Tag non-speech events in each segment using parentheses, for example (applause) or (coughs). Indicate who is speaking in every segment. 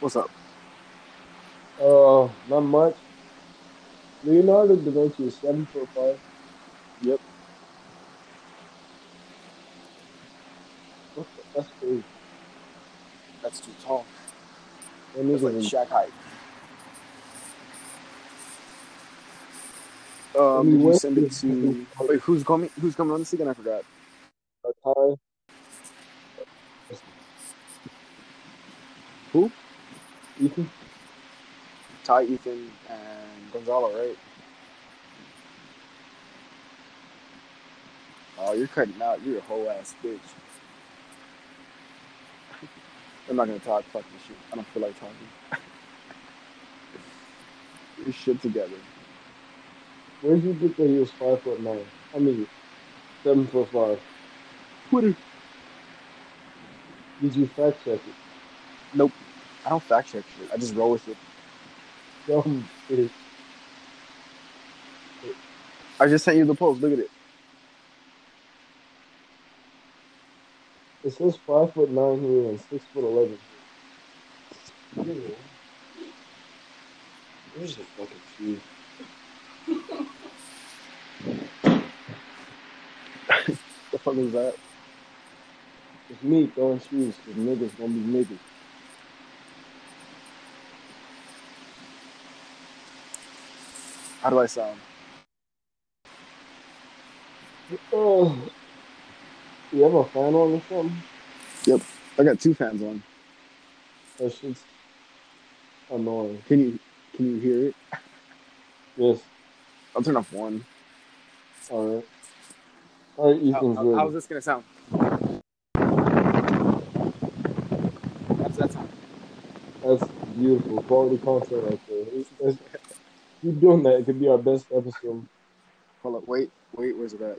Speaker 1: What's up?
Speaker 2: Uh, not much. Leonardo da Vinci is seven foot five.
Speaker 1: Yep.
Speaker 2: What the, that's crazy.
Speaker 1: That's too tall.
Speaker 2: That
Speaker 1: It's
Speaker 2: nigga's
Speaker 1: like
Speaker 2: in-
Speaker 1: Shaq height.
Speaker 2: I
Speaker 1: Um,
Speaker 2: mean,
Speaker 1: you
Speaker 2: what-
Speaker 1: send it to wait. Who's coming? Who's coming on this again? I forgot.
Speaker 2: a tie.
Speaker 1: Who?
Speaker 2: Ethan?
Speaker 1: Ty, Ethan, and Gonzalo, right? Oh, you're cutting out. You're a whole ass bitch. (laughs) I'm not gonna talk fucking shit. I don't feel like talking. (laughs) Your shit together.
Speaker 2: Where'd you get that he was five foot nine? I mean, seven foot five.
Speaker 1: Twitter.
Speaker 2: Did you fact check it?
Speaker 1: I don't fact check shit. I just roll with it.
Speaker 2: Dumb bitch.
Speaker 1: I just sent you the post. Look at it.
Speaker 2: It says five foot nine here and six foot eleven. Where's the fucking shoe?
Speaker 1: The fuck is that?
Speaker 2: It's me throwing shoes because niggas gonna be niggas.
Speaker 1: How do I sound?
Speaker 2: Oh, you have a fan on or something?
Speaker 1: I got two fans on.
Speaker 2: That shit's annoying.
Speaker 1: Can you can you hear it?
Speaker 2: Yes,
Speaker 1: I'll turn off one.
Speaker 2: alright. Alright, Ethan's ready.
Speaker 1: how's this gonna sound? How's that sound?
Speaker 2: That's beautiful. Quality content right there. That's- keep doing that. It could be our best episode.
Speaker 1: Hold up, wait, wait, where's it at?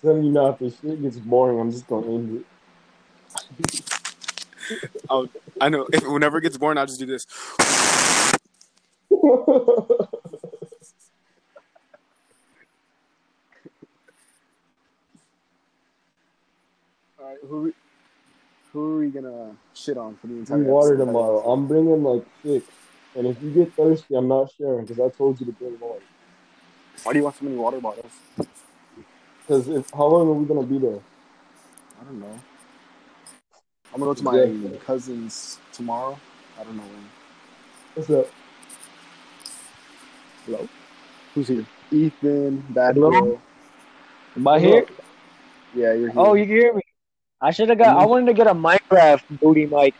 Speaker 2: Send me not this shit gets boring. I'm just gonna end it.
Speaker 1: I know. If whenever it gets boring, I'll just do this.
Speaker 2: (laughs)
Speaker 1: All right, who we- who are we gonna shit on for the entire?
Speaker 2: Drink water
Speaker 1: episode?
Speaker 2: tomorrow. I'm bringing like six. And if you get thirsty, I'm not sharing because I told you to bring more.
Speaker 1: Why do you want so many water bottles?
Speaker 2: Because if how long are we gonna be there?
Speaker 1: I don't know. I'm gonna go to my
Speaker 2: Exactly.
Speaker 1: cousin's tomorrow. I don't know when.
Speaker 2: What's up?
Speaker 1: Hello. Who's here? Ethan, Bad
Speaker 3: Hello?
Speaker 1: Girl.
Speaker 3: Am I here?
Speaker 1: Yeah, you're here.
Speaker 3: Oh, you can hear me. I should have got. I wanted to get a Minecraft booty mic.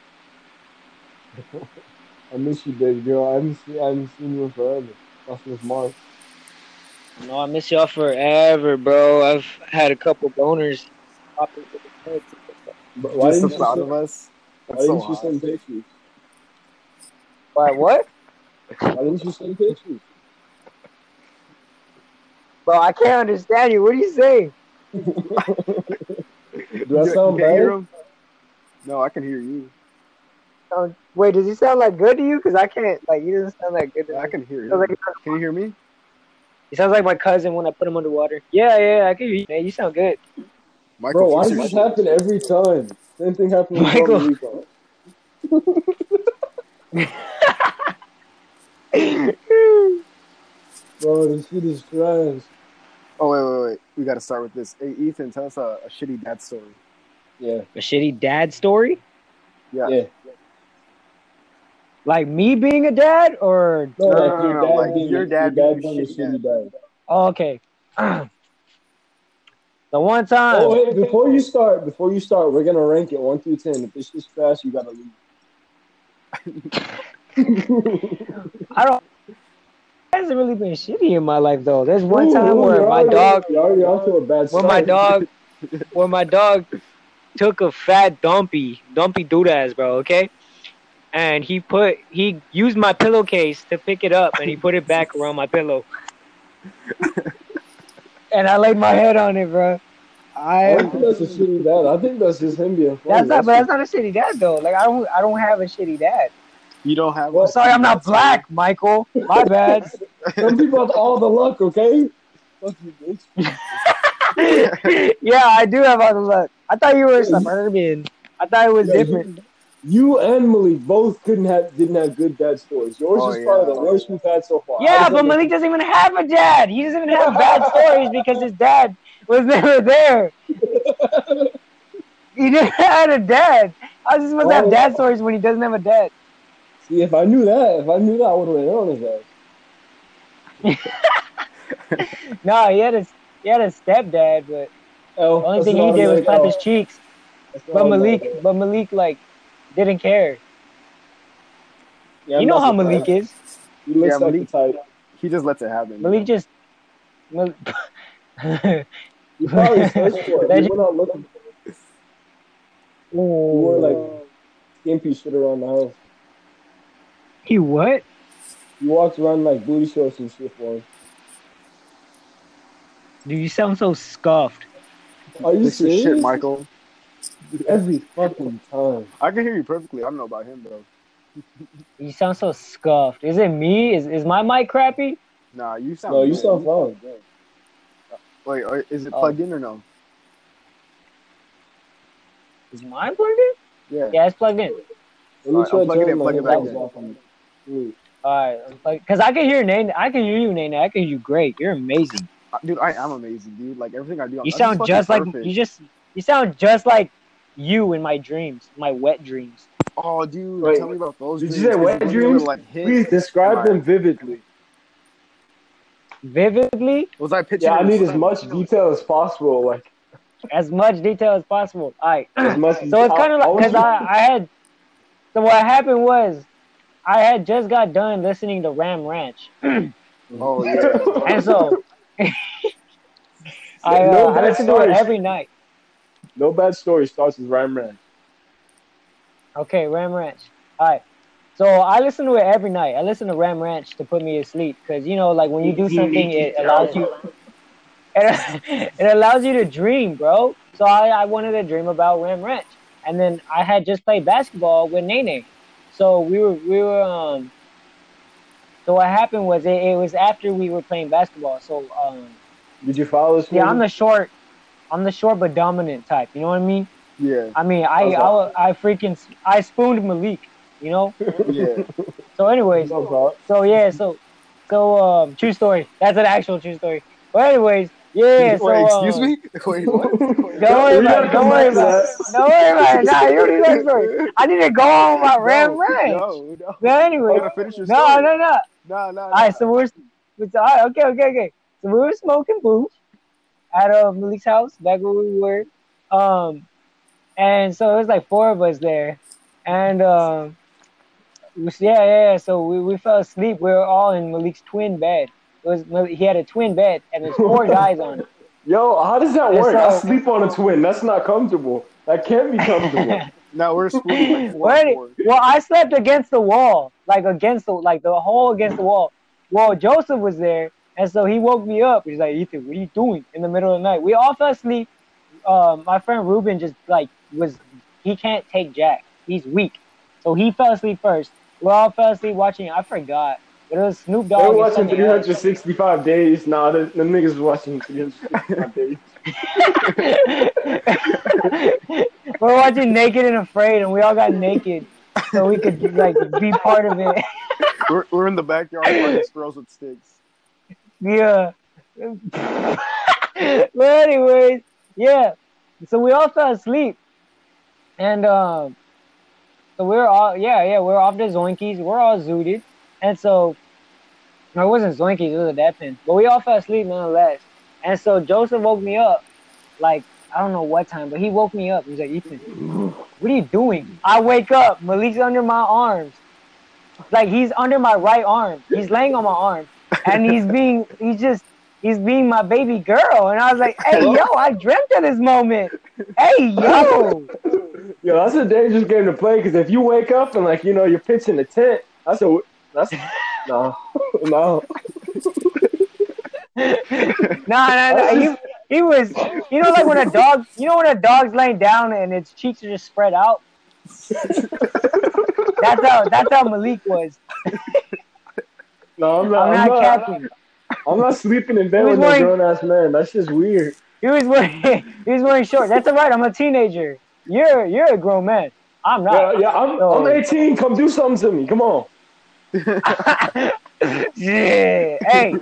Speaker 2: I miss you, baby girl. I haven't seen, I haven't seen you in forever. That's since March.
Speaker 3: No, I miss y'all forever, bro. I've had a couple boners. pop into the head.
Speaker 2: But
Speaker 1: why just the thought of us.
Speaker 2: why
Speaker 1: That's so
Speaker 2: didn't you
Speaker 1: hot.
Speaker 2: send pictures?
Speaker 3: Why? What?
Speaker 2: Why didn't you send pictures?
Speaker 3: Bro, I can't understand you. What are you saying?
Speaker 2: Do I
Speaker 1: You-
Speaker 2: sound
Speaker 1: you can't hear
Speaker 2: bad?
Speaker 1: him? No, I can hear you.
Speaker 3: Um, wait, does he sound like good to you? Cause I can't. Like, he doesn't sound like good to me.
Speaker 1: I can hear
Speaker 3: He sounds
Speaker 1: you.
Speaker 3: like,
Speaker 1: Can you hear me?
Speaker 3: he sounds like my cousin when I put him underwater. Yeah, yeah, I can hear you. Man, you sound good.
Speaker 1: My
Speaker 2: Bro, why does
Speaker 1: computer's
Speaker 2: this happen every time? Same thing happened with
Speaker 3: Michael.
Speaker 2: Puerto Rico. Bro, this shit is trash.
Speaker 1: Oh wait, wait, wait. We got to start with this. Hey, Ethan, tell us a, a shitty dad story.
Speaker 2: Yeah.
Speaker 3: a shitty dad story?
Speaker 1: Yeah.
Speaker 2: Yeah.
Speaker 3: Like me being a dad, or
Speaker 2: No,
Speaker 1: No,
Speaker 2: like
Speaker 1: no, no, like
Speaker 2: your dad being-
Speaker 1: your dad being
Speaker 2: being
Speaker 1: a
Speaker 2: a
Speaker 1: shitty
Speaker 2: shitty dad.
Speaker 3: oh, okay. (clears throat) the one time.
Speaker 2: Oh wait, before you start, before you start, we're gonna rank it one through ten. If it's just trash, you gotta leave.
Speaker 3: I don't. It hasn't really been shitty in my life though. There's (laughs) one
Speaker 2: Ooh,
Speaker 3: time
Speaker 2: ooh,
Speaker 3: where
Speaker 2: you're
Speaker 3: my
Speaker 2: already-
Speaker 3: dog,
Speaker 2: You're already onto a bad
Speaker 3: where
Speaker 2: start.
Speaker 3: my dog, where my dog took a fat dumpy, dumpy doodass, bro. Okay, and he put he used my pillowcase to pick it up, and he put it back around my pillow. (laughs) and I laid my head on it, bro.
Speaker 2: I
Speaker 3: I
Speaker 2: don't think that's a shitty dad. I think that's just him being funny.
Speaker 3: that's not, but that's not a shitty dad though. Like I don't, I don't have a shitty dad.
Speaker 1: You don't have.
Speaker 2: Well,
Speaker 1: a
Speaker 3: Oh, Sorry,
Speaker 1: shitty
Speaker 3: I'm not
Speaker 1: dad story?
Speaker 3: black, Michael. My
Speaker 2: (laughs)
Speaker 3: bad.
Speaker 2: Some people have all the luck, okay? Fuck you, bitch.
Speaker 3: yeah, I do have all the luck. I thought you were suburban. I thought it was
Speaker 2: Yeah, you-
Speaker 3: different.
Speaker 2: You and Malik both couldn't have didn't have good dad stories. Yours
Speaker 4: Oh,
Speaker 2: is probably the
Speaker 4: yeah.
Speaker 2: worst we've had so far. I
Speaker 3: Yeah,
Speaker 2: don't
Speaker 3: but
Speaker 2: know.
Speaker 3: Malik doesn't even have a dad. He doesn't even have bad
Speaker 2: (laughs)
Speaker 3: stories because his dad was never there. He never (laughs) had a dad. I was just supposed to have
Speaker 2: Oh.
Speaker 3: dad stories when he doesn't have a dad.
Speaker 2: See, if I knew that, if I knew that, I would have went on his ass.
Speaker 3: No, he had a he had a stepdad, but
Speaker 2: Oh,
Speaker 3: the only thing he did was pop his cheeks. But Malik, but Malik like didn't care. You know how Malik is.
Speaker 2: He looks
Speaker 4: Yeah,
Speaker 2: like
Speaker 4: Malik-
Speaker 2: the type.
Speaker 4: He just lets it happen.
Speaker 3: Malik just. Mal- (laughs)
Speaker 2: He
Speaker 4: (laughs)
Speaker 2: probably searched for it.
Speaker 3: Imagine-
Speaker 2: He went out looking for it. He wore like skimpy shit around the house.
Speaker 3: he what?
Speaker 2: He walked around like booty shorts and shit for him.
Speaker 3: Dude, you sound so scuffed.
Speaker 2: Are you
Speaker 4: this
Speaker 2: serious?
Speaker 4: is shit, Michael.
Speaker 2: Every fucking time.
Speaker 4: I can hear you perfectly. I don't know about him though.
Speaker 3: You sound so scuffed. Is it me? Is is my mic crappy?
Speaker 4: Nah, you sound.
Speaker 2: No, you
Speaker 4: good.
Speaker 2: sound fine.
Speaker 4: Wait, are- is it
Speaker 3: Oh.
Speaker 4: plugged in or no?
Speaker 3: Is mine plugged in?
Speaker 4: Yeah.
Speaker 3: Yeah, it's plugged in.
Speaker 2: Let me
Speaker 4: Alright,
Speaker 2: try
Speaker 4: I'm plugging it,
Speaker 2: turning my
Speaker 4: plug it
Speaker 2: headphones
Speaker 4: back in.
Speaker 2: off on it. Dude,
Speaker 3: All right, because I can hear Nana. I can hear you, Nana. I can hear you. Great, you're amazing.
Speaker 1: Uh,
Speaker 4: I- Dude, I am amazing, dude. Like everything I do, I'm,
Speaker 3: You
Speaker 4: I'm
Speaker 3: sound
Speaker 4: fucking
Speaker 3: just like
Speaker 4: perfect.
Speaker 3: you just. You sound just like you in my dreams, my wet dreams.
Speaker 4: Oh, dude,
Speaker 2: Wait,
Speaker 4: tell me about those.
Speaker 2: did you
Speaker 4: dreams.
Speaker 2: say wet
Speaker 4: Those
Speaker 2: dreams?
Speaker 4: were,
Speaker 2: (laughs)
Speaker 4: Like hit.
Speaker 2: Please describe them vividly.
Speaker 3: Vividly,
Speaker 4: Was I pitching?
Speaker 2: Yeah, I
Speaker 4: it?
Speaker 2: need
Speaker 4: Was
Speaker 2: as much detail as possible. Like
Speaker 3: as much detail as possible. All right.
Speaker 2: as much.
Speaker 3: So it's kind of like because I, I had. So what happened was, I had just got done listening to Ram Ranch,
Speaker 2: (laughs)
Speaker 4: Oh yeah.
Speaker 3: (laughs) and so I, uh,
Speaker 2: No
Speaker 3: I
Speaker 2: bad
Speaker 3: listen to it
Speaker 2: stories.
Speaker 3: every night.
Speaker 2: No bad story starts with Ryan Rand.
Speaker 3: Okay, Ram Ranch. All right. So I listen to it every night. I listen to Ram Ranch to put me to sleep because you know, like when you do something, it allows you.
Speaker 4: (laughs)
Speaker 3: It, it allows you to dream, bro. So I, I wanted to dream about Ram Ranch, and then I had just played basketball with Nene. So we were we were um. So what happened was it, it was after we were playing basketball. So um,
Speaker 2: Did you follow this?
Speaker 3: yeah, I'm
Speaker 2: movie?
Speaker 3: the short, I'm the short but dominant type. You know what I mean?
Speaker 4: Yeah.
Speaker 3: I mean, I
Speaker 2: Okay.
Speaker 3: I, wa- I freaking s- I spooned Malik. You know.
Speaker 4: Yeah.
Speaker 3: So, anyways,
Speaker 2: No, bro.
Speaker 3: so yeah, so so um, true story. That's an actual true story. But anyways, yeah. so,
Speaker 4: Wait, excuse
Speaker 3: um,
Speaker 4: me. (laughs)
Speaker 3: (laughs)
Speaker 4: Wait,
Speaker 2: (laughs)
Speaker 4: what?
Speaker 3: Don't worry
Speaker 2: We
Speaker 3: about
Speaker 2: gotta
Speaker 3: it.
Speaker 2: come
Speaker 3: Don't
Speaker 2: back to
Speaker 3: worry about it.
Speaker 2: that.
Speaker 3: Don't worry about it. Nah, you already know the story. I need to go on my ram
Speaker 4: No,
Speaker 3: ranch.
Speaker 4: No, no.
Speaker 3: But
Speaker 4: You
Speaker 3: anyway,
Speaker 4: gotta finish your
Speaker 3: no,
Speaker 4: story.
Speaker 3: no, no.
Speaker 4: no, no.
Speaker 3: All right, so we're, it's, all right, okay, okay, okay. So we were smoking booth at uh, Malik's house, back where we were. Um, and so it was like four of us there. And um, it was- yeah, yeah, yeah. So we, we fell asleep. We were all in Malik's twin bed. It was Mal- He had a twin bed, and there's
Speaker 4: (laughs)
Speaker 3: four guys on it.
Speaker 2: Yo, how does that
Speaker 3: It's
Speaker 2: work? I
Speaker 3: all-
Speaker 2: sleep on a twin. That's not comfortable. That can't be (laughs) comfortable.
Speaker 4: No,
Speaker 3: (laughs)
Speaker 4: we're splitting. Like, four
Speaker 3: Wait.
Speaker 4: and four.
Speaker 3: Well, I slept against the wall, like against the, like the hole against the wall. Well, Joseph was there, and so he woke me up. He's like, Ethan, what are you doing in the middle of the night? We all fell asleep. Um, my friend Ruben just like was, he can't take Jack. He's weak, so he fell asleep first. We all fell asleep watching. I forgot, but it was Snoop Dogg.
Speaker 2: They're
Speaker 3: and
Speaker 2: watching
Speaker 3: something else.
Speaker 2: 365 days. Nah, the, the niggas was watching 365 days.
Speaker 3: We're watching Naked and Afraid, and we all got naked, so we could like be part of it.
Speaker 4: We're, we're in the backyard playing squirrels with sticks.
Speaker 3: Yeah. (laughs) but anyways, yeah. So we all fell asleep, and um, so we were all yeah yeah we were off the zoinkies. We're all zooted, and so no, it wasn't zoinkies. It was a dad pin. But we all fell asleep nonetheless. And so Joseph woke me up, like I don't know what time, but he woke me up. He's like Ethan, what are you doing? I wake up. Malik's under my arms, like he's under my right arm. He's laying on my arm and he's being he's just he's being my baby girl and i was like hey yo i dreamt of this moment hey yo
Speaker 2: Yo, that's a dangerous game to play because if you wake up and like you know you're pitching a tent, that's a that's (laughs) no no.
Speaker 3: no no no he, he was you know like when a dog you know when a dog's laying down and its cheeks are just spread out that's how that's how malik was
Speaker 2: No, I'm
Speaker 4: Oh,
Speaker 2: not.
Speaker 3: i'm
Speaker 2: I'm
Speaker 3: not
Speaker 2: not,
Speaker 3: capping
Speaker 2: I'm not sleeping in
Speaker 3: He
Speaker 2: bed
Speaker 3: was
Speaker 2: with no
Speaker 3: wearing-
Speaker 2: grown ass man. That's just weird.
Speaker 3: (laughs) he was wearing he was wearing shorts that's all right i'm a teenager you're you're a grown man I'm
Speaker 2: Yeah,
Speaker 3: not.
Speaker 2: yeah, I'm, I'm 18. Come do something to me. Come on.
Speaker 3: Yeah. Hey,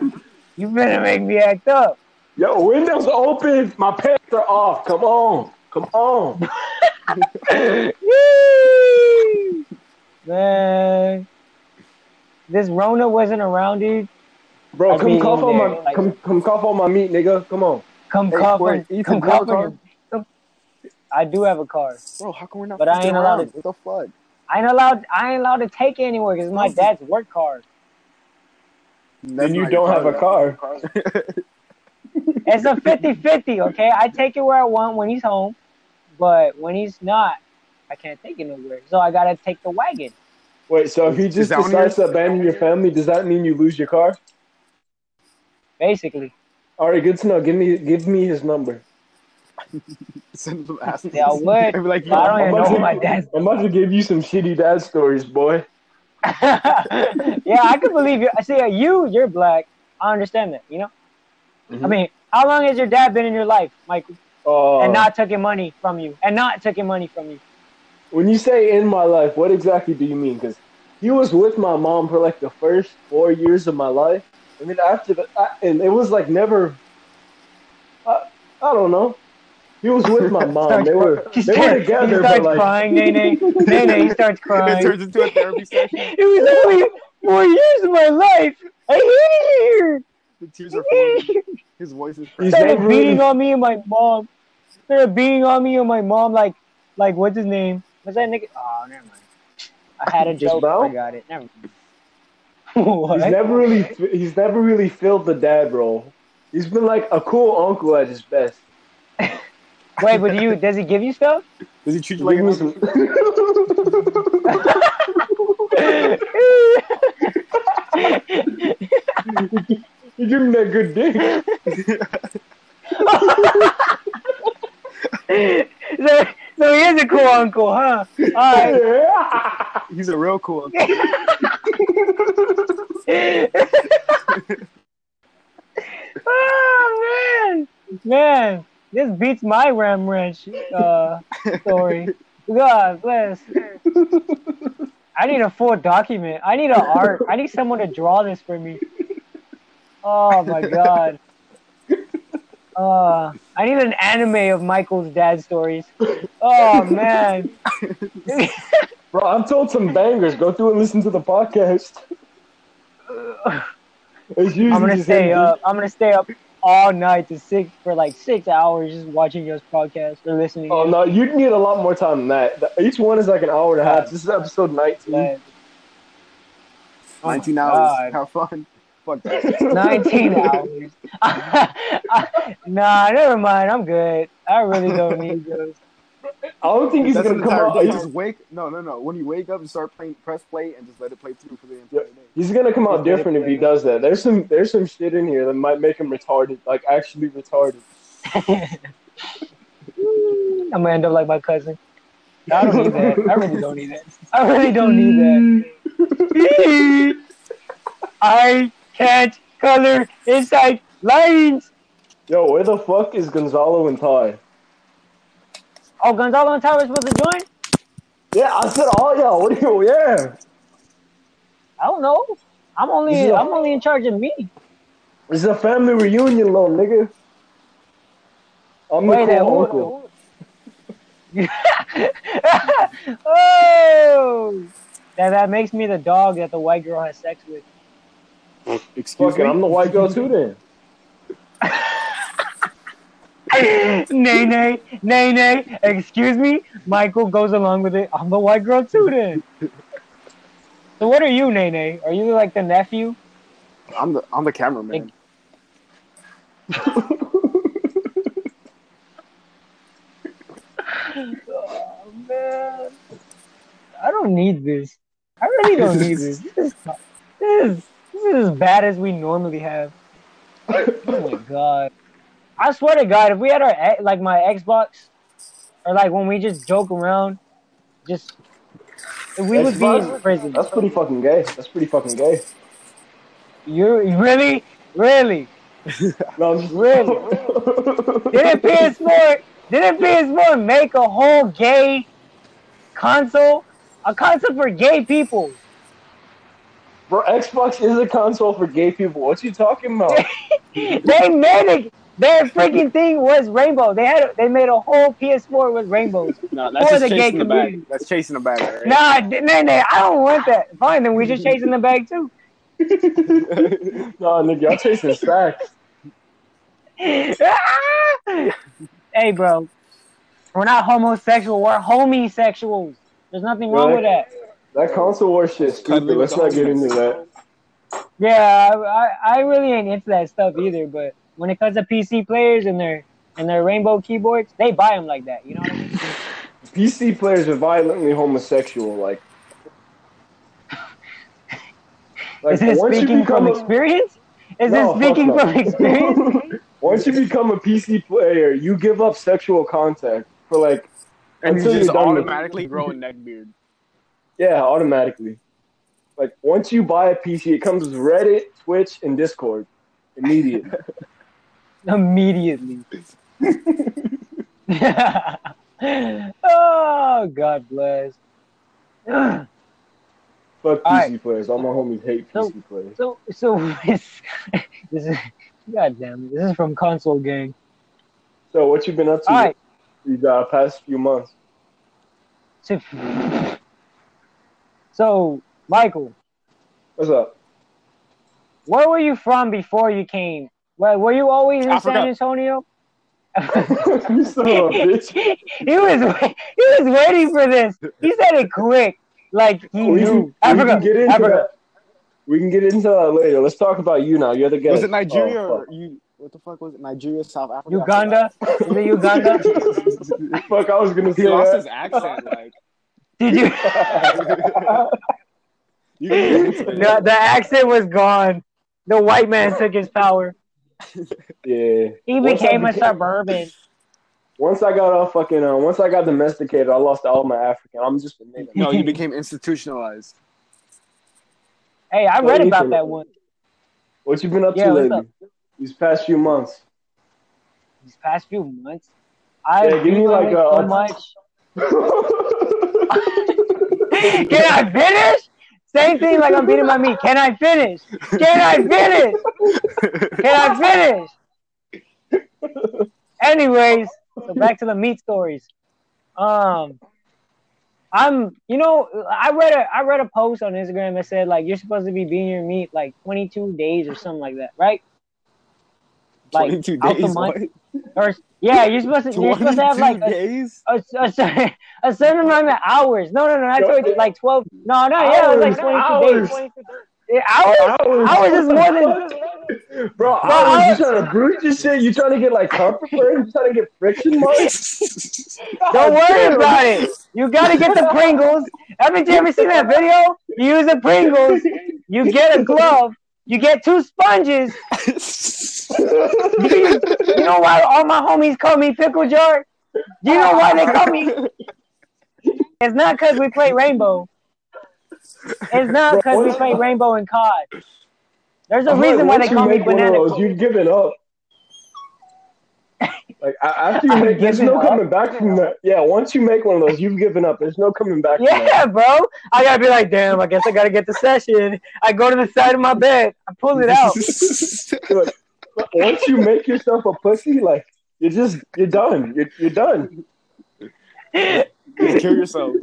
Speaker 3: you better make me act up.
Speaker 2: Yo, windows open. My pants are off. Come on. Come on.
Speaker 3: Woo! Man, this Rona wasn't around it.
Speaker 2: Bro,
Speaker 3: I
Speaker 2: come
Speaker 3: mean,
Speaker 2: cough on my
Speaker 3: yeah, like-
Speaker 2: come come cough on my meat, nigga. Come on.
Speaker 3: Come
Speaker 4: Hey,
Speaker 3: cover.
Speaker 4: wait, Ethan,
Speaker 3: come
Speaker 4: you have a
Speaker 3: cover.
Speaker 4: car?
Speaker 3: him. Come- I do have a car.
Speaker 4: Bro, how come we're not
Speaker 3: But I
Speaker 4: fucking
Speaker 3: ain't allowed
Speaker 4: around? What the fuck?
Speaker 3: I ain't allowed. I ain't allowed to take it anywhere because my dad's work car.
Speaker 4: That's
Speaker 2: you
Speaker 4: not
Speaker 2: don't
Speaker 4: your
Speaker 2: have a
Speaker 4: (laughs)
Speaker 2: car.
Speaker 3: It's a 50-50, Okay, I take it where I want when he's home, but when he's not, I can't take it nowhere. So I gotta take the wagon.
Speaker 2: Wait, so if he
Speaker 4: Is
Speaker 2: just
Speaker 4: that on
Speaker 2: decides to
Speaker 4: yours?
Speaker 2: abandon your family, does that mean you lose your car?
Speaker 3: Basically, (laughs)
Speaker 2: All right, good to know. Give me give me his number.
Speaker 4: Send them asses.
Speaker 3: Yeah, I would.
Speaker 4: (laughs) I'd be like,
Speaker 3: But I don't
Speaker 4: yo,
Speaker 2: about
Speaker 3: even know
Speaker 2: to-
Speaker 4: (laughs)
Speaker 3: who my dad's.
Speaker 2: I'm about to give you some shitty dad stories, boy.
Speaker 3: yeah, I could believe you. I see uh, you. You're black. I understand that. You know. I
Speaker 2: Mhm.
Speaker 3: mean, how long has your dad been in your life, Mike?
Speaker 2: Uh,
Speaker 3: and not taking money from you, and not taking money from you.
Speaker 2: When you say in my life, what exactly do you mean? Because he was with my mom for like the first four years of my life, and then after that, and it was like never. I, I don't know. He was with my mom. They were
Speaker 3: He
Speaker 2: they were
Speaker 3: starts, he
Speaker 2: together, but
Speaker 3: starts
Speaker 2: like
Speaker 3: crying, Nene.
Speaker 2: (laughs)
Speaker 3: Nene, he starts
Speaker 4: it
Speaker 3: crying.
Speaker 4: turns into a therapy session.
Speaker 3: It was only four years of my life. I hate it here.
Speaker 4: The tears
Speaker 3: I
Speaker 4: are
Speaker 3: (laughs) hate it
Speaker 4: flowing.
Speaker 3: here.
Speaker 4: His voice is
Speaker 2: He's
Speaker 4: cracking.
Speaker 2: not
Speaker 3: Started
Speaker 2: rude.
Speaker 3: beating on me and my mom. Started beating on me and my mom. Like, like what's his name? Was that nigga? Oh, never mind. I had a
Speaker 2: Just
Speaker 3: joke.
Speaker 2: now?
Speaker 3: I got it. Never mind.
Speaker 2: (laughs)
Speaker 3: what?
Speaker 2: he's never really he's never really filled the dad role. He's been like a cool uncle at his best.
Speaker 3: Wait, but do you? Does he give you
Speaker 2: (laughs)
Speaker 3: stuff? (laughs)
Speaker 4: Does he treat you like
Speaker 2: Give
Speaker 4: an
Speaker 2: me
Speaker 4: uncle?
Speaker 2: some. (laughs) he give me that good dick. (laughs)
Speaker 3: so, so he is a cool uncle, huh? All right.
Speaker 1: (laughs)
Speaker 4: He's a
Speaker 3: (laughs)
Speaker 4: real cool uncle.
Speaker 3: oh man, man, this beats my Ram Ranch uh, story. God bless. I need a full document. I need an art. I need someone to draw this for me. Oh my god. Uh, I need an anime of Michael's dad stories. Oh man.
Speaker 2: Bro, I've told some bangers. Go through and listen to the
Speaker 3: (laughs)
Speaker 2: podcast. It's usually
Speaker 3: I'm gonna
Speaker 2: just
Speaker 3: stay
Speaker 2: him.
Speaker 3: up. I'm gonna stay up all night to six for like six hours just watching your podcast or listening.
Speaker 2: Oh
Speaker 3: to
Speaker 2: no, you'd need a lot more time than that. The- Each one is like an hour and a half. This is episode nineteen.
Speaker 3: it.
Speaker 4: 19
Speaker 3: my
Speaker 4: hours.
Speaker 3: God.
Speaker 4: Have fun.
Speaker 1: (laughs)
Speaker 2: (laughs)
Speaker 4: Fuck that.
Speaker 3: Nineteen hours. (laughs) nah, never mind. I'm good. I really don't need those.
Speaker 2: I don't think he's
Speaker 4: That's an
Speaker 2: gonna come
Speaker 4: entire
Speaker 2: out.
Speaker 4: day.
Speaker 2: He's,
Speaker 4: Just wake. No, no, no. When you wake up, you start playing, press play, and just let it play through for the entire day.
Speaker 2: he's gonna come out different if he does that. There's some there's some shit in here that might make him retarded, like actually retarded.
Speaker 3: I'm gonna end up like my cousin. I don't need that. I really don't need that. I really don't need that. I can't color inside lines.
Speaker 2: Yo, where the fuck is Gonzalo and Ty?
Speaker 3: Oh, Gonzalo and Tyler supposed to join?
Speaker 2: Yeah, I said all y'all. What do you? Yeah,
Speaker 3: I don't know. I'm only
Speaker 2: Yeah.
Speaker 3: I'm only in charge of me.
Speaker 2: it's a family reunion, little nigga. I'm
Speaker 3: Wait,
Speaker 2: the
Speaker 3: uh,
Speaker 2: cool
Speaker 3: who-
Speaker 2: uncle.
Speaker 3: (laughs) who- oh, that that makes me the dog that the white girl has sex with.
Speaker 4: Excuse
Speaker 2: Fuck it,
Speaker 4: me.
Speaker 2: I'm the white girl too then.
Speaker 3: (laughs) nay, nay, nay, nay. Excuse me. Michael goes along with it. I'm the white girl too, then. so what are you, nay, nay? Are you like the nephew?
Speaker 4: I'm the I'm the cameraman.
Speaker 3: Oh man, I don't need this. I really don't need this. This is this is, this is as bad as we normally have. Oh my god! I swear to God, if we had our e- like my Xbox, or like when we just joke around, just we would be in
Speaker 2: Xbox?
Speaker 3: prison.
Speaker 2: That's pretty fucking gay. That's pretty fucking gay.
Speaker 3: You really, really
Speaker 2: No, I'm just (laughs)
Speaker 3: Really?
Speaker 2: really.
Speaker 3: didn't PS4 didn't PS4 make a whole gay console? A console for gay people.
Speaker 2: Bro, Xbox is a console for gay people. What you talking (laughs) about?
Speaker 3: they made it. Their freaking thing was rainbow. They had a, they made a whole PS4 with rainbows.
Speaker 1: No, that's
Speaker 3: Or
Speaker 1: just
Speaker 3: the gay
Speaker 1: chasing the bag.
Speaker 3: community.
Speaker 4: That's chasing the bag. Right?
Speaker 3: Nah, d- nah, nah, I don't want that. Fine, then we just chasing the bag (laughs) too.
Speaker 2: nah, nigga, I'm chasing stacks.
Speaker 3: hey, bro, we're not homosexual. We're homosexuals. There's nothing wrong with that.
Speaker 2: That console war shit stupid. Let's not get into that.
Speaker 3: Yeah, I, I, I really ain't into that stuff either. But when it comes to PC players and their and their rainbow keyboards, they buy them like that. You know what I mean?
Speaker 2: PC players are violently homosexual. (laughs) Like,
Speaker 3: Is this speaking from experience? Is
Speaker 2: No,
Speaker 3: this speaking
Speaker 2: fuck no.
Speaker 3: from experience?
Speaker 2: once you become a PC player, you give up sexual contact for like,
Speaker 1: And
Speaker 2: Until
Speaker 1: you just
Speaker 2: you're done with-
Speaker 1: automatically grow a neck beard.
Speaker 2: yeah, automatically. Like, once you buy a PC, it comes with Reddit, Twitch, and Discord. Immediate.
Speaker 3: (laughs) Immediately. (laughs) oh, God bless. (sighs)
Speaker 2: Fuck PC
Speaker 3: Alright.
Speaker 2: players. All my homies hate
Speaker 3: So-
Speaker 2: PC players.
Speaker 3: So, so (laughs) this, this is, God damn it, this is from Console Gang.
Speaker 2: So, what you been up to
Speaker 3: All right,
Speaker 2: these uh, past few months?
Speaker 3: so, so Michael,
Speaker 2: What's up? (laughs)
Speaker 3: where were you from before you came? Well, were you always in
Speaker 1: Africa.
Speaker 3: San
Speaker 2: (laughs)
Speaker 3: Antonio?
Speaker 2: you son
Speaker 3: (laughs)
Speaker 2: of a Oh, bitch.
Speaker 3: he was he was waiting for this. He said it quick, like he
Speaker 2: we Oh,
Speaker 3: knew.
Speaker 2: can, we
Speaker 3: Africa,
Speaker 2: can get into
Speaker 3: Africa.
Speaker 2: that. We can get into that later. Let's talk about you now. You're the guest.
Speaker 1: Was it Nigeria
Speaker 2: Oh,
Speaker 1: or
Speaker 2: fuck.
Speaker 1: you?
Speaker 4: What the fuck was it? Nigeria, South Africa,
Speaker 3: Uganda, is it Uganda?
Speaker 2: (laughs) Fuck, I was gonna say
Speaker 1: He lost
Speaker 2: (laughs)
Speaker 3: (laughs)
Speaker 2: that.
Speaker 1: his accent. Like
Speaker 3: Did you? (laughs)
Speaker 1: you can get into it.
Speaker 3: The, the accent was gone. The white man took his power.
Speaker 2: yeah.
Speaker 3: He
Speaker 2: Once I
Speaker 3: became a
Speaker 2: became-
Speaker 3: suburban.
Speaker 2: Once I got all fucking, uh, once I got domesticated, I lost all my African. I'm just a nigga.
Speaker 1: No,
Speaker 4: You became institutionalized.
Speaker 3: Hey, I
Speaker 2: What
Speaker 3: read
Speaker 2: you
Speaker 3: about
Speaker 2: been-
Speaker 3: that one
Speaker 2: What you been up
Speaker 3: Yeah,
Speaker 2: to
Speaker 3: what's
Speaker 2: lately? These past few
Speaker 3: (laughs)
Speaker 2: months.
Speaker 3: these past few months. I've
Speaker 2: Yeah, give me
Speaker 3: been
Speaker 2: like
Speaker 3: away
Speaker 2: a-
Speaker 3: so much. (laughs) Can I finish? Same thing like I'm beating my meat. Can I finish? Can I finish?
Speaker 4: (laughs)
Speaker 3: Can I finish? Anyways, so back to the meat stories. Um, I'm, you know, I read a I read a post on Instagram that said like you're supposed to be beating your meat like 22 days or something like that, right? Like
Speaker 1: 22
Speaker 3: out the
Speaker 1: days.
Speaker 3: month or yeah, you're supposed to you're supposed to have like
Speaker 1: 22
Speaker 3: a
Speaker 1: days.
Speaker 3: a, a, (laughs) certain, a certain amount of hours. No, no, no. I told you like twelve. No, no, yeah, it was like twenty-two
Speaker 2: Hours.
Speaker 3: days. 22 Yeah, hours. Hours is more than.
Speaker 2: than. Bro, hours. You trying to bruise your shit? You trying to get like comfort burn? You trying to get
Speaker 3: (laughs)
Speaker 2: friction marks? Oh,
Speaker 3: Don't worry about it. You gotta get the Pringles. Haven't you ever seen that video? You use the Pringles. You get a glove. You get two sponges. you know why all my homies call me Pickle Jar? You know why they call me? It's not because we play Rainbow. It's not because we play Rainbow and COD. There's a reason why
Speaker 2: Once
Speaker 3: they
Speaker 2: you
Speaker 3: call me
Speaker 2: make one of
Speaker 3: Banana.
Speaker 2: those, You've given up. Like a-
Speaker 3: (laughs)
Speaker 2: after you
Speaker 3: I've
Speaker 2: make, there's
Speaker 3: given
Speaker 2: no
Speaker 3: up?
Speaker 2: coming back from that. Yeah, once you make one of those, you've given up. There's no coming back. From that.
Speaker 3: (laughs) Yeah, bro. I gotta be like, damn. I guess I gotta get the session. I go to the side of my bed. I pull
Speaker 2: (laughs)
Speaker 3: it out.
Speaker 2: But Once you make yourself a pussy, like you're just you're done. You're, you're done.
Speaker 1: You kill yourself.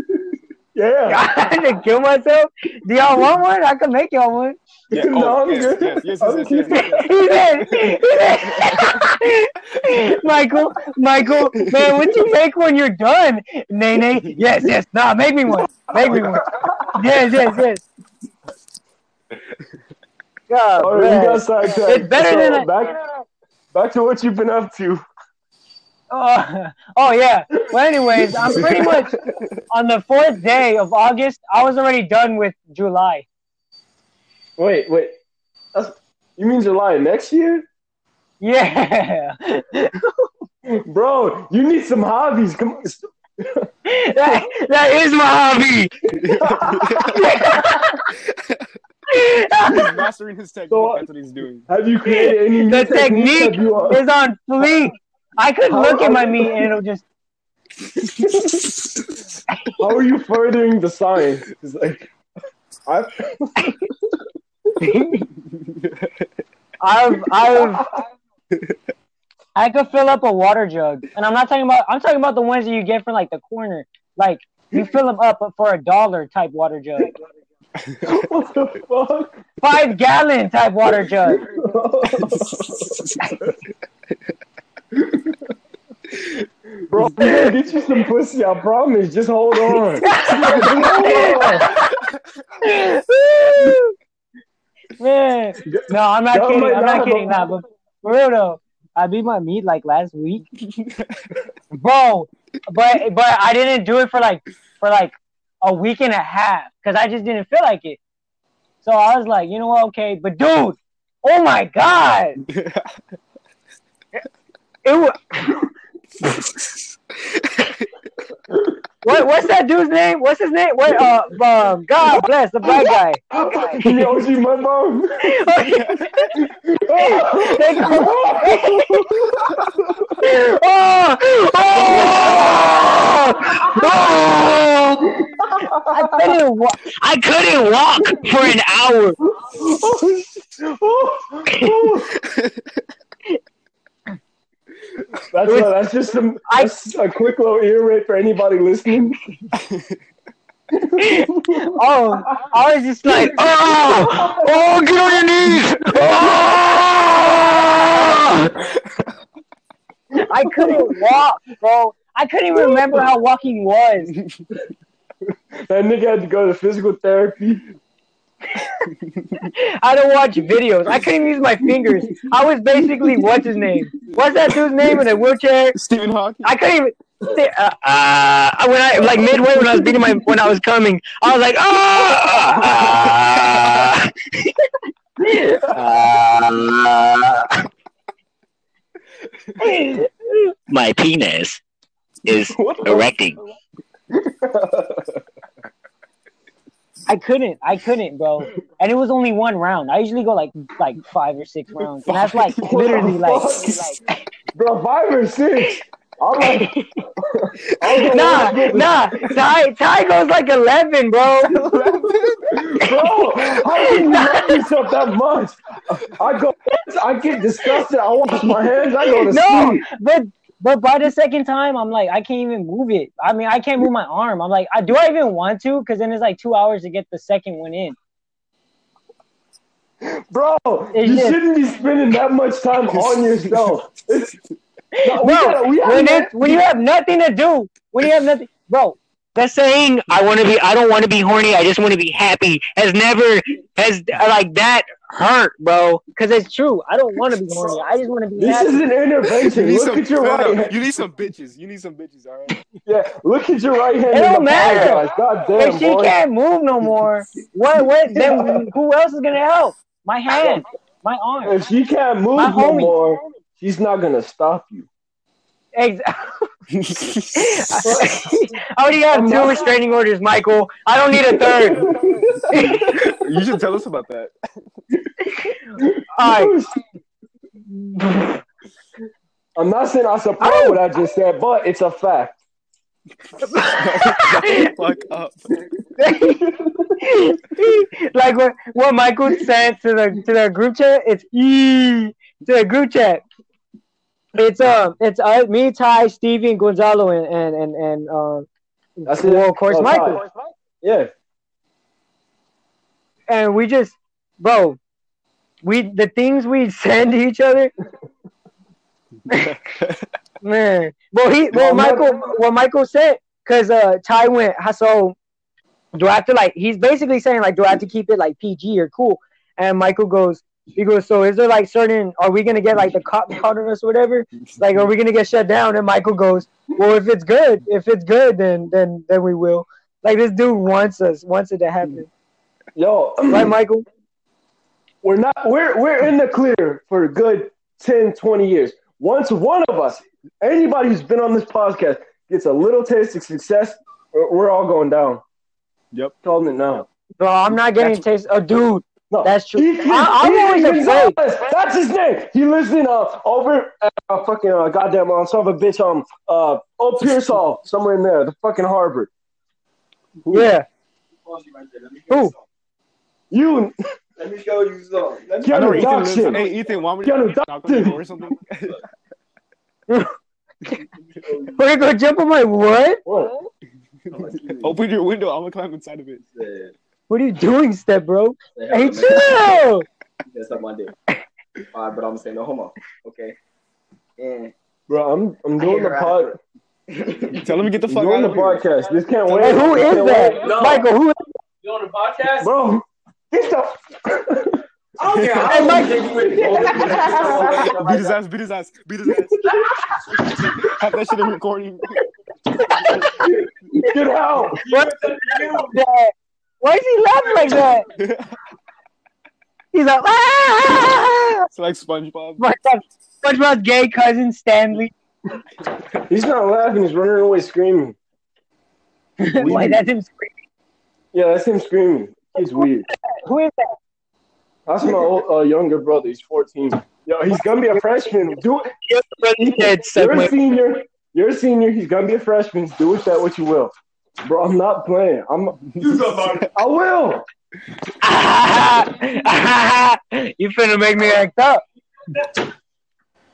Speaker 2: Yeah.
Speaker 3: (laughs)
Speaker 2: (laughs)
Speaker 3: I had to kill myself. Do y'all want one? I can make y'all one. (laughs)
Speaker 1: Yeah.
Speaker 2: No,
Speaker 1: Oh,
Speaker 2: I'm
Speaker 1: yes,
Speaker 2: good.
Speaker 1: yes, yes,
Speaker 2: I'm
Speaker 1: yes, yes,
Speaker 3: he
Speaker 1: yes, yes.
Speaker 3: did. He did. (laughs) Michael, Michael, man, what you make when you're done? Nay, nay. Yes, yes. Nah, make me one. Make me one. Yes, yes, yes. God,
Speaker 2: All right,
Speaker 3: man.
Speaker 2: you got sidetracked.
Speaker 3: It's better
Speaker 2: So,
Speaker 3: than I-
Speaker 2: back. Back to what you've been up to.
Speaker 3: Oh, oh yeah. Well, anyways, I'm pretty much on the fourth day of August. I was already done with July.
Speaker 2: (laughs) Wait, wait. That's, you mean July next year,
Speaker 3: Yeah. (laughs)
Speaker 2: bro? You need some hobbies. Come on.
Speaker 3: that, that is my hobby.
Speaker 1: He's mastering his technique.
Speaker 2: So, uh,
Speaker 1: That's what he's doing.
Speaker 2: Have you created any new
Speaker 3: The
Speaker 2: techniques?
Speaker 3: technique
Speaker 2: Have you, uh,
Speaker 3: is on fleek. I could
Speaker 2: How-
Speaker 3: look at my meat and it'll just
Speaker 2: How are you furthering the science? It's like, I,
Speaker 3: I've I've I could fill up a water jug, and I'm not talking about. I'm talking about the ones that you get from like the corner. Like you fill them up for a dollar type water jug,
Speaker 2: (laughs) what the fuck?
Speaker 3: five gallon type water jug.
Speaker 2: (laughs) Bro, I'm gonna get you some pussy. I promise. Just hold
Speaker 3: (laughs)
Speaker 2: on.
Speaker 3: Woo! Man, no, I'm not
Speaker 2: Y'all
Speaker 3: kidding.
Speaker 2: might
Speaker 3: I'm
Speaker 2: not
Speaker 3: not kidding. Nah,
Speaker 2: have-
Speaker 3: but for real though, I beat my meat like last (laughs) week, bro. But but I didn't do it for like for like a week and a half because I just didn't feel like it. So I was like, you know what? Okay, but dude, oh my god, it was. What, what's that dude's name? What's his name? What uh um God bless the black (laughs) guy.
Speaker 2: Give me OG my mom. (laughs)
Speaker 3: oh, oh, oh! I couldn't walk. I couldn't walk for an hour.
Speaker 2: That's not, that's just some
Speaker 3: I-
Speaker 2: that's a quick little ear rape for anybody listening.
Speaker 3: (laughs) Oh, I was just like, oh, oh, get on your knees. Oh! I couldn't walk, bro. I couldn't even remember how walking was.
Speaker 2: That nigga had to go to physical therapy. (laughs)
Speaker 3: I don't watch videos. I couldn't even use my fingers. I was basically what's his name? What's that dude's name in a wheelchair?
Speaker 1: (laughs) Stephen Hawking.
Speaker 3: I couldn't even. Say, uh, uh, when I like midway when I was beating my when I was coming, I was like, ah. (laughs) ah, ah." my penis (laughs) is erecting. I couldn't. I couldn't, bro. And it was only one round. I usually go like like five or six rounds, and that's like literally like. like
Speaker 2: Bro, five or six. I'm like, I'm like,
Speaker 3: nah, nah. Ty, Ty goes like eleven, bro.
Speaker 2: bro, how can you love yourself that much? I go, I get disgusted. I wash my hands. I go to
Speaker 3: No,
Speaker 2: sleep.
Speaker 3: but but by the second time, I'm like, I can't even move it. I mean, I can't move my arm. I'm like, I, do I even want to? Because then it's like two hours to get the second one in.
Speaker 2: Bro,
Speaker 3: It's
Speaker 2: you
Speaker 3: just-
Speaker 2: shouldn't be spending that much time on yourself. It's- No, we gotta-
Speaker 3: Bro,
Speaker 2: we
Speaker 3: when
Speaker 2: gotta-
Speaker 3: it, when you have nothing to do, when you have nothing, bro. That saying, I want to be, I don't want to be horny. I just want to be happy. Has never has like that hurt, bro. Because it's true. I don't want to be horny. I just want to be
Speaker 2: This is
Speaker 3: happy.
Speaker 2: an
Speaker 1: You
Speaker 2: intervention.
Speaker 1: need,
Speaker 2: Look
Speaker 1: some,
Speaker 2: at your
Speaker 1: no, no,
Speaker 2: right hand.
Speaker 1: you need some bitches. You need some bitches, all
Speaker 2: (laughs)
Speaker 1: right?
Speaker 2: Yeah, look at your right hand.
Speaker 3: It
Speaker 2: and
Speaker 3: don't matter.
Speaker 2: apologize. God damn,
Speaker 3: If she
Speaker 2: boy.
Speaker 3: can't move no more, what? What?
Speaker 2: (laughs)
Speaker 3: Then who else is gonna help? My hand, my arm.
Speaker 2: If she can't move
Speaker 3: My
Speaker 2: no
Speaker 3: homie.
Speaker 2: more, she's not gonna stop you.
Speaker 3: Ex- I already have two restraining orders, Michael. I don't need a third.
Speaker 1: You should tell us about
Speaker 2: (laughs)
Speaker 1: that.
Speaker 3: All right.
Speaker 2: I'm not saying I support
Speaker 3: Oh.
Speaker 2: what I just said, but it's a fact.
Speaker 1: Fuck up.
Speaker 3: (laughs) like what, what Michael sent to the to the group chat. It's e to the group chat. It's um, it's uh, me, Ty, Stevie, and Gonzalo, and and and, and um,
Speaker 2: That's
Speaker 3: well, of course,
Speaker 2: Oh,
Speaker 3: Michael.
Speaker 2: God. Yeah.
Speaker 3: and we just, bro, we the things we (laughs) send to each other. man, well, he, well,
Speaker 2: No, no.
Speaker 3: Michael, well, Michael said, cause uh, Ty went, "Huh, so do I have to like? He's basically saying like, do I have to keep it like PG or cool? And Michael goes, he goes, so is there like certain? Are we gonna get like the (laughs) cops caught on us, or whatever? Like, are we gonna get shut down? And Michael goes, well, if it's good, if it's good, then then then we will. Like this dude wants us, wants it to happen,
Speaker 2: Yo, (clears throat)
Speaker 3: right, Michael?
Speaker 2: we're not we're we're in the clear for a good 10, 20 years. Once one of us, anybody who's been on this podcast, gets a little taste of success, we're, we're all going down.
Speaker 1: Yep.
Speaker 2: Calling it now.
Speaker 3: Bro, I'm not getting taste. Oh, dude,
Speaker 2: No,
Speaker 3: That's true.
Speaker 2: Ethan,
Speaker 3: I- I'm always
Speaker 2: Ethan
Speaker 3: afraid.
Speaker 2: Gonzalez. That's his name. He lives in uh over uh, uh, fucking uh, goddamn on son of a bitch um uh oh Pearsall somewhere in there the fucking harbor.
Speaker 3: Yeah. Who?
Speaker 2: You
Speaker 5: Let me show you some. Let me
Speaker 1: I know
Speaker 2: Keanu
Speaker 1: Ethan
Speaker 2: Doc
Speaker 1: lives-
Speaker 2: shit.
Speaker 1: Hey, Ethan, why would
Speaker 2: Keanu
Speaker 1: you knock on the
Speaker 2: Doc-
Speaker 1: door or something?
Speaker 3: We're gonna jump on my what?
Speaker 2: What?
Speaker 1: Open your window. I'm gonna climb inside of it.
Speaker 3: What are you doing, step bro? Hey,
Speaker 5: That's
Speaker 3: chill.
Speaker 5: not my dick. All right, but I'm saying no homo. Okay. And
Speaker 2: Bro, I'm I'm
Speaker 5: I
Speaker 2: doing
Speaker 5: hear
Speaker 2: the pod.
Speaker 1: Tell him to get the
Speaker 2: I'm
Speaker 1: fuck
Speaker 2: doing
Speaker 1: out
Speaker 2: the
Speaker 1: of here.
Speaker 2: podcast. This can't
Speaker 1: Hey,
Speaker 2: wait.
Speaker 3: Hey, who
Speaker 2: This
Speaker 3: is
Speaker 2: can't
Speaker 3: that?
Speaker 5: No.
Speaker 3: Michael, who?
Speaker 5: you on the podcast?
Speaker 2: wait. bro?
Speaker 5: (laughs)
Speaker 2: Get the
Speaker 5: I don't care.
Speaker 3: Hey,
Speaker 5: I don't
Speaker 3: Mike.
Speaker 5: think you would-
Speaker 1: Beat his ass, beat his ass, beat
Speaker 2: (laughs)
Speaker 1: his ass. Have that shit in recording.
Speaker 2: get out.
Speaker 3: that? Why is he laughing like that?
Speaker 1: (laughs) it's
Speaker 3: He's like, ah! (laughs)
Speaker 1: like SpongeBob.
Speaker 3: My God. SpongeBob's gay cousin Stanley.
Speaker 2: He's not laughing. He's running away screaming.
Speaker 3: (laughs) Wait, that's him screaming.
Speaker 2: Yeah, that's him screaming. He's weird.
Speaker 3: Who is that?
Speaker 2: That's my old, uh, younger brother. He's 14. Yo, he's gonna be a freshman. Do it.
Speaker 3: Your (laughs) brother said
Speaker 2: You're a
Speaker 3: somewhere.
Speaker 2: senior. You're a senior. He's gonna be a freshman. Do with that what you will, bro. I'm not playing. I'm.
Speaker 5: You talking about
Speaker 2: I will.
Speaker 3: you finna make me act up.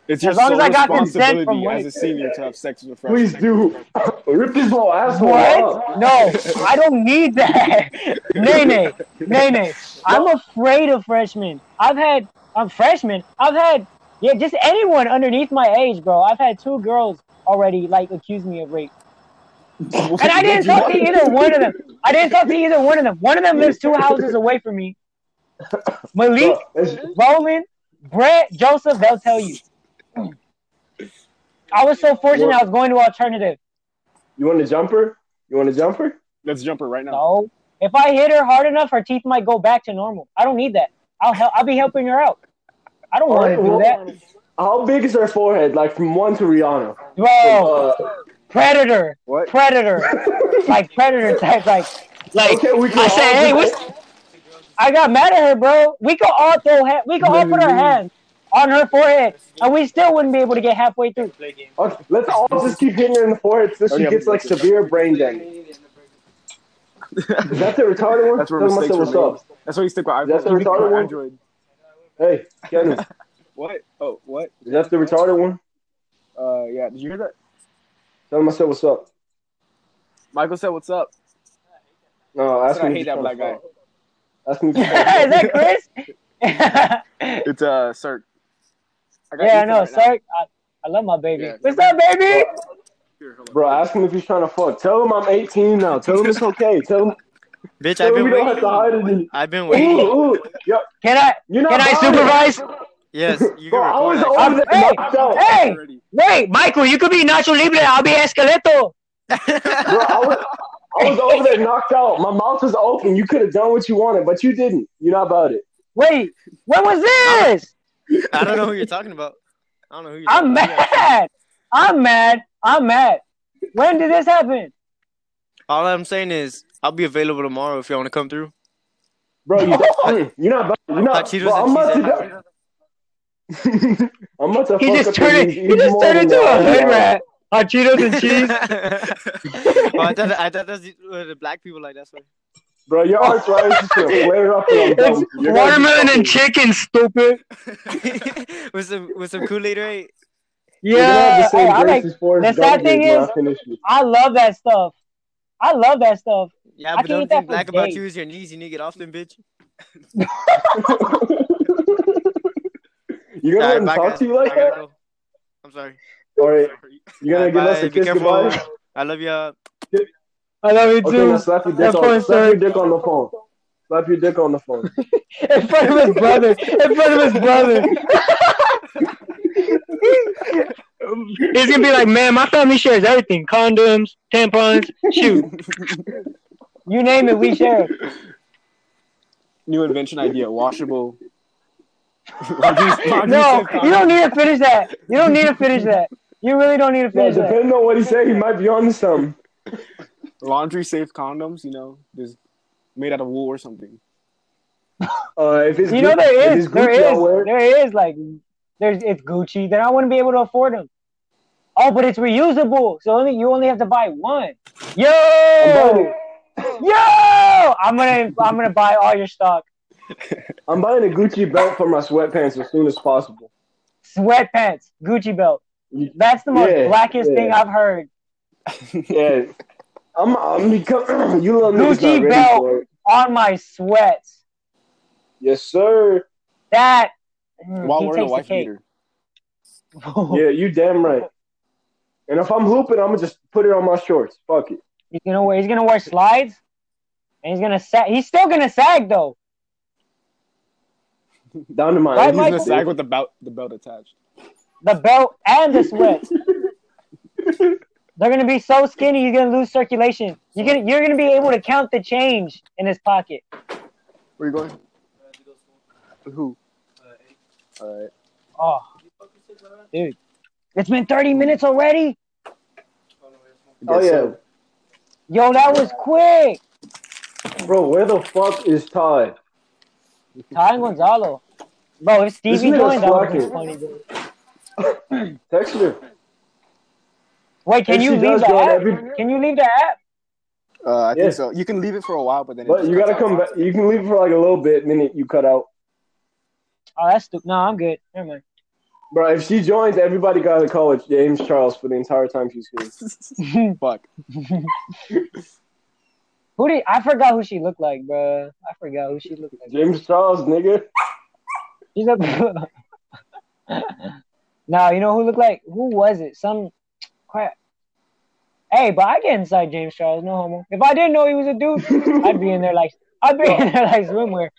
Speaker 1: It's your
Speaker 3: As long
Speaker 1: sole
Speaker 3: as I got consent
Speaker 1: responsibility
Speaker 3: from
Speaker 1: as a senior to have sex with a freshman.
Speaker 2: Please do. (laughs) Rip this little asshole
Speaker 3: What?
Speaker 2: up.
Speaker 3: No, I don't need that. nay, nay, nay, nay. I'm afraid of freshmen. I've had, I'm freshmen. I've had, yeah, just anyone underneath my age, bro. I've had two girls already like accuse me of rape, and I didn't talk to either one of them. I didn't talk to either one of them. One of them lives two houses away from me. Malik,
Speaker 2: Bro, it's-
Speaker 3: Roland, Brett, Joseph, they'll tell you. I was so fortunate I was going to alternative.
Speaker 2: you want a jumper? You want a jumper?
Speaker 1: Let's jump her right
Speaker 2: (laughs)
Speaker 1: now.
Speaker 3: No. If I hit her hard enough, her teeth might go back to normal. I don't need that. I'll help. I'll be helping her out. I don't want to
Speaker 2: Alright,
Speaker 3: do
Speaker 2: well-
Speaker 3: that,
Speaker 2: How big is her forehead? Like from one to Rihanna.
Speaker 3: bro.
Speaker 2: Uh,
Speaker 3: Predator,
Speaker 4: What?
Speaker 3: predator, like predator type, like, like.
Speaker 2: (laughs) okay, we can
Speaker 3: I
Speaker 2: all
Speaker 3: said, hey, what's? I got mad at her, bro. We could all throw. Ha- we could all put our hands on her forehead, and we still wouldn't be able to get halfway through. (laughs)
Speaker 2: okay, let's all just keep hitting her in the forehead till she
Speaker 1: Okay, I'm-
Speaker 2: gets like severe brain damage. Is that the retarded one?
Speaker 1: That's where
Speaker 2: Tell him I
Speaker 1: mistakes
Speaker 2: said,
Speaker 1: were
Speaker 2: what's
Speaker 1: made.
Speaker 2: up?
Speaker 1: That's why you stick with iPhone.
Speaker 2: That's the
Speaker 1: You stick
Speaker 2: retarded
Speaker 1: with
Speaker 2: one?
Speaker 1: Android.
Speaker 2: Hey,
Speaker 3: (laughs)
Speaker 2: Kenneth,
Speaker 1: What? Oh, what?
Speaker 2: is that the retarded one?
Speaker 1: Uh, yeah. Did you hear that?
Speaker 2: Tell him I said, what's up?
Speaker 1: Michael said, "What's up?"
Speaker 2: No,
Speaker 1: I
Speaker 2: ask
Speaker 1: said,
Speaker 2: me.
Speaker 1: I hate
Speaker 2: if you're
Speaker 1: that black guy.
Speaker 2: trying to- Ask me. if
Speaker 3: Is (laughs)
Speaker 2: you're trying to-
Speaker 3: that Chris? (laughs) yeah,
Speaker 1: It's uh, Sir. got
Speaker 3: I
Speaker 1: Ethan
Speaker 3: know,
Speaker 1: right now.
Speaker 3: sir. I, I love my baby.
Speaker 1: Yeah.
Speaker 3: What's up, baby?
Speaker 2: Bro, ask him if he's trying to fuck. Tell him I'm 18 now. Tell him it's okay. Tell him,
Speaker 6: Bitch, I've
Speaker 2: tell him we
Speaker 6: been
Speaker 2: don't have to
Speaker 6: waiting.
Speaker 2: hide it. in-
Speaker 6: I've been
Speaker 2: Ooh,
Speaker 6: waiting.
Speaker 2: ooh. Yep.
Speaker 3: Can I?
Speaker 2: You're not
Speaker 3: Can I
Speaker 2: lying.
Speaker 3: supervise?
Speaker 6: Yes, you
Speaker 2: Bro,
Speaker 6: can
Speaker 2: I was
Speaker 6: record
Speaker 2: over there
Speaker 3: Hey,
Speaker 2: knocked out.
Speaker 3: Hey,
Speaker 1: Already.
Speaker 3: wait, Michael, you could be Nacho Libre. I'll be Esqueleto.
Speaker 6: that.
Speaker 2: Bro, I was, I was over there knocked out. My mouth was open. You could have done what you wanted, but you didn't. You're not about it.
Speaker 3: Wait, when was this?
Speaker 6: (laughs) I don't know who you're talking about. I don't know who you're
Speaker 3: I'm
Speaker 6: talking about.
Speaker 3: mad. I'm mad. I'm mad. When did this happen?
Speaker 6: All I'm saying is I'll be available tomorrow if you want to come through.
Speaker 2: Bro, you, (laughs) mm, you're not about it. You're
Speaker 6: Hot
Speaker 2: not,
Speaker 6: Cheetos
Speaker 2: bro, I'm
Speaker 6: and
Speaker 2: about to
Speaker 6: cheese
Speaker 2: die. (laughs) I'm about to
Speaker 3: He
Speaker 2: fuck
Speaker 3: just
Speaker 2: up
Speaker 3: turned
Speaker 2: in
Speaker 3: it.
Speaker 2: these
Speaker 3: He just
Speaker 2: more
Speaker 3: turned
Speaker 2: than
Speaker 3: into a
Speaker 2: that.
Speaker 3: hood rat. Hot
Speaker 2: (laughs)
Speaker 3: Cheetos and cheese.
Speaker 6: (laughs) oh, I thought I thought that's the, uh, the black people like that's why.
Speaker 2: Bro, your arthritis is
Speaker 3: (laughs)
Speaker 2: going to flare up and I'm done. You're gonna be
Speaker 3: Watermelon
Speaker 2: fucking-
Speaker 3: and chicken, stupid.
Speaker 6: (laughs) with some with some Kool Aid, right?
Speaker 2: You're gonna have
Speaker 3: Yeah,
Speaker 2: the
Speaker 3: hey,
Speaker 2: same
Speaker 3: I like.
Speaker 2: grace as Forrest
Speaker 3: the sad
Speaker 2: Gump
Speaker 3: thing
Speaker 2: did when
Speaker 3: is-
Speaker 2: I finished it.
Speaker 3: I love that stuff. I love that stuff.
Speaker 6: Yeah,
Speaker 3: I
Speaker 6: but
Speaker 3: can
Speaker 6: the only
Speaker 3: eat that
Speaker 6: thing
Speaker 3: for
Speaker 6: black about
Speaker 3: days.
Speaker 6: you is your knees. You need to get off them, bitch.
Speaker 2: (laughs) You gonna
Speaker 6: All
Speaker 2: let
Speaker 6: right,
Speaker 2: him
Speaker 6: bye,
Speaker 2: talk
Speaker 6: guys.
Speaker 2: to you like
Speaker 6: I gotta
Speaker 2: that?
Speaker 6: go. I'm sorry.
Speaker 2: All right, you gonna
Speaker 6: Alright,
Speaker 2: give us
Speaker 6: bye.
Speaker 2: a
Speaker 6: Be
Speaker 2: kiss
Speaker 6: careful.
Speaker 2: goodbye?
Speaker 6: I
Speaker 2: (laughs)
Speaker 6: love y'all.
Speaker 3: I love it
Speaker 2: Okay,
Speaker 3: too.
Speaker 2: now slap your
Speaker 3: That
Speaker 2: dick on,
Speaker 3: phone
Speaker 2: slap your
Speaker 3: started-
Speaker 2: dick on the phone. Slap your dick on the
Speaker 3: (laughs)
Speaker 2: phone.
Speaker 3: (laughs) (laughs) in front of his brother. In front of his brother. He's gonna be like, man, my family shares everything: condoms, tampons, shoot, (laughs) you name it, we share. it.
Speaker 1: New invention idea:
Speaker 3: (laughs)
Speaker 1: washable. Laundry- laundry
Speaker 2: (laughs)
Speaker 3: (laughs) No,
Speaker 1: safe
Speaker 3: you don't need to finish that. You don't need to finish that. You really don't need to
Speaker 2: Yeah,
Speaker 3: finish that.
Speaker 2: depending on what he said, he might be on to something.
Speaker 3: Mm-hmm.
Speaker 1: laundry safe condoms. You know, just made out of wool or something.
Speaker 2: Uh, if it's
Speaker 3: You know
Speaker 2: Gucci-
Speaker 3: there
Speaker 2: if
Speaker 3: is
Speaker 2: it's
Speaker 3: there
Speaker 2: Gucci, I'll wear
Speaker 3: is
Speaker 2: it.
Speaker 3: there is like there's it's Gucci. Then I wouldn't be able to afford them. Oh, but it's reusable, so only you only have to buy one. Yo,
Speaker 2: I'm buying,
Speaker 3: yo, I'm gonna I'm gonna buy all your stock.
Speaker 2: I'm buying a Gucci belt for my sweatpants as soon as possible.
Speaker 3: Sweatpants, Gucci belt. (laughs)
Speaker 2: You-
Speaker 3: That's the most
Speaker 2: Yeah,
Speaker 3: blackest thing
Speaker 2: yeah.
Speaker 3: I've heard.
Speaker 2: Yeah, I'm I'm becoming (clears throat) you little niggas
Speaker 3: Gucci
Speaker 2: not ready
Speaker 3: belt.
Speaker 2: for it.
Speaker 3: On my sweats.
Speaker 2: Yes, sir.
Speaker 3: That. mm,
Speaker 1: While
Speaker 3: he
Speaker 1: wearing a
Speaker 3: takes the
Speaker 1: wife
Speaker 3: cake.
Speaker 1: beater.
Speaker 3: Oh.
Speaker 2: Yeah, you damn right. And if I'm hooping, I'm gonna just put it on my shorts. Fuck it.
Speaker 3: (laughs) He's gonna wear. He's gonna wear slides, and he's gonna sag. He's still gonna sag though.
Speaker 2: Down to my
Speaker 3: Right,
Speaker 1: He's
Speaker 2: ankles,
Speaker 1: gonna
Speaker 3: Michael?
Speaker 1: sag with the belt, the belt attached.
Speaker 3: The belt and the sweats. They're gonna be so skinny. He's gonna lose circulation. You're gonna you're gonna be able to count the change in his pocket.
Speaker 4: Where you going? With Who?
Speaker 2: Uh,
Speaker 4: All right.
Speaker 3: Oh, dude, it's been 30 minutes already.
Speaker 2: Oh yeah,
Speaker 3: Yo, that was quick.
Speaker 2: bro. Where the fuck is Ty?
Speaker 3: Ty Gonzalo, bro. If
Speaker 2: This
Speaker 3: Stevie
Speaker 2: nigga
Speaker 3: joined, that would
Speaker 2: slacking.
Speaker 3: be funny. Dude.
Speaker 2: Text her.
Speaker 3: Wait, can
Speaker 2: If
Speaker 3: you
Speaker 2: she
Speaker 3: leave
Speaker 2: does
Speaker 3: the
Speaker 2: join
Speaker 3: app?
Speaker 2: every-
Speaker 3: Can you leave the app?
Speaker 4: Uh, I
Speaker 2: Yeah.
Speaker 4: think so. You can leave it for a while, but then. it
Speaker 2: But
Speaker 4: just
Speaker 2: you
Speaker 4: cuts
Speaker 2: gotta
Speaker 4: out.
Speaker 2: come back. You can leave for like a little bit, minute you cut out.
Speaker 3: Oh, that's stupid. No, I'm good. Never mind.
Speaker 2: Bro, if she joins, everybody gotta call it James Charles for the entire time she's here.
Speaker 1: (laughs) Fuck.
Speaker 3: Who did I forgot who she looked like, bruh. I forgot who she looked like.
Speaker 2: James Charles, nigga.
Speaker 3: (laughs) She's a. now you know who looked like who was it? Some crap. Hey, but I get inside James Charles, no homo. If I didn't know he was a dude, I'd be in there like I'd be in there like swimwear.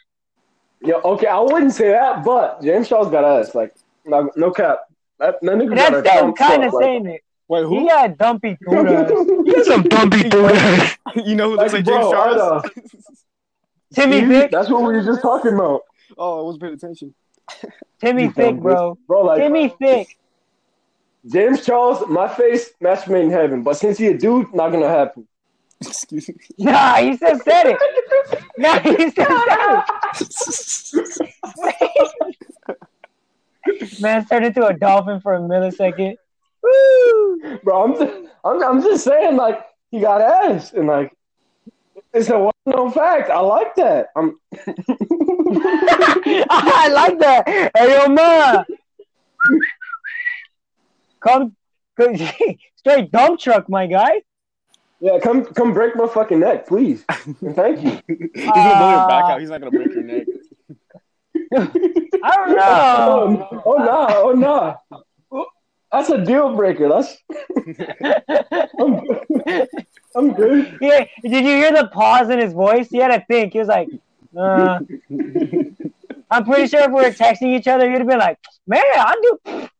Speaker 2: Yo, okay, I wouldn't say that, but James Charles got us. Like, no, no cap. That, that nigga got
Speaker 3: That's
Speaker 2: a
Speaker 3: that's
Speaker 2: dumb
Speaker 3: kind of
Speaker 2: fuck, like-
Speaker 3: saying it.
Speaker 1: Wait,
Speaker 3: He
Speaker 1: who?
Speaker 2: (laughs)
Speaker 3: got dumpy Buddha.
Speaker 6: Some dumpy dude.
Speaker 1: You know who looks
Speaker 2: Like,
Speaker 1: like James
Speaker 2: bro, I
Speaker 1: Charles?
Speaker 2: know.
Speaker 3: Timmy
Speaker 2: You-
Speaker 3: Thick,
Speaker 2: That's what we were just talking about,
Speaker 1: Oh, I wasn't paying attention. (laughs)
Speaker 3: Timmy
Speaker 2: You
Speaker 3: Thick,
Speaker 2: dumb
Speaker 3: bro.
Speaker 2: bro. Like, uh,
Speaker 3: Timmy Thick.
Speaker 2: James Charles, my face, match made in heaven. But since he a dude, not gonna happen.
Speaker 1: Excuse me.
Speaker 3: Nah, he still said it. Nah, he still said it. Man turned into a dolphin for a millisecond.
Speaker 2: (laughs) Bro, I'm just, I'm, I'm just saying, like, he got ass, and like, it's a well-known fact. I like that. I'm, (laughs)
Speaker 3: (laughs) I like that. Hey, yo, man. Come, come (laughs) straight dump truck, my guy.
Speaker 2: yeah, come, come break my fucking neck, please, and thank you.
Speaker 1: He's gonna blow your
Speaker 3: Uh.
Speaker 1: back out. He's not gonna break your
Speaker 3: (laughs)
Speaker 1: neck.
Speaker 3: I don't
Speaker 2: (laughs)
Speaker 3: know.
Speaker 2: Oh, oh no, oh no. That's a deal breaker.
Speaker 3: (laughs)
Speaker 2: That's I'm good. I'm good. (laughs)
Speaker 3: Yeah, did you hear the pause in his voice? He had to think. He was like, uh. I'm pretty sure if we were texting each other, you'd have been like, man, I do.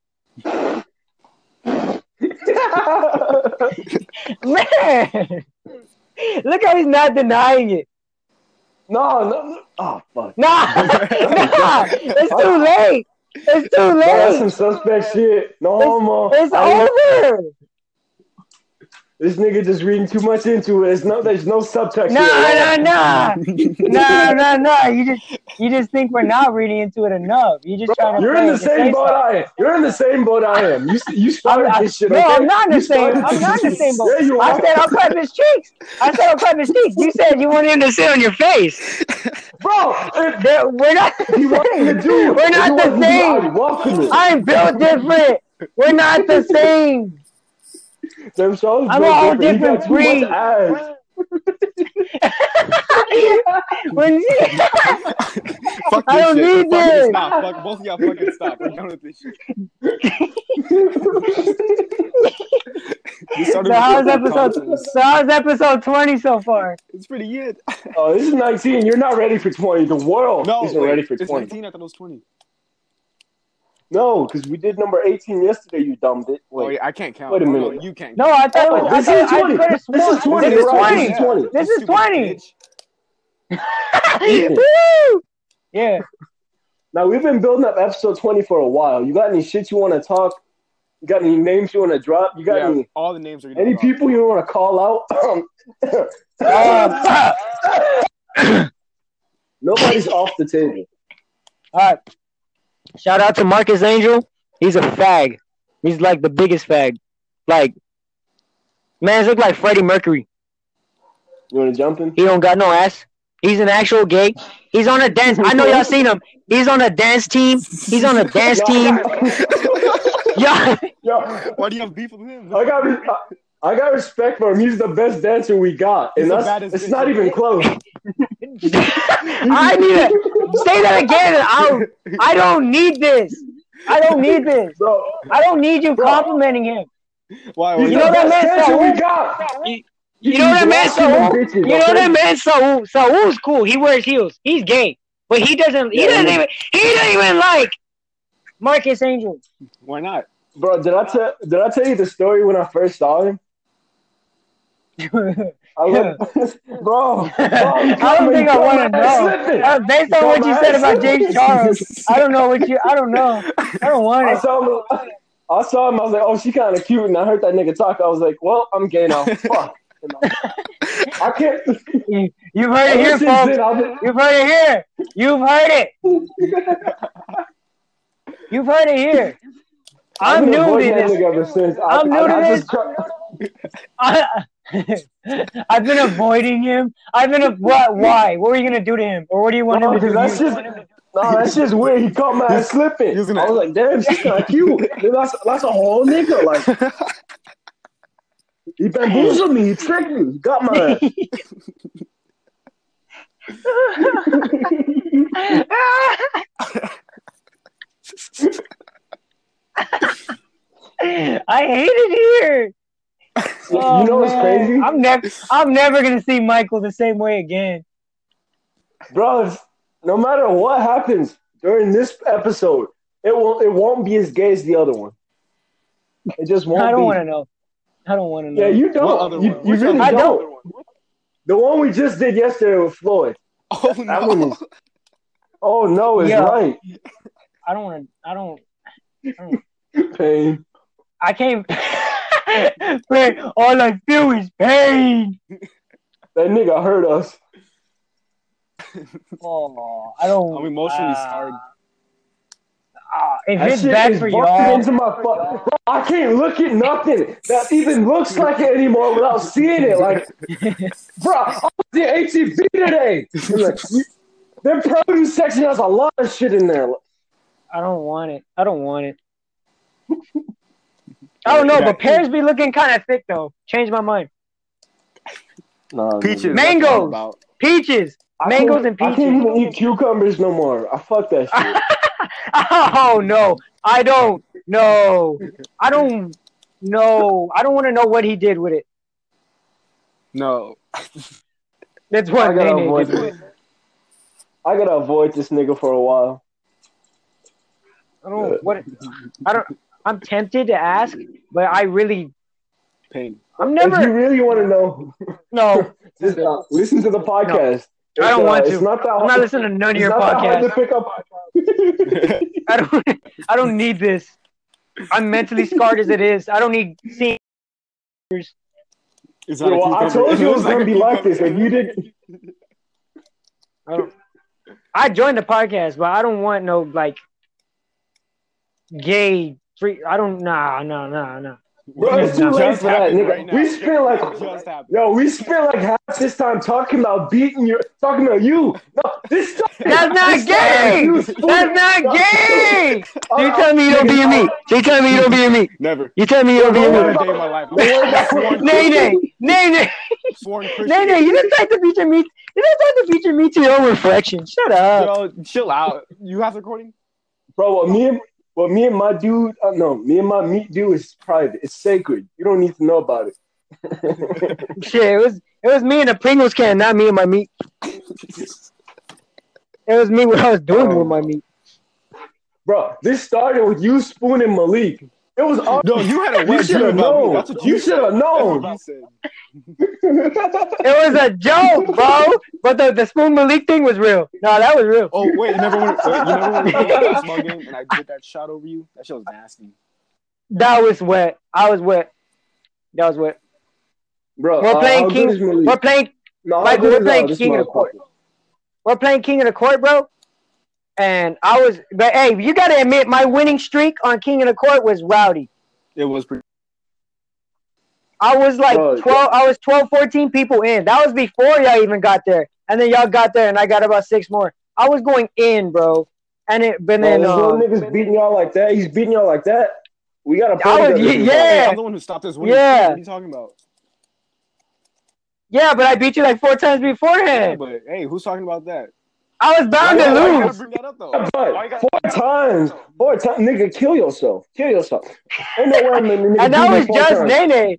Speaker 3: Man. (laughs) Look how he's not denying it. (laughs)
Speaker 2: no, no, no. Oh fuck. (laughs)
Speaker 3: Nah, nah, it's too late. It's too
Speaker 2: No, that's
Speaker 3: late.
Speaker 2: some suspect shit. No homo.
Speaker 3: It's
Speaker 2: I don't-
Speaker 3: over.
Speaker 2: This nigga just reading too much into it. There's no, there's no subtext. (laughs)
Speaker 3: Nah, nah,
Speaker 2: here.
Speaker 3: nah, nah, nah, nah. You just, you just think we're not reading into it enough. You're just trying to.
Speaker 2: You're
Speaker 3: play
Speaker 2: in the
Speaker 3: it to say
Speaker 2: same boat
Speaker 3: something.
Speaker 2: I am. You're in the same boat I am. You you started
Speaker 3: I'm-
Speaker 2: this shit.
Speaker 3: no,
Speaker 2: okay?
Speaker 3: I'm not in the
Speaker 2: You started-
Speaker 3: same- I'm not in the same boat.
Speaker 2: Yeah, you
Speaker 3: I
Speaker 2: are.
Speaker 3: said I'll clap his cheeks. I said I'll clap his cheeks. You said you wanted him to sit on your face.
Speaker 2: bro.
Speaker 3: (laughs)
Speaker 2: If
Speaker 3: That-
Speaker 2: (laughs)
Speaker 3: We're not.
Speaker 2: he wanted to
Speaker 3: (laughs)
Speaker 2: do, it,
Speaker 3: We're not
Speaker 2: he wanted to
Speaker 3: the
Speaker 2: do it,
Speaker 3: same.
Speaker 2: I'd welcome it.
Speaker 3: I'm built different. We're not the same. (laughs)
Speaker 2: Them shows
Speaker 3: I'm
Speaker 2: built
Speaker 3: a whole
Speaker 2: different. He got
Speaker 3: different
Speaker 2: too much
Speaker 3: breed.
Speaker 2: ass.
Speaker 3: When-
Speaker 1: Fuck
Speaker 3: I
Speaker 1: this
Speaker 3: don't
Speaker 1: shit.
Speaker 3: need
Speaker 1: Fuck it,
Speaker 3: this.
Speaker 1: Stop. Fuck both of y'all. Fucking stop. We're done
Speaker 3: (laughs)
Speaker 1: with this shit. We started
Speaker 3: (laughs) so how's
Speaker 1: with the
Speaker 3: episode?
Speaker 1: consoles.
Speaker 3: So how's episode twenty so far?
Speaker 1: It's pretty good.
Speaker 2: Oh, this (laughs) is 19. You're not ready for 20. The world
Speaker 1: No,
Speaker 2: isn't
Speaker 1: wait,
Speaker 2: ready for
Speaker 1: it's
Speaker 2: 20.
Speaker 1: 19. I thought it was 20.
Speaker 2: No, because we did number 18 yesterday. You dumbed it.
Speaker 1: Wait,
Speaker 2: Wait.
Speaker 1: I can't count.
Speaker 2: Wait a
Speaker 1: No,
Speaker 2: minute.
Speaker 1: you can't.
Speaker 3: No, I thought.
Speaker 2: Oh,
Speaker 3: I
Speaker 2: this
Speaker 3: thought-
Speaker 2: is
Speaker 3: I
Speaker 2: 20.
Speaker 3: could've
Speaker 2: This
Speaker 3: sworn-
Speaker 2: is 20.
Speaker 3: This is
Speaker 2: You're right.
Speaker 3: twenty.
Speaker 2: This is 20.
Speaker 3: This is
Speaker 1: Stupid
Speaker 3: 20.
Speaker 1: bitch.
Speaker 3: Woo! Yeah.
Speaker 2: (laughs) Now, we've been building up episode 20 for a while. You got any shit you want to talk? You got any names you want to drop? You got
Speaker 1: Yeah, Um,
Speaker 2: any,
Speaker 1: all the names are.
Speaker 2: any
Speaker 1: gone.
Speaker 2: people you want to call out?
Speaker 3: Um,
Speaker 2: (laughs) Nobody's off the table.
Speaker 3: All right. Shout out to Marcus Angel. He's a fag. He's like the biggest fag. Like, man, look like Freddie Mercury.
Speaker 2: You want to jump in?
Speaker 3: He don't got no ass. He's an actual gay. He's on a dance. I know y'all seen him. He's on a dance team. He's on a dance team. Y'all, (laughs)
Speaker 2: Yo,
Speaker 1: Why do you have beef with him?
Speaker 2: I got, I, I got respect for him. He's the best dancer we got,
Speaker 1: He's
Speaker 2: and
Speaker 1: the
Speaker 2: that's,
Speaker 1: baddest
Speaker 2: it's
Speaker 1: bitch.
Speaker 2: not even close.
Speaker 1: (laughs)
Speaker 3: I need it. Say that again. I I don't need this. I don't need this.
Speaker 2: Bro,
Speaker 3: I don't need you complimenting him.
Speaker 1: Why?
Speaker 2: he's
Speaker 3: You
Speaker 2: the
Speaker 3: know that
Speaker 2: best
Speaker 3: man
Speaker 2: dancer
Speaker 3: said-
Speaker 2: we got.
Speaker 3: You know that man Saul.
Speaker 2: Bitches,
Speaker 3: You know that man Saul. Saul's cool. He wears heels. He's gay, but he doesn't. He doesn't even. He doesn't even like Marcus Angel.
Speaker 1: Why not?
Speaker 2: Bro, did I tell did I tell you the story when I first
Speaker 1: (laughs)
Speaker 2: saw him? I (laughs)
Speaker 3: (laughs)
Speaker 2: looked, bro, bro,
Speaker 3: I don't think I want to know. Uh, based on what you said
Speaker 1: (laughs)
Speaker 3: about James Charles, I don't know what you. I don't know. I don't
Speaker 2: (laughs)
Speaker 3: want
Speaker 2: I
Speaker 3: it.
Speaker 2: saw him. I saw him. I was like, "Oh, she kind of cute," and I heard that nigga talk. I was like, "Well, I'm gay now. Fuck." And I I can't. (laughs)
Speaker 3: You- You've heard it here,
Speaker 2: Ever since
Speaker 3: folks.
Speaker 2: then, I've been-
Speaker 3: You've heard it here. You've heard it. You've heard it here.
Speaker 2: I've
Speaker 3: I'm
Speaker 2: been
Speaker 3: new to
Speaker 2: avoiding that
Speaker 3: this.
Speaker 2: nigga Ever since. I,
Speaker 3: I'm new
Speaker 2: I-
Speaker 3: to
Speaker 2: I
Speaker 3: this.
Speaker 2: just
Speaker 3: (laughs)
Speaker 2: try-
Speaker 3: I, (laughs) I've been avoiding him. I've been a, what? Why? What were you gonna do to him, or what do you want
Speaker 2: (laughs) No,
Speaker 3: him to do?
Speaker 2: because
Speaker 3: to
Speaker 2: that's
Speaker 3: you?
Speaker 2: just no, that's just weird. He caught my ass slipping.
Speaker 1: He's gonna-
Speaker 2: I was like, "Damn, she's
Speaker 3: (laughs)
Speaker 2: kind of cute."
Speaker 5: Dude, that's, that's a whole nigga. Like,
Speaker 2: He bamboozled.
Speaker 5: boozled me, he tricked me, he got my
Speaker 3: (laughs)
Speaker 5: ass.
Speaker 3: I hate it here. Oh,
Speaker 2: you know what's
Speaker 3: man.
Speaker 2: crazy,
Speaker 3: I'm never, I'm never gonna see Michael the same way again.
Speaker 2: bro? No matter what happens during this episode, it won't. It won't be as gay as the other one. It just won't.
Speaker 3: I don't
Speaker 2: be.
Speaker 3: want to know. I don't want to know.
Speaker 2: Yeah, you
Speaker 1: What other
Speaker 2: don't. You,
Speaker 1: one?
Speaker 2: you
Speaker 1: Which
Speaker 2: really
Speaker 3: other one?
Speaker 2: don't. The one we just did yesterday with Floyd.
Speaker 1: Oh
Speaker 2: That one
Speaker 1: no! (laughs)
Speaker 2: is. Oh no, it's
Speaker 3: Yeah.
Speaker 2: right.
Speaker 3: I don't want to. I don't.
Speaker 2: Pain.
Speaker 3: I (laughs) can't. Man, all I feel is pain.
Speaker 2: That nigga hurt us.
Speaker 3: Oh, I don't.
Speaker 1: I'm emotionally
Speaker 3: ah,
Speaker 1: scarred.
Speaker 3: ah, if
Speaker 2: That
Speaker 3: it's
Speaker 2: shit
Speaker 3: bad
Speaker 2: is
Speaker 3: for
Speaker 2: bumping
Speaker 3: y'all,
Speaker 2: Into my fu- Bro, I can't look at nothing that even looks like it anymore without seeing it.
Speaker 3: (laughs)
Speaker 2: Like, bro, I was at HEB today. And, like, you- Their produce section has a lot of shit in there.
Speaker 3: I don't want it. I don't
Speaker 2: (laughs)
Speaker 3: want it. I don't know,
Speaker 1: Yeah.
Speaker 3: but pears be looking kind of thick though. Change my mind.
Speaker 2: Nah,
Speaker 1: Peaches.
Speaker 3: Man- Mangoes.
Speaker 1: that's what I'm about.
Speaker 3: Peaches, (laughs) mangoes, and
Speaker 2: I can't even
Speaker 3: peaches.
Speaker 2: eat cucumbers no more. I fuck
Speaker 3: (laughs)
Speaker 2: that shit.
Speaker 3: Oh no, I don't. No, I don't. No, I don't want to know what he did with it.
Speaker 1: No.
Speaker 3: That's
Speaker 2: I
Speaker 3: what
Speaker 2: gotta
Speaker 3: Nene
Speaker 2: avoid
Speaker 3: did.
Speaker 2: this. I gotta avoid this nigga for a while.
Speaker 3: I don't. What? I don't. I'm tempted to ask, but I really.
Speaker 1: Pain. (laughs)
Speaker 3: I'm
Speaker 2: If you
Speaker 3: never.
Speaker 2: really want to know, (laughs)
Speaker 3: No,
Speaker 2: just uh, listen to the podcast.
Speaker 3: I
Speaker 2: It's, uh,
Speaker 3: don't want to.
Speaker 2: It's not that
Speaker 3: I'm
Speaker 2: hard.
Speaker 3: not listening to none of
Speaker 2: it's
Speaker 3: your
Speaker 2: not that hard
Speaker 3: podcasts.
Speaker 2: to pick up. (laughs)
Speaker 3: (laughs) I don't. I don't need this. I'm mentally scarred as it is. I don't need seeing.
Speaker 1: It's
Speaker 2: Yeah,
Speaker 1: not a
Speaker 2: well, I
Speaker 1: cucumber.
Speaker 2: told
Speaker 1: (laughs)
Speaker 2: you it was
Speaker 1: looks a
Speaker 2: gonna be like this. If
Speaker 1: cucumber.
Speaker 2: you didn't,
Speaker 3: I don't. I joined the podcast, but I don't want no like gay free. I don't. Nah, nah, nah, nah.
Speaker 2: bro, it's too
Speaker 1: Just
Speaker 2: late for that,
Speaker 1: happened
Speaker 2: nigga.
Speaker 1: right now.
Speaker 2: we spent (laughs)
Speaker 1: Just
Speaker 2: like,
Speaker 1: happened.
Speaker 2: yo, we spent like half this time talking about beating your, talking about you. No, this topic-
Speaker 3: That's
Speaker 2: this
Speaker 3: not
Speaker 2: topic, you
Speaker 3: gay.
Speaker 2: stupid.
Speaker 3: That's not gay.
Speaker 2: Uh,
Speaker 3: You tell me you don't be in me. You tell me you don't be in me.
Speaker 1: Never.
Speaker 3: You tell me you don't be in
Speaker 1: Never
Speaker 3: me.
Speaker 1: a day in my
Speaker 2: (laughs)
Speaker 1: life. I'm a sworn,
Speaker 3: Nene, Nene,
Speaker 1: sworn Christian.
Speaker 3: Nene, you just tried to feature me. You just tried to feature me to your own reflection. Shut up.
Speaker 1: Yo, chill out. You have the recording?
Speaker 2: bro, what me and what me and my dude, uh, no, me and my meat dude is private. It's sacred. You don't need to know about it.
Speaker 3: Shit, it was it was me and the Pringles can, not me and my meat. It was me what I was doing with my meat.
Speaker 2: Bro, this started with you spooning Malik. It was
Speaker 3: Oh,
Speaker 2: all
Speaker 1: No, you had a
Speaker 2: you
Speaker 1: wet
Speaker 2: should
Speaker 1: dream
Speaker 2: have
Speaker 1: about me.
Speaker 2: known.
Speaker 1: That's what
Speaker 2: You
Speaker 1: you
Speaker 2: should have
Speaker 1: that's
Speaker 2: known.
Speaker 1: what you said.
Speaker 3: It was a joke, bro. But the, the spoon Malik thing was real. No, that was real.
Speaker 1: Oh wait, you never went. Wait, you never
Speaker 3: (laughs)
Speaker 1: went to the baseball game, and I did that shot over you. That shit was nasty.
Speaker 3: That was wet. I was wet. That was wet.
Speaker 2: (laughs) Bro,
Speaker 3: We're
Speaker 2: uh,
Speaker 3: playing
Speaker 2: how good
Speaker 3: King-
Speaker 2: is Malik?
Speaker 3: We're playing
Speaker 2: No, how
Speaker 3: Michael,
Speaker 2: good
Speaker 3: we're
Speaker 2: is, uh,
Speaker 3: playing
Speaker 2: this
Speaker 3: King of the
Speaker 2: motherfucker?
Speaker 3: Court. We're playing King of the Court, bro. And I was, but hey, you gotta admit, my winning streak on King of the Court was rowdy.
Speaker 1: It was pretty.
Speaker 3: I was like
Speaker 2: Bro,
Speaker 3: 12, I was 12, 14 people in. That was before y'all even got there. And then y'all got there and I got about six more. I was going in, bro. And it, but
Speaker 2: Man,
Speaker 3: then,
Speaker 2: this little
Speaker 3: um,
Speaker 2: niggas beating y'all like that. He's beating y'all like that. We gotta
Speaker 3: I
Speaker 2: play
Speaker 3: was-
Speaker 2: together.
Speaker 3: yeah.
Speaker 1: I'm the one who stopped this winning. streak.
Speaker 3: Yeah.
Speaker 1: What are you talking about?
Speaker 3: yeah, but I beat you like four times
Speaker 1: Yeah,
Speaker 3: beforehand.
Speaker 1: but hey, who's talking about that?
Speaker 3: I was bound
Speaker 1: Why
Speaker 2: Why- why
Speaker 1: you
Speaker 3: to
Speaker 1: gotta
Speaker 3: lose.
Speaker 1: bring that up though.
Speaker 2: But four times, four times, nigga, kill yourself, kill yourself. Ain't no way I'm gonna- nigga,
Speaker 3: And
Speaker 2: beat
Speaker 3: that
Speaker 2: me
Speaker 3: was
Speaker 2: four
Speaker 3: just
Speaker 2: times.
Speaker 3: Nene.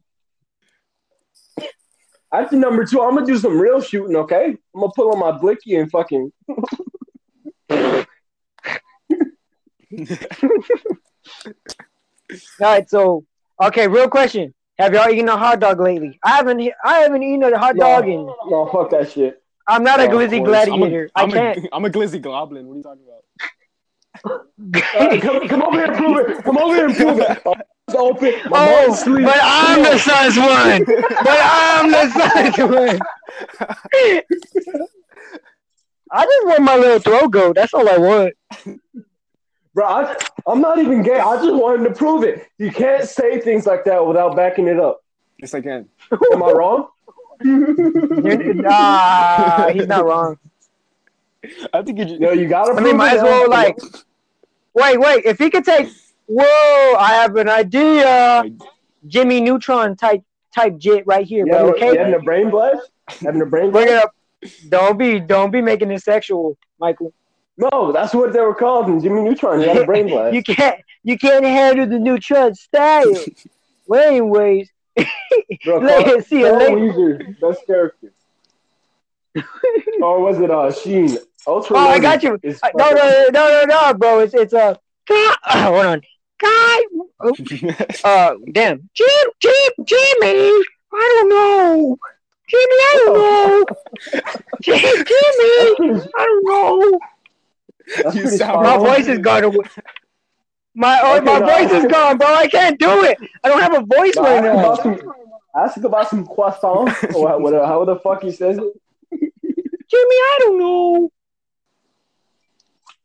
Speaker 2: After number two, I'm gonna do some real shooting, okay? I'm gonna pull on my blicky and fucking.
Speaker 3: All right, so okay, real question: Have y'all eaten a hot dog lately? I haven't. e, I haven't eaten a hot
Speaker 2: No.
Speaker 3: dog, and
Speaker 2: No, fuck that shit.
Speaker 3: I'm not a
Speaker 1: Oh, of
Speaker 3: glizzy
Speaker 1: course.
Speaker 3: gladiator. I
Speaker 1: I'm a,
Speaker 3: can't.
Speaker 1: I'm a glizzy goblin. What are you talking about?
Speaker 2: Uh, come, come over here and prove it. Come over here and prove (laughs) it. Oh, it's open. My
Speaker 3: Oh,
Speaker 2: mind's asleep.
Speaker 3: but
Speaker 1: (laughs)
Speaker 3: I'm the sus one. But I'm the sus one. I just want my little throw goat. That's all I want.
Speaker 2: Bro, I, I'm not even gay. I just wanted to prove it. You can't say things like that without backing it up.
Speaker 1: Yes, I can.
Speaker 2: Am I wrong?
Speaker 3: You're- (laughs) nah, he's not wrong.
Speaker 1: I think you. ju-
Speaker 2: No, you gotta.
Speaker 3: I
Speaker 2: Prove
Speaker 3: mean, might
Speaker 2: it
Speaker 3: as
Speaker 2: now.
Speaker 3: well like. Wait, wait. If he could take, whoa! I have an idea. Jimmy Neutron type type jit right here.
Speaker 2: Yeah,
Speaker 3: bro, okay.
Speaker 2: having a brain blast. Having a brain
Speaker 3: Bring
Speaker 2: blast.
Speaker 3: it up. Don't be don't be making it sexual, Michael.
Speaker 2: No, that's what they were called in Jimmy Neutron. He had a brain blast.
Speaker 3: You can't you can't handle the new trend
Speaker 1: (laughs)
Speaker 3: style. well, anyways, (laughs)
Speaker 2: Bro,
Speaker 3: let
Speaker 2: Carl-
Speaker 3: it see you
Speaker 2: Carl
Speaker 3: later.
Speaker 2: Weezer, best
Speaker 3: (laughs)
Speaker 2: character. or was it uh, Sheen? Ultra
Speaker 3: Oh, I
Speaker 2: Leonard
Speaker 3: got you.
Speaker 2: is
Speaker 3: Uh, No,
Speaker 2: fucking-
Speaker 3: no, no, no, no, bro. It's it's a uh, (coughs) hold on. God, oh,
Speaker 2: (laughs)
Speaker 3: uh, damn, Jim, Jim, Jimmy. I don't know, Jimmy. I
Speaker 2: (laughs)
Speaker 3: don't know, Jim, Jimmy. I don't know.
Speaker 2: That's
Speaker 1: You
Speaker 2: pretty
Speaker 1: sound
Speaker 2: spot
Speaker 3: My
Speaker 2: on.
Speaker 3: voice is gone. away. My oh,
Speaker 2: Oh, Okay,
Speaker 3: my
Speaker 2: no.
Speaker 3: voice is gone, bro. I can't do it. I don't have a voice
Speaker 2: No,
Speaker 3: right
Speaker 2: ask,
Speaker 3: now.
Speaker 2: about some, ask about some croissants or whatever, how the fuck he says it.
Speaker 3: Jimmy, I don't know.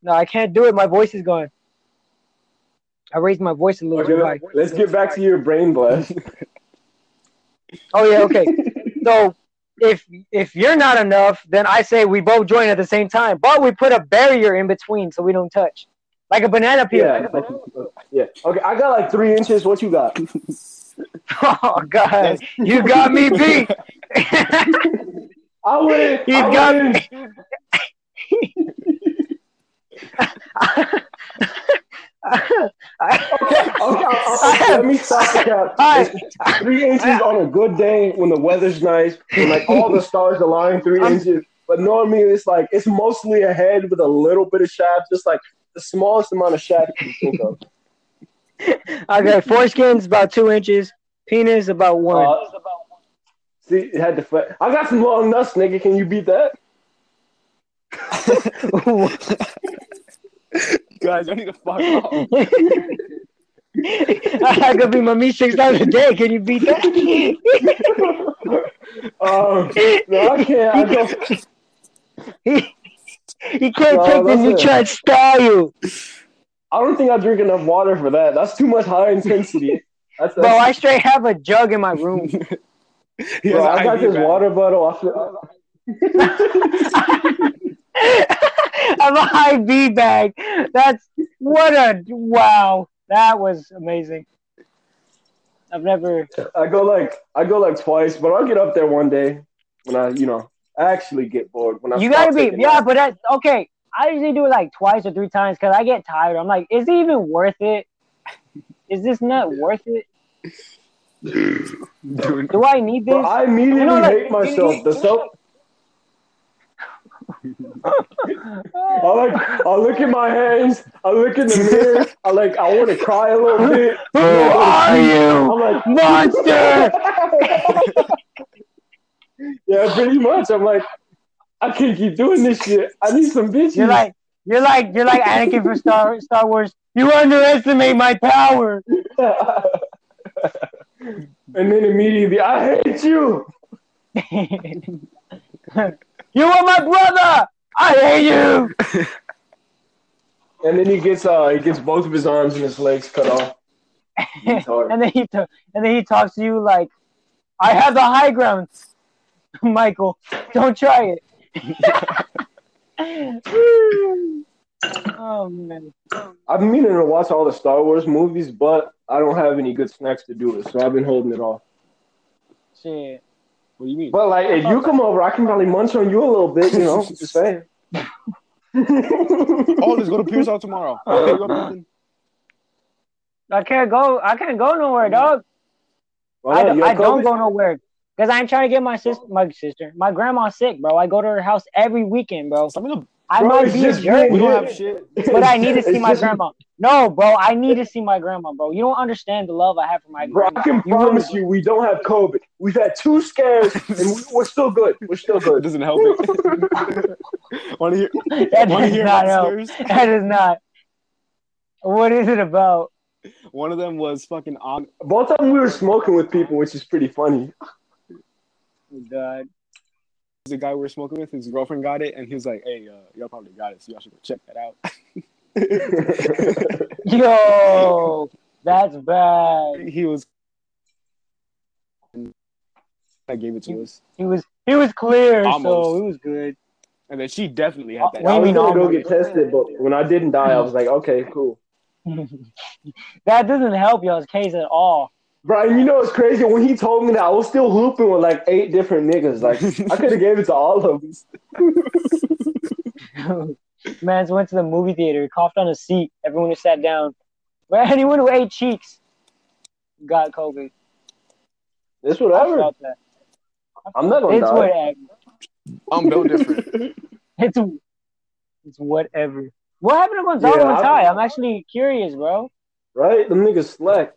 Speaker 3: No, I can't do it. My voice is gone. I raised my voice a little
Speaker 2: Okay,
Speaker 3: bit.
Speaker 2: let-
Speaker 3: Like,
Speaker 2: let's get back to your brain
Speaker 3: (laughs)
Speaker 2: blast.
Speaker 3: oh yeah, okay. so if if you're not enough, then I say we both join at the same time, but we put a barrier in between so we don't touch, like a banana peel. (laughs)
Speaker 2: Yeah, like- yeah. Okay, I got like three inches. What you got?
Speaker 3: oh god, (laughs) you got me beat.
Speaker 2: I win.
Speaker 3: You
Speaker 2: I
Speaker 3: got
Speaker 2: win. Okay, I'll- I'll- let me stop the
Speaker 3: (laughs)
Speaker 2: cap.
Speaker 3: Alright.
Speaker 2: It's Three inches on a good day when the weather's nice, when like all the stars align, 3
Speaker 3: I'm-
Speaker 2: inches. But normally it's like it's mostly a head with a little bit of shaft, just like the smallest amount of shaft you can think of.
Speaker 3: Okay, foreskin's about two inches, penis about one.
Speaker 2: Uh, see, it had to. Fl- I got some long nuts, nigga. Can you beat that?
Speaker 1: Guys, I need to fuck off.
Speaker 3: (laughs) I could be my meat six times a day. Can you beat that? (laughs)
Speaker 2: Um, no, I can't. I don't.
Speaker 3: you can't
Speaker 2: No,
Speaker 3: take the
Speaker 2: that's
Speaker 3: new
Speaker 2: it.
Speaker 3: trend style.
Speaker 2: I don't think I drink enough water for that. That's too much high
Speaker 3: (laughs)
Speaker 2: intensity. That's,
Speaker 3: Bro,
Speaker 2: that's-
Speaker 3: I straight have a jug in my room. (laughs)
Speaker 1: He
Speaker 2: bro,
Speaker 1: has an
Speaker 2: I got
Speaker 1: IV
Speaker 2: this
Speaker 1: bag.
Speaker 2: water bottle. I feel,
Speaker 3: I'm a high B bag. That's what a wow. That was amazing. I've never.
Speaker 2: I go like I go like twice, but I'll get up there one day when I, you know, I actually get bored when I.
Speaker 3: You
Speaker 2: stop
Speaker 3: gotta be.
Speaker 2: taking
Speaker 3: Yeah,
Speaker 2: naps.
Speaker 3: but that's okay. I usually do it like twice or three times because I get tired. I'm like, is it even worth it? Is this not worth it?
Speaker 1: Dude,
Speaker 3: Do I need this?
Speaker 2: Bro, I immediately
Speaker 3: You know, like,
Speaker 2: hate myself. The self. I like. I look at my hands. I look in the mirror. I like. I want to cry a
Speaker 3: (laughs)
Speaker 2: little bit.
Speaker 3: Who are you?
Speaker 2: I'm (laughs) like (laughs)
Speaker 3: Monster!
Speaker 2: yeah, pretty much. I'm like, I can't keep doing this shit. I need some bitches.
Speaker 3: You're like, you're like, you're like Anakin from Star Star Wars. You underestimate my power.
Speaker 2: (laughs) and then immediately, I hate you.
Speaker 3: you are my brother. I hate you. (laughs)
Speaker 2: And then he gets uh he gets both of his arms and his legs cut off.
Speaker 3: and then he t- and then he talks to you like, I have the high ground, (laughs) Michael. Don't try it. (laughs) oh man.
Speaker 2: I've been meaning to watch all the Star Wars movies, but I don't have any good snacks to do it, so I've been holding it off.
Speaker 3: Shit.
Speaker 1: What do you mean?
Speaker 2: But like, if you come over, I can probably munch on you a little bit. You know, just
Speaker 3: (laughs)
Speaker 2: saying.
Speaker 1: Oh, let's go to Pierce out
Speaker 3: (laughs)
Speaker 1: tomorrow. Okay, you got anything?
Speaker 3: I can't go. I can't go nowhere, dog. I,
Speaker 2: Well, you
Speaker 3: I
Speaker 2: have
Speaker 3: don't
Speaker 2: COVID?
Speaker 3: go nowhere because I'm trying to get my sister, my sister, my grandma sick, bro. I go to her house every weekend, bro.
Speaker 1: Stop in
Speaker 3: I
Speaker 2: Bro,
Speaker 3: might
Speaker 2: it's
Speaker 3: be a
Speaker 2: just
Speaker 3: jerk,
Speaker 2: me.
Speaker 1: the- We don't have shit.
Speaker 3: but I need to see
Speaker 2: It's
Speaker 3: my
Speaker 2: just-
Speaker 3: grandma. No, bro, I need to see my grandma, bro. You don't understand the love I have for my
Speaker 2: Bro,
Speaker 3: grandma.
Speaker 2: I
Speaker 3: (laughs)
Speaker 2: can promise you, we don't have COVID. We've had two scares, and we, we're still good. We're still
Speaker 1: It
Speaker 2: good.
Speaker 1: (laughs) doesn't help it. (laughs) Want to hear?
Speaker 3: That
Speaker 1: Want to
Speaker 3: does
Speaker 1: hear
Speaker 3: not
Speaker 1: my
Speaker 3: help.
Speaker 1: scares?
Speaker 3: That is not. What is it about?
Speaker 1: One of them was fucking on.
Speaker 2: Both of them, we were smoking with people, which is pretty funny.
Speaker 3: God.
Speaker 1: The guy we were smoking with, his girlfriend got it, and he was like, "Hey, uh, y'all probably got it, so y'all should go check that out."
Speaker 3: Yo, that's bad.
Speaker 1: he was. I gave it to us,
Speaker 3: He was he was clear, so
Speaker 1: Almost.
Speaker 3: it was good. (laughs)
Speaker 1: and then she definitely had that.
Speaker 3: What do
Speaker 2: I
Speaker 3: you
Speaker 2: was
Speaker 3: mean
Speaker 2: gonna go
Speaker 3: almost?
Speaker 2: get tested, but when I didn't die, I was like, okay, cool.
Speaker 3: that doesn't help y'all's case at all.
Speaker 2: Bro, and you know what's crazy? When he told me that, I was still hooping with like eight different niggas. Like, I could have gave it to all of them.
Speaker 3: Man's went to the movie theater, coughed on a seat. Everyone who sat down, but anyone who ate cheeks got COVID.
Speaker 2: It's
Speaker 3: I
Speaker 2: whatever.
Speaker 3: felt that.
Speaker 2: I'm not gonna
Speaker 3: It's
Speaker 2: die.
Speaker 3: whatever.
Speaker 1: I'm built (laughs) different.
Speaker 3: It's it's whatever. What happened to Gonzalo
Speaker 2: Yeah,
Speaker 3: and
Speaker 2: I-
Speaker 3: Ty? I'm actually curious, bro.
Speaker 2: Right? Them niggas slack.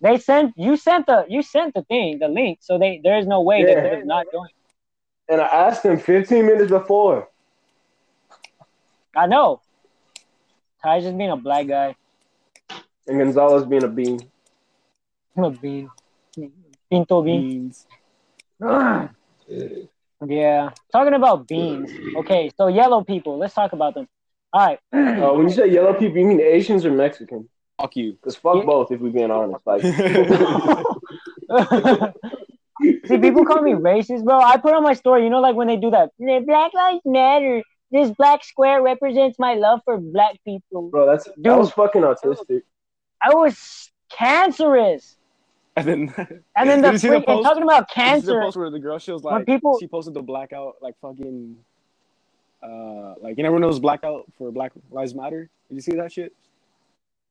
Speaker 3: They sent you sent the you sent the thing the link, so they there is no way
Speaker 2: Yeah.
Speaker 3: that they're not doing. it.
Speaker 2: And I asked him 15 minutes before.
Speaker 3: I know. Ty's just being a black guy.
Speaker 2: And Gonzalez being a bean.
Speaker 3: I'm a bean. Pinto bean.
Speaker 1: Beans.
Speaker 3: Ugh. Yeah. Talking about beans. Okay, so yellow people. Let's talk about them. All right. (laughs)
Speaker 2: Uh, when you say yellow people, you mean Asians or Mexican?
Speaker 1: Fuck you.
Speaker 2: Because fuck
Speaker 3: Yeah.
Speaker 2: both, if we're being honest.
Speaker 3: (laughs)
Speaker 2: Like,
Speaker 3: See, people call me racist, bro. I put on my story, you know, like when they do that. "The Black Lives Matter. This black square represents my love for black people.
Speaker 2: bro, that's that
Speaker 3: Dude.
Speaker 2: was fucking autistic.
Speaker 3: I was cancerous.
Speaker 1: and then (laughs)
Speaker 3: And then
Speaker 1: Did
Speaker 3: the
Speaker 1: you see the
Speaker 3: freak, and
Speaker 1: post?
Speaker 3: talking about
Speaker 1: This is the
Speaker 3: cancer.
Speaker 1: post where the girl she was
Speaker 3: When
Speaker 1: like
Speaker 3: people-
Speaker 1: she posted the blackout like fucking uh like you never knows blackout for Black Lives Matter. Did you see that shit?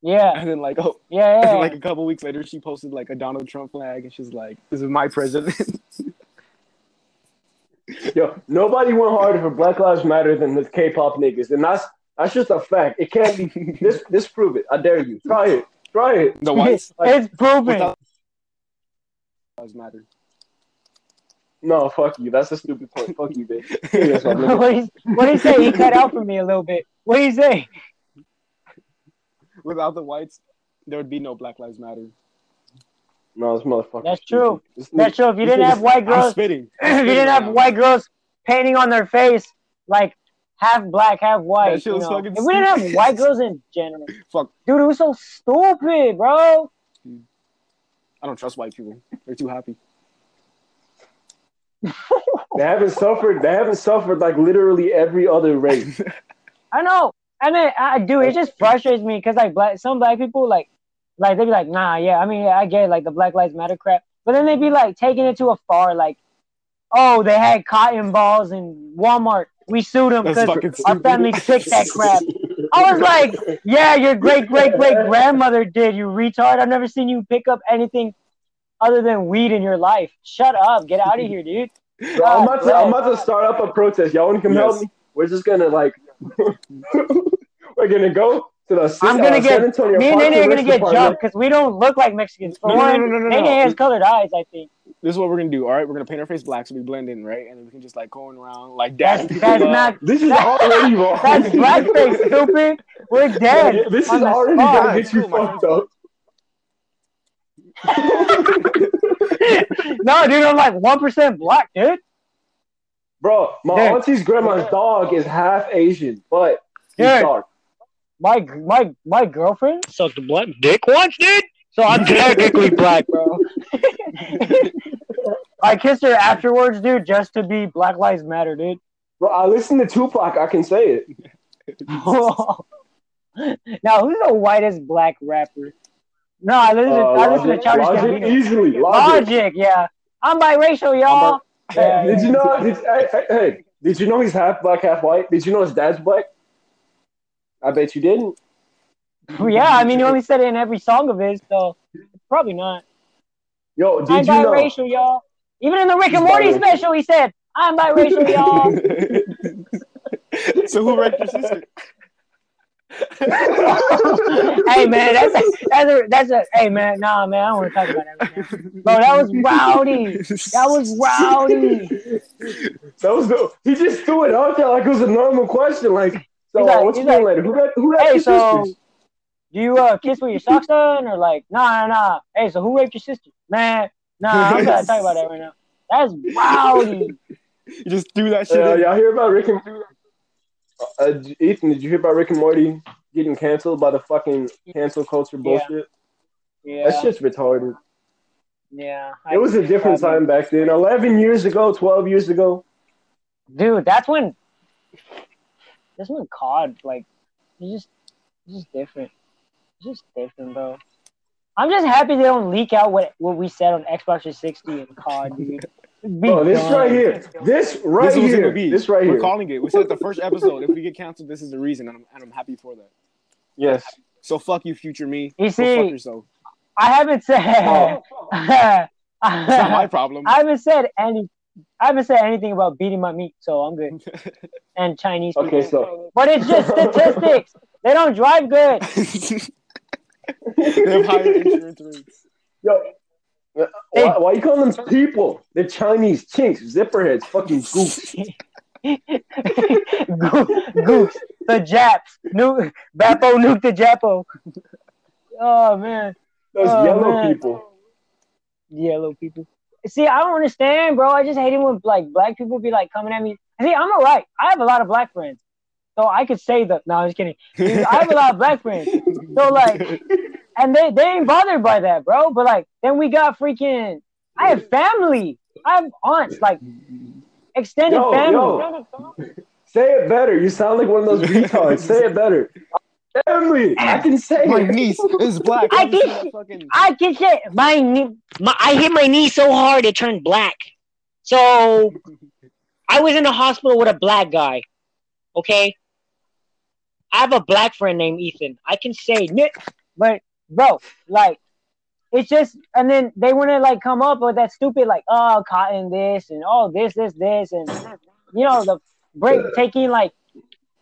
Speaker 3: Yeah,
Speaker 1: And then like oh (laughs)
Speaker 3: yeah, yeah.
Speaker 1: like a couple weeks later she posted like a Donald Trump flag and she's like, This is my president. (laughs)
Speaker 2: Yo, nobody went harder for Black Lives Matter than the K-pop niggas, and that's that's just a fact. It can't
Speaker 3: (laughs)
Speaker 2: be. This disprove it. I dare you. Try it. Try it.
Speaker 1: the
Speaker 3: (laughs)
Speaker 1: whites
Speaker 3: it's proven.
Speaker 1: without Lives Matter.
Speaker 2: No, fuck you. That's a stupid point. Fuck you,
Speaker 3: (laughs)
Speaker 2: bitch. Give me this one, nigga.
Speaker 3: (laughs) what did he say? He cut out for me a little bit. What did he say?
Speaker 1: Without the whites, there would be no Black Lives Matter.
Speaker 2: No, this motherfucker.
Speaker 3: That's true.
Speaker 2: This nigga-
Speaker 3: That's true. If you didn't have white
Speaker 1: I'm
Speaker 3: girls,
Speaker 1: spitting. I'm
Speaker 3: (clears throat) if you
Speaker 1: spitting
Speaker 3: didn't
Speaker 1: right
Speaker 3: have
Speaker 1: now.
Speaker 3: white girls painting on their face like half black, half white,
Speaker 1: That shit
Speaker 3: you
Speaker 1: was
Speaker 3: know.
Speaker 1: fucking
Speaker 3: if we didn't have
Speaker 1: stupid.
Speaker 3: white girls in general,
Speaker 1: (laughs) Fuck.
Speaker 3: dude, it was so stupid, bro.
Speaker 1: I don't trust white people. They're too happy.
Speaker 2: They haven't suffered. They haven't suffered like literally every other race.
Speaker 3: I know. And then I do. It just frustrates me because like black, some black people like, like they be like, nah, yeah. I mean, yeah, I get like the Black Lives Matter crap, but then they be like taking it to a far, like, oh, they had cotton balls in Walmart. We sued them
Speaker 1: That's
Speaker 3: because
Speaker 1: fucking
Speaker 3: our
Speaker 1: stupid.
Speaker 3: family picked that crap. I was like, yeah, your great great great grandmother did. You retard. I've never seen you pick up anything other than weed in your life. Shut up. Get out of here, dude.
Speaker 2: Bro, I'm, about to, I'm about
Speaker 3: Oh,
Speaker 2: to start up a protest. Y'all want to come
Speaker 1: Yes.
Speaker 2: help me? We're just gonna like, (laughs) we're gonna go to the.
Speaker 3: I'm
Speaker 2: uh,
Speaker 3: gonna
Speaker 2: San
Speaker 3: get
Speaker 2: Antonio
Speaker 3: me and
Speaker 2: Parks
Speaker 3: Nene are
Speaker 2: Rec
Speaker 3: gonna get
Speaker 2: Department.
Speaker 3: jumped because we don't look like Mexicans. For
Speaker 1: No, no,
Speaker 3: one,
Speaker 1: no, no, no,
Speaker 3: Nene
Speaker 1: no.
Speaker 3: has colored eyes, I think.
Speaker 1: (laughs) This is what we're gonna do, all right? We're gonna paint our face black so we blend in, right? And then we can just like going around like
Speaker 3: That's
Speaker 1: dabbing people (laughs)
Speaker 3: that's
Speaker 1: up.
Speaker 3: not
Speaker 2: This is already wrong.
Speaker 3: (laughs)
Speaker 2: (laughs)
Speaker 3: that's blackface, stupid. We're dead.
Speaker 2: This is
Speaker 3: on the
Speaker 2: already
Speaker 3: spot.
Speaker 2: gonna get you
Speaker 1: Cool, my
Speaker 2: fucked up.
Speaker 3: no, dude, I'm like one percent black, dude.
Speaker 2: Bro, my
Speaker 3: Nick.
Speaker 2: auntie's grandma's dog is half Asian, but he's
Speaker 3: Nick.
Speaker 2: dark.
Speaker 3: My my my girlfriend sucked a black dick once, dude. So
Speaker 2: (laughs)
Speaker 3: I'm technically black, bro. I kissed her afterwards, dude, just to be Black Lives Matter, dude. (laughs)
Speaker 2: Bro, I listen to Tupac. I can say it.
Speaker 3: now who's the whitest black rapper? No, I listen.
Speaker 2: Uh,
Speaker 3: I listen
Speaker 2: logic,
Speaker 3: to Childish
Speaker 2: logic
Speaker 3: Gambino.
Speaker 2: easily. Logic.
Speaker 3: Logic, yeah. I'm biracial, y'all.
Speaker 2: Hey, did you know? Did, hey, hey, hey, did you know he's half black, half white? Did you know his dad's black? I bet you didn't.
Speaker 3: (laughs) yeah,
Speaker 2: (laughs)
Speaker 3: I mean, he only said it in every song of his, so it's probably not.
Speaker 2: Yo, did you
Speaker 3: I'm
Speaker 2: know?
Speaker 3: biracial, y'all. Even in the Rick and
Speaker 2: He's
Speaker 3: Morty
Speaker 2: biracial.
Speaker 3: special, he said,
Speaker 2: (laughs)
Speaker 3: "I'm biracial, y'all."
Speaker 1: so who wrecked your sister?
Speaker 3: hey man, that's a, that's a that's a hey man, nah man, I don't want to talk about that right now. Bro, that was rowdy. That
Speaker 1: (laughs)
Speaker 3: was rowdy.
Speaker 2: (laughs) That was the, he just threw it out there like it was a normal question. Like, so
Speaker 3: He's like-
Speaker 2: what's
Speaker 3: he's
Speaker 2: your name later? Who got who got
Speaker 3: Hey,
Speaker 2: your
Speaker 3: so
Speaker 2: sisters?
Speaker 3: do you uh kiss with your socks on or like nah nah nah? Hey, so who raped your sister? Man, nah, I'm not talking about that right now. That's rowdy.
Speaker 1: You just threw that shit.
Speaker 2: Uh,
Speaker 1: in.
Speaker 2: y'all hear about Rick and uh, J- Ethan? Did you hear about Rick and Morty getting canceled by the fucking cancel culture bullshit? That
Speaker 3: Yeah,
Speaker 2: shit's retarded.
Speaker 3: yeah.
Speaker 2: It was a different
Speaker 3: Probably.
Speaker 2: time back then. Eleven years ago, twelve years ago.
Speaker 3: dude. That's when. That's when COD like, it's just, it's just different. It's just different, bro. I'm just happy they don't leak out what what we said on Xbox 360 and COD, dude. Be
Speaker 2: Oh, this
Speaker 3: done.
Speaker 2: right here. This right
Speaker 1: this is what's
Speaker 2: here.
Speaker 1: gonna be.
Speaker 2: This right
Speaker 1: We're
Speaker 2: here.
Speaker 1: calling it. We said the first episode. If we get canceled, this is the reason, and I'm, and I'm happy for that.
Speaker 2: yes.
Speaker 1: So fuck you, future me. Go
Speaker 3: You
Speaker 1: fuck
Speaker 3: see,
Speaker 1: yourself.
Speaker 3: I haven't said.
Speaker 2: Oh.
Speaker 1: It's not my
Speaker 3: (laughs) I
Speaker 1: problem.
Speaker 3: haven't said any. I haven't said anything about beating my meat, so I'm good. And Chinese people.
Speaker 2: Okay, so
Speaker 3: But
Speaker 2: (laughs)
Speaker 3: it's just statistics. They don't drive good.
Speaker 1: (laughs) they have
Speaker 2: (laughs)
Speaker 1: higher insurance rates.
Speaker 2: yo, uh, why, why you calling them people? They're Chinese chinks, zipperheads, fucking goofs.
Speaker 3: (laughs) Go- Goose, the Japs, nu- Bappo nuke the Japo. Oh man,
Speaker 2: Those
Speaker 3: (laughs) Oh,
Speaker 2: yellow
Speaker 3: man.
Speaker 2: people.
Speaker 3: yellow people. See, I don't understand, bro. I just hate it when like black people be like coming at me. See, I'm alright. I have a lot of black friends, so I could say that. No, I'm just kidding. Dude, I have a lot of black friends, so like, and they they ain't bothered by that, bro. But like, then we got freaking. I have family. I have aunts, like extended
Speaker 2: Yo,
Speaker 3: family.
Speaker 2: yo. Say it better. You sound like one of
Speaker 3: (laughs)
Speaker 2: those retards. Say it better. Family. I can say
Speaker 1: My
Speaker 2: it.
Speaker 1: niece is black.
Speaker 3: I
Speaker 1: Obviously,
Speaker 3: think-
Speaker 1: that fucking-
Speaker 3: I can hit my, knee- my I hit my knee so hard it turned black. So I was in the hospital with a black guy. Okay. I have a black friend named Ethan. I can say Nick, but bro, like it's just and then they wouldn't like come up with that stupid like oh cotton this and oh this this this and you know the break taking like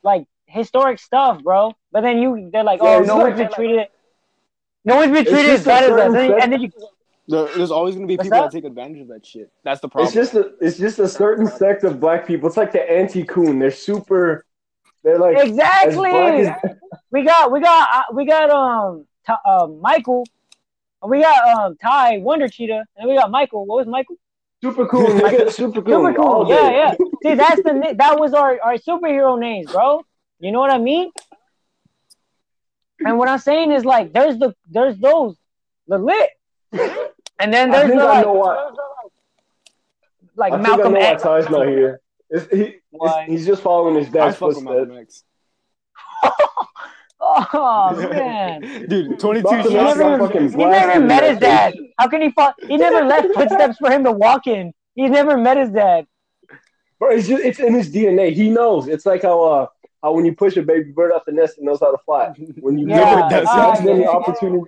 Speaker 3: like historic stuff, bro. But then you they're like
Speaker 2: Yeah,
Speaker 3: oh
Speaker 2: it's
Speaker 3: no
Speaker 2: like-
Speaker 3: one's been treated no one's been
Speaker 2: It's
Speaker 3: treated as
Speaker 2: just a
Speaker 3: bad as us.
Speaker 2: certain
Speaker 3: And then-
Speaker 2: set-
Speaker 3: and then you
Speaker 1: There- there's always gonna be
Speaker 3: What's
Speaker 1: people that?
Speaker 3: that?
Speaker 1: take advantage of that shit. That's the
Speaker 2: It's
Speaker 1: problem.
Speaker 2: just a it's just a certain sect of black people. It's like the anti coon. They're super they're like as
Speaker 3: Exactly.
Speaker 2: black as
Speaker 3: we got we got uh, we got um T- uh, Michael, and we got um Ty Wonder Cheetah, and we got Michael. What was Michael?
Speaker 2: super cool, nigga. Super cool.
Speaker 3: Super cool.
Speaker 2: all
Speaker 3: Yeah,
Speaker 2: day.
Speaker 3: yeah. See, that's the na- that was our our superhero names, bro. You know what I mean? And what I'm saying is like there's the there's those the lit, (laughs) and then
Speaker 2: I
Speaker 3: there's the
Speaker 2: think I
Speaker 3: like,
Speaker 2: know why.
Speaker 3: like
Speaker 2: I think I
Speaker 3: Malcolm
Speaker 2: know why
Speaker 3: X.
Speaker 2: Ty's not here. It's, he, it's-
Speaker 3: Why?
Speaker 2: he's just following his
Speaker 1: I
Speaker 2: dad's
Speaker 1: fuck with
Speaker 2: footsteps.
Speaker 1: Malcolm X.
Speaker 3: Oh man.
Speaker 1: Dude, 22
Speaker 2: Malcolm
Speaker 3: He
Speaker 2: X
Speaker 1: shots.
Speaker 3: never,
Speaker 2: got
Speaker 1: on-
Speaker 2: fucking
Speaker 3: he never
Speaker 2: blasted,
Speaker 3: met
Speaker 2: man.
Speaker 3: his dad. How can he fall? He
Speaker 1: (laughs)
Speaker 3: never left footsteps for him to walk in. He never met his dad.
Speaker 2: Bro, it's just, it's in his DNA. He knows. It's like how uh how when you push a baby bird off the nest, it knows how to fly. When you
Speaker 3: (laughs) Yeah,
Speaker 2: give it that
Speaker 3: I
Speaker 2: that's
Speaker 3: get
Speaker 2: the
Speaker 3: it.
Speaker 2: opportunity.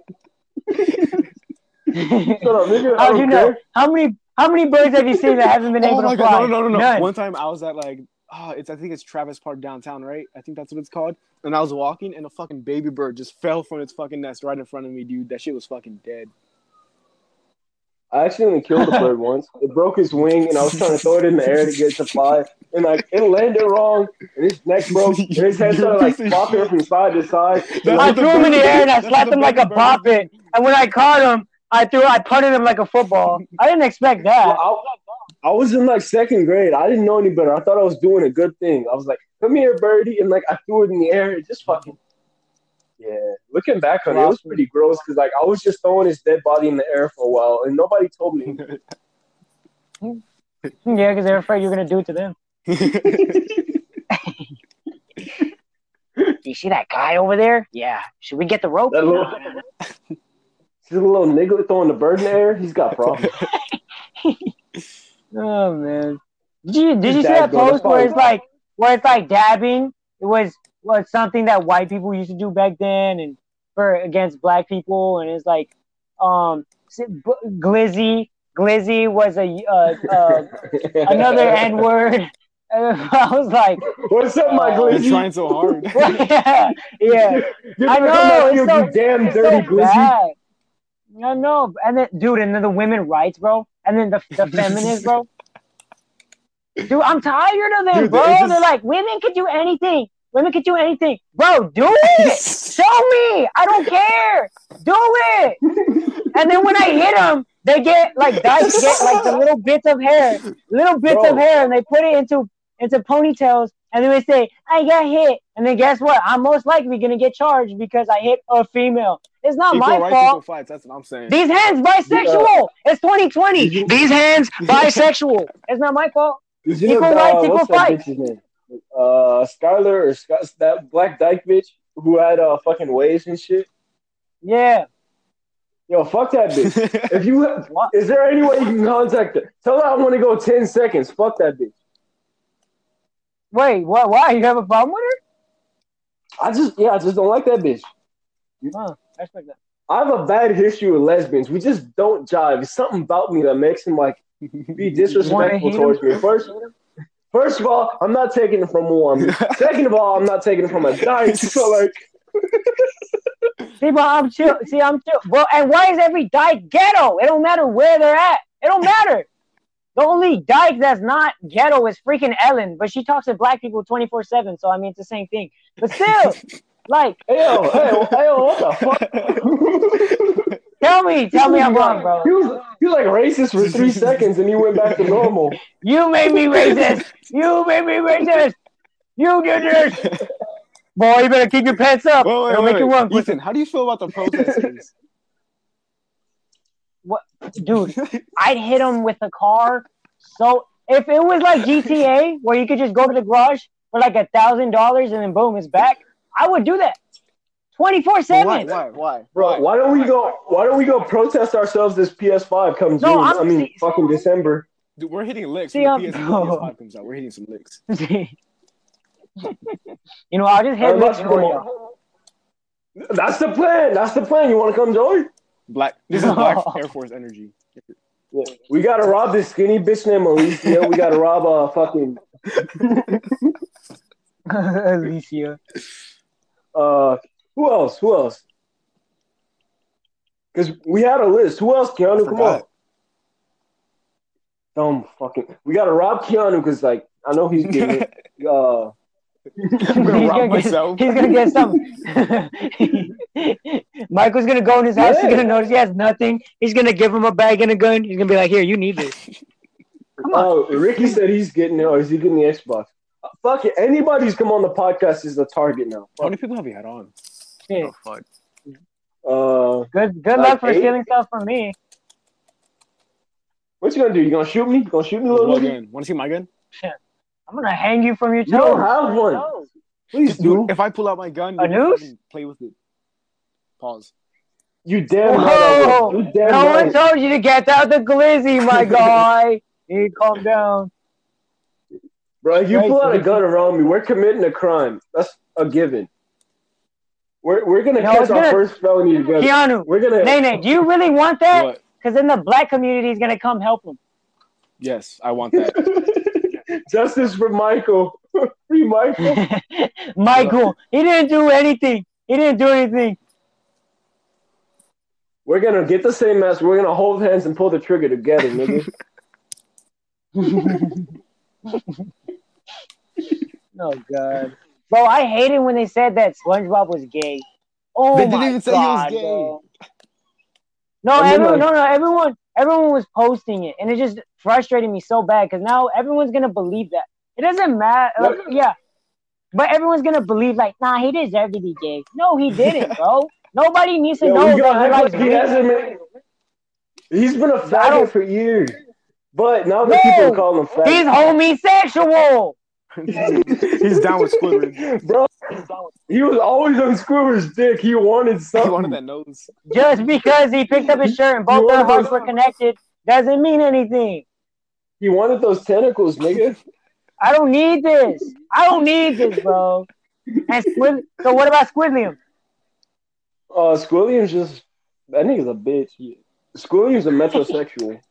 Speaker 3: How
Speaker 2: Shut up, nigga. I
Speaker 3: do Oh, you
Speaker 2: don't
Speaker 3: know?
Speaker 2: care.
Speaker 3: How many how many birds have you seen that haven't
Speaker 1: (laughs)
Speaker 3: been
Speaker 1: Oh
Speaker 3: able
Speaker 1: my
Speaker 3: to
Speaker 1: god,
Speaker 3: fly?
Speaker 1: no, no, no, no.
Speaker 3: None.
Speaker 1: One time I was at like, ah, it's I think it's Travis Park downtown, right? I think that's what it's called. And I was walking, and a fucking baby bird just fell from its fucking nest right in front of me, dude. That shit was fucking dead.
Speaker 2: I accidentally killed a
Speaker 3: (laughs)
Speaker 2: bird once. It broke his wing, and I was trying to throw it in the air to get it to fly, and like it landed wrong, and his neck broke, and his head
Speaker 1: You're a (laughs)
Speaker 2: started like
Speaker 1: piece of
Speaker 2: flopping
Speaker 1: shit.
Speaker 2: from side to side.
Speaker 1: That's
Speaker 3: I
Speaker 1: what the
Speaker 3: threw him in the
Speaker 1: baby-
Speaker 3: air and I
Speaker 1: that's what
Speaker 3: slapped
Speaker 1: the
Speaker 3: him like
Speaker 1: baby
Speaker 3: a
Speaker 1: bird
Speaker 3: poppet. And when I caught him, I threw I punted him like a football. I didn't expect
Speaker 2: Well,
Speaker 3: that.
Speaker 2: I, I was in like second grade. I didn't know any better. I thought I was doing a good thing. I was like, "Come here, birdie," and like I threw it in the air. It just fucking. Yeah, looking back on it, it was pretty gross because like I was just throwing his dead body in the air for a while, and nobody told me.
Speaker 3: Yeah, because they're afraid you're gonna do it
Speaker 1: (laughs)
Speaker 3: to them. (laughs) do you see that guy over there? Yeah. Should we get the rope?
Speaker 2: That little-
Speaker 3: No, no, no.
Speaker 2: He's a little nigga throwing the bird in the air. He's got problems.
Speaker 3: Oh man. Did you did
Speaker 2: His
Speaker 3: you see
Speaker 2: dad's
Speaker 3: that
Speaker 2: going to
Speaker 3: post where
Speaker 2: fight.
Speaker 3: it's like where it's like dabbing? It was was something that white people used to do back then and for against black people and it's like um si- b- glizzy glizzy was a uh,
Speaker 2: (laughs)
Speaker 3: uh, (laughs) another n word. (laughs) I was like (laughs)
Speaker 2: What's up, my
Speaker 3: Uh,
Speaker 1: You're
Speaker 2: glizzy?
Speaker 1: trying so
Speaker 3: (laughs)
Speaker 1: hard.
Speaker 3: yeah, yeah.
Speaker 2: You're
Speaker 3: I
Speaker 2: gonna come
Speaker 3: know,
Speaker 2: out
Speaker 3: it's
Speaker 2: here,
Speaker 3: so-
Speaker 2: you damn
Speaker 3: It's
Speaker 2: dirty
Speaker 3: so
Speaker 2: glizzy.
Speaker 3: bad. I know, and then dude, and then the women rights, bro, and then the
Speaker 2: (laughs)
Speaker 3: the feminists, bro. Dude, I'm tired of them,
Speaker 1: Dude,
Speaker 3: bro.
Speaker 1: it's just-
Speaker 3: They're like, women could do anything. Women could do anything, bro.
Speaker 2: (laughs)
Speaker 3: Do it. Show me. I don't care. Do it. And then when I hit them, they get like guys get like the little bits of hair, little bits
Speaker 2: Bro.
Speaker 3: of hair, and they put it into into ponytails, and then they say, "I got hit," and then guess what? I'm most likely gonna get charged because I hit a female. It's not
Speaker 1: Equal
Speaker 3: my
Speaker 1: rights,
Speaker 3: fault.
Speaker 1: equal fights. That's what I'm saying.
Speaker 3: These hands bisexual. It's 2020. These hands (laughs) bisexual. It's not my fault.
Speaker 2: Did you know
Speaker 3: Equal
Speaker 2: that,
Speaker 3: rights,
Speaker 2: what's
Speaker 3: equal
Speaker 2: that
Speaker 3: fights.
Speaker 2: bitch's name? Uh, Skylar or Sky, that black dyke bitch who had uh fucking waves and shit.
Speaker 3: Yeah.
Speaker 2: Yo, fuck
Speaker 1: (laughs)
Speaker 2: that bitch. if you
Speaker 3: What?
Speaker 2: is there any way you can contact her? Tell her I want to go ten seconds. Fuck that bitch.
Speaker 3: Wait. What? Why? You have a problem with
Speaker 2: I just yeah, I just don't like that bitch.
Speaker 3: her? Huh. I respect that.
Speaker 2: I have a bad history with lesbians. We just don't jive. There's something about me that makes them like
Speaker 3: (laughs)
Speaker 2: be
Speaker 3: Wanna
Speaker 2: disrespectful
Speaker 3: hate
Speaker 2: towards me. First, first of all, I'm not taking it from a
Speaker 3: (laughs)
Speaker 2: woman. Second of all, I'm not taking it from a dyke. So like,
Speaker 3: See, but I'm chill. See, I'm chill. Well, and why is every dyke ghetto? It don't matter where they're at. It don't matter. The only dyke that's not ghetto is freaking Ellen, but she talks to black people 24 7, so I mean, it's the same thing. But still, like,
Speaker 2: hey yo, hey yo, hey yo, what the fuck?
Speaker 3: tell me, tell me I'm wrong, bro.
Speaker 2: He was he was like racist
Speaker 3: (laughs)
Speaker 2: for three seconds and he went back to normal.
Speaker 3: You made me racist. You made me racist. You did this. Boy, you better keep your pants up.
Speaker 1: Wait, wait,
Speaker 3: It'll
Speaker 1: wait,
Speaker 3: make you
Speaker 1: wait.
Speaker 3: run quick.
Speaker 1: Ethan, how do you feel about the
Speaker 3: (laughs)
Speaker 1: protesters?
Speaker 3: Dude, I'd hit him with a car. So if it was like GTA, where you could just go to the garage for like a thousand dollars and then boom, it's back, I would do that. 24
Speaker 1: Well, why?
Speaker 3: 7.
Speaker 1: Why? Why?
Speaker 2: Bro, why don't we go? Why don't we go protest ourselves this PS5 come June?
Speaker 3: No, I'm-
Speaker 2: I mean, fucking December.
Speaker 1: Dude, we're hitting licks.
Speaker 3: See, um,
Speaker 1: when the
Speaker 3: I'm-
Speaker 1: PS- PS5 comes out. We're hitting some licks.
Speaker 3: you (laughs) know, I'll just hit
Speaker 2: I'm
Speaker 3: him
Speaker 2: about
Speaker 3: with
Speaker 2: to come on. That's the plan. That's the plan. You want to come join?
Speaker 1: Black. This is
Speaker 3: (laughs)
Speaker 1: Black Air Force energy.
Speaker 2: Well, we gotta rob this skinny bitch named Alicia. we gotta rob uh fucking
Speaker 3: (laughs) Alicia.
Speaker 2: uh who else? Who else? Because we had a list. Who else? Keanu, come on.
Speaker 1: forgot.
Speaker 2: Dumb fucking. We gotta rob Keanu because like I know he's getting it. Uh,
Speaker 1: I'm gonna
Speaker 3: he's
Speaker 1: rob
Speaker 3: gonna get-
Speaker 1: myself.
Speaker 3: He's gonna get something. Michael's gonna go in his house.
Speaker 2: Yeah.
Speaker 3: He's gonna notice he has nothing. He's gonna give him a bag and a gun. He's gonna be like, "Here, you need this."
Speaker 2: Oh, Ricky said he's getting it, or is he getting the Xbox? Uh, Fuck it. Anybody who's come on the podcast is a target now.
Speaker 1: How
Speaker 2: Fuck.
Speaker 1: many people have you had on?
Speaker 3: Shit.
Speaker 6: Oh, fuck.
Speaker 2: Uh,
Speaker 3: Good, good
Speaker 2: Like
Speaker 3: luck for
Speaker 2: eight?
Speaker 3: stealing stuff from me.
Speaker 2: what you gonna do? You gonna shoot me? You gonna shoot me, little
Speaker 1: What
Speaker 2: nigga?
Speaker 1: gun? Want to see my gun?
Speaker 3: I'm gonna hang you from your toes.
Speaker 2: You don't have one.
Speaker 3: Toes.
Speaker 2: Please do.
Speaker 1: If I pull out my gun,
Speaker 3: A
Speaker 1: you can
Speaker 3: noose?
Speaker 1: fucking play with it. Pause.
Speaker 2: You damn right. I
Speaker 3: Whoa!
Speaker 2: will. You damn
Speaker 3: No one
Speaker 2: right.
Speaker 3: told you to get out the glizzy, my guy. You calm down.
Speaker 2: Bro, if you
Speaker 3: Right,
Speaker 2: pull out a
Speaker 3: Ricky.
Speaker 2: gun around me, we're committing a crime. That's a given. We're, we're gonna
Speaker 3: No,
Speaker 2: catch
Speaker 3: it's
Speaker 2: our
Speaker 3: good.
Speaker 2: first felony together.
Speaker 3: Keanu,
Speaker 2: We're gonna.
Speaker 3: Nene, do you really want that?
Speaker 1: What?
Speaker 3: Because then the black community is gonna come help him. (laughs)
Speaker 1: Yes, I want
Speaker 2: (laughs)
Speaker 1: that.
Speaker 2: (laughs) Justice for Michael. (laughs) Free Michael.
Speaker 3: Michael, he didn't do anything. He didn't do anything.
Speaker 2: We're gonna get the same mask. We're gonna hold hands and pull the trigger together, nigga.
Speaker 3: Oh god, bro, I hated when they said that SpongeBob was gay. Oh
Speaker 1: They didn't
Speaker 3: my
Speaker 1: even say he was
Speaker 3: god,
Speaker 1: gay.
Speaker 3: bro. No,
Speaker 2: I mean, like-
Speaker 3: everyone, no, no, everyone, Everyone was posting it, and it just frustrated me so bad because now everyone's gonna believe that. It doesn't matter. like, yeah, but everyone's gonna believe like, nah, he deserved to be gay. No, he didn't, bro. Nobody needs to
Speaker 2: Yo,
Speaker 3: know
Speaker 2: we
Speaker 3: that
Speaker 2: gonna
Speaker 3: we're
Speaker 2: act
Speaker 3: like
Speaker 2: like he hasn't been. He's been a faggot
Speaker 3: don't-
Speaker 2: for years, but now that
Speaker 3: No,
Speaker 2: people call him
Speaker 3: he's
Speaker 2: faggot,
Speaker 3: homosexual.
Speaker 1: (laughs) He's down with Squidward.
Speaker 2: bro. He was always on Squidward's dick. He wanted
Speaker 1: He
Speaker 2: something.
Speaker 1: wanted that nose.
Speaker 3: Just because he picked up his shirt and both
Speaker 2: You
Speaker 3: their
Speaker 2: wanna
Speaker 3: hearts
Speaker 2: go-
Speaker 3: were connected doesn't mean anything.
Speaker 2: He wanted those tentacles, nigga.
Speaker 3: I don't need this. I don't need this, bro. And Squid, so what about Squidliam?
Speaker 2: Uh, Squilliam's just that nigga's a bitch. He, Squilliam's a metrosexual.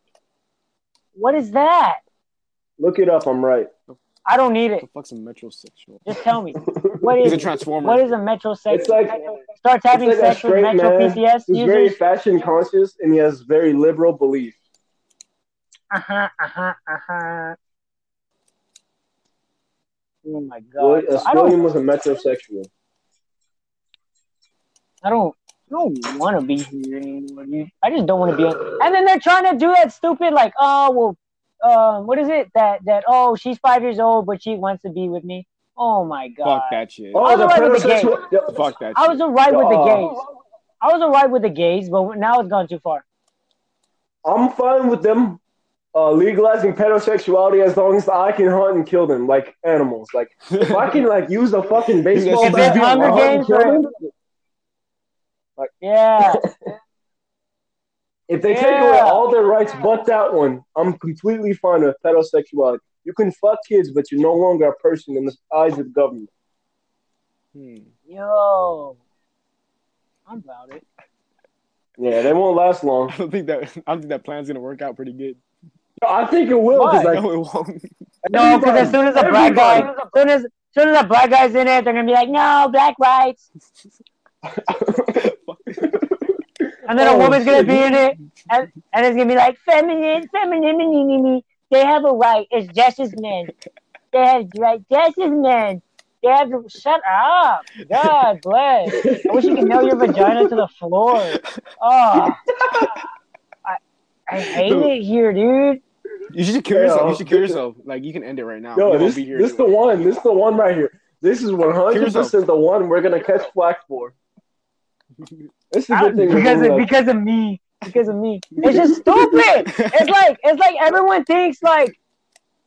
Speaker 3: What is that?
Speaker 2: Look it up. I'm right. (laughs)
Speaker 3: I don't need it.
Speaker 1: The fuck's a metrosexual?
Speaker 3: Just tell me. What is
Speaker 1: He's a
Speaker 3: it?
Speaker 1: transformer.
Speaker 3: what is a metrosexual?
Speaker 2: It's like
Speaker 3: Start having
Speaker 2: like a
Speaker 3: sex with
Speaker 2: straight
Speaker 3: metro
Speaker 2: man
Speaker 3: PCS
Speaker 2: he's very
Speaker 3: users.
Speaker 2: fashion conscious and he has very liberal beliefs.
Speaker 3: Uh huh. Uh huh. Uh huh. Oh my
Speaker 2: Will-
Speaker 3: god!
Speaker 2: uh,
Speaker 3: I don't.
Speaker 2: Squilliam was a metrosexual.
Speaker 3: I don't. I don't want to be here anymore, dude. I just don't want to be. On... And then they're trying to do that stupid, like, oh well, um, what is it that that? Oh, she's five years old, but she wants to be with me. Oh my god!
Speaker 1: Fuck that shit.
Speaker 2: Oh, the
Speaker 3: Otherwise, it's a gay.
Speaker 2: heterosexual. Yep.
Speaker 1: Fuck that
Speaker 3: I
Speaker 1: shit.
Speaker 3: was alright with the
Speaker 2: Oh.
Speaker 3: gays. I was alright with the gays, but now it's gone too far.
Speaker 2: I'm fine with them uh, legalizing pedosexuality as long as I can hunt and kill them like animals. Like if I can like use a
Speaker 3: (laughs)
Speaker 2: fucking baseball
Speaker 1: If
Speaker 2: bat
Speaker 1: it's Hunger
Speaker 2: and hunt and
Speaker 3: Games
Speaker 2: kill
Speaker 3: or-
Speaker 2: them,
Speaker 3: (laughs) Yeah.
Speaker 2: if they take
Speaker 3: Yeah.
Speaker 2: away all their rights but that one, I'm completely fine with pedosexuality. You can fuck kids, but you're no longer a person in the eyes of the government.
Speaker 1: Hmm.
Speaker 3: Yo. I'm about it.
Speaker 2: Yeah, they won't last long.
Speaker 1: I don't think that. I don't think that plan's gonna work out pretty good.
Speaker 2: I think it will. 'cause, (laughs)
Speaker 3: Why?
Speaker 2: Like,
Speaker 1: no, it won't.
Speaker 3: No, because as soon as a black guy,
Speaker 2: Everybody.
Speaker 3: soon as soon as a black guy's in it, they're gonna be like, no, black rights. And then
Speaker 2: Oh,
Speaker 3: a woman's gonna
Speaker 2: shit.
Speaker 3: be in it, and, and it's gonna be like feminine, feminine, me, me, me. They have a right. It's just as men. They have right just as men. They have to shut up. God bless. I wish you could nail your vagina to the floor. Oh, I, I hate it here, dude.
Speaker 1: You should kill
Speaker 2: Yeah,
Speaker 1: yourself.
Speaker 2: I'll-
Speaker 1: You should kill yourself. Like you can end it right now. you
Speaker 2: Yo,
Speaker 1: won't
Speaker 2: this
Speaker 1: be here
Speaker 2: this the
Speaker 1: anyway.
Speaker 2: one. This the one right here. This is one hundred percent the one we're gonna catch flack
Speaker 3: (laughs)
Speaker 2: for. This is a
Speaker 3: I-
Speaker 2: good thing. we're
Speaker 3: because
Speaker 2: doing,
Speaker 3: of,
Speaker 2: like,
Speaker 3: because of me. Because of me. It's just stupid. It's like it's like everyone thinks like,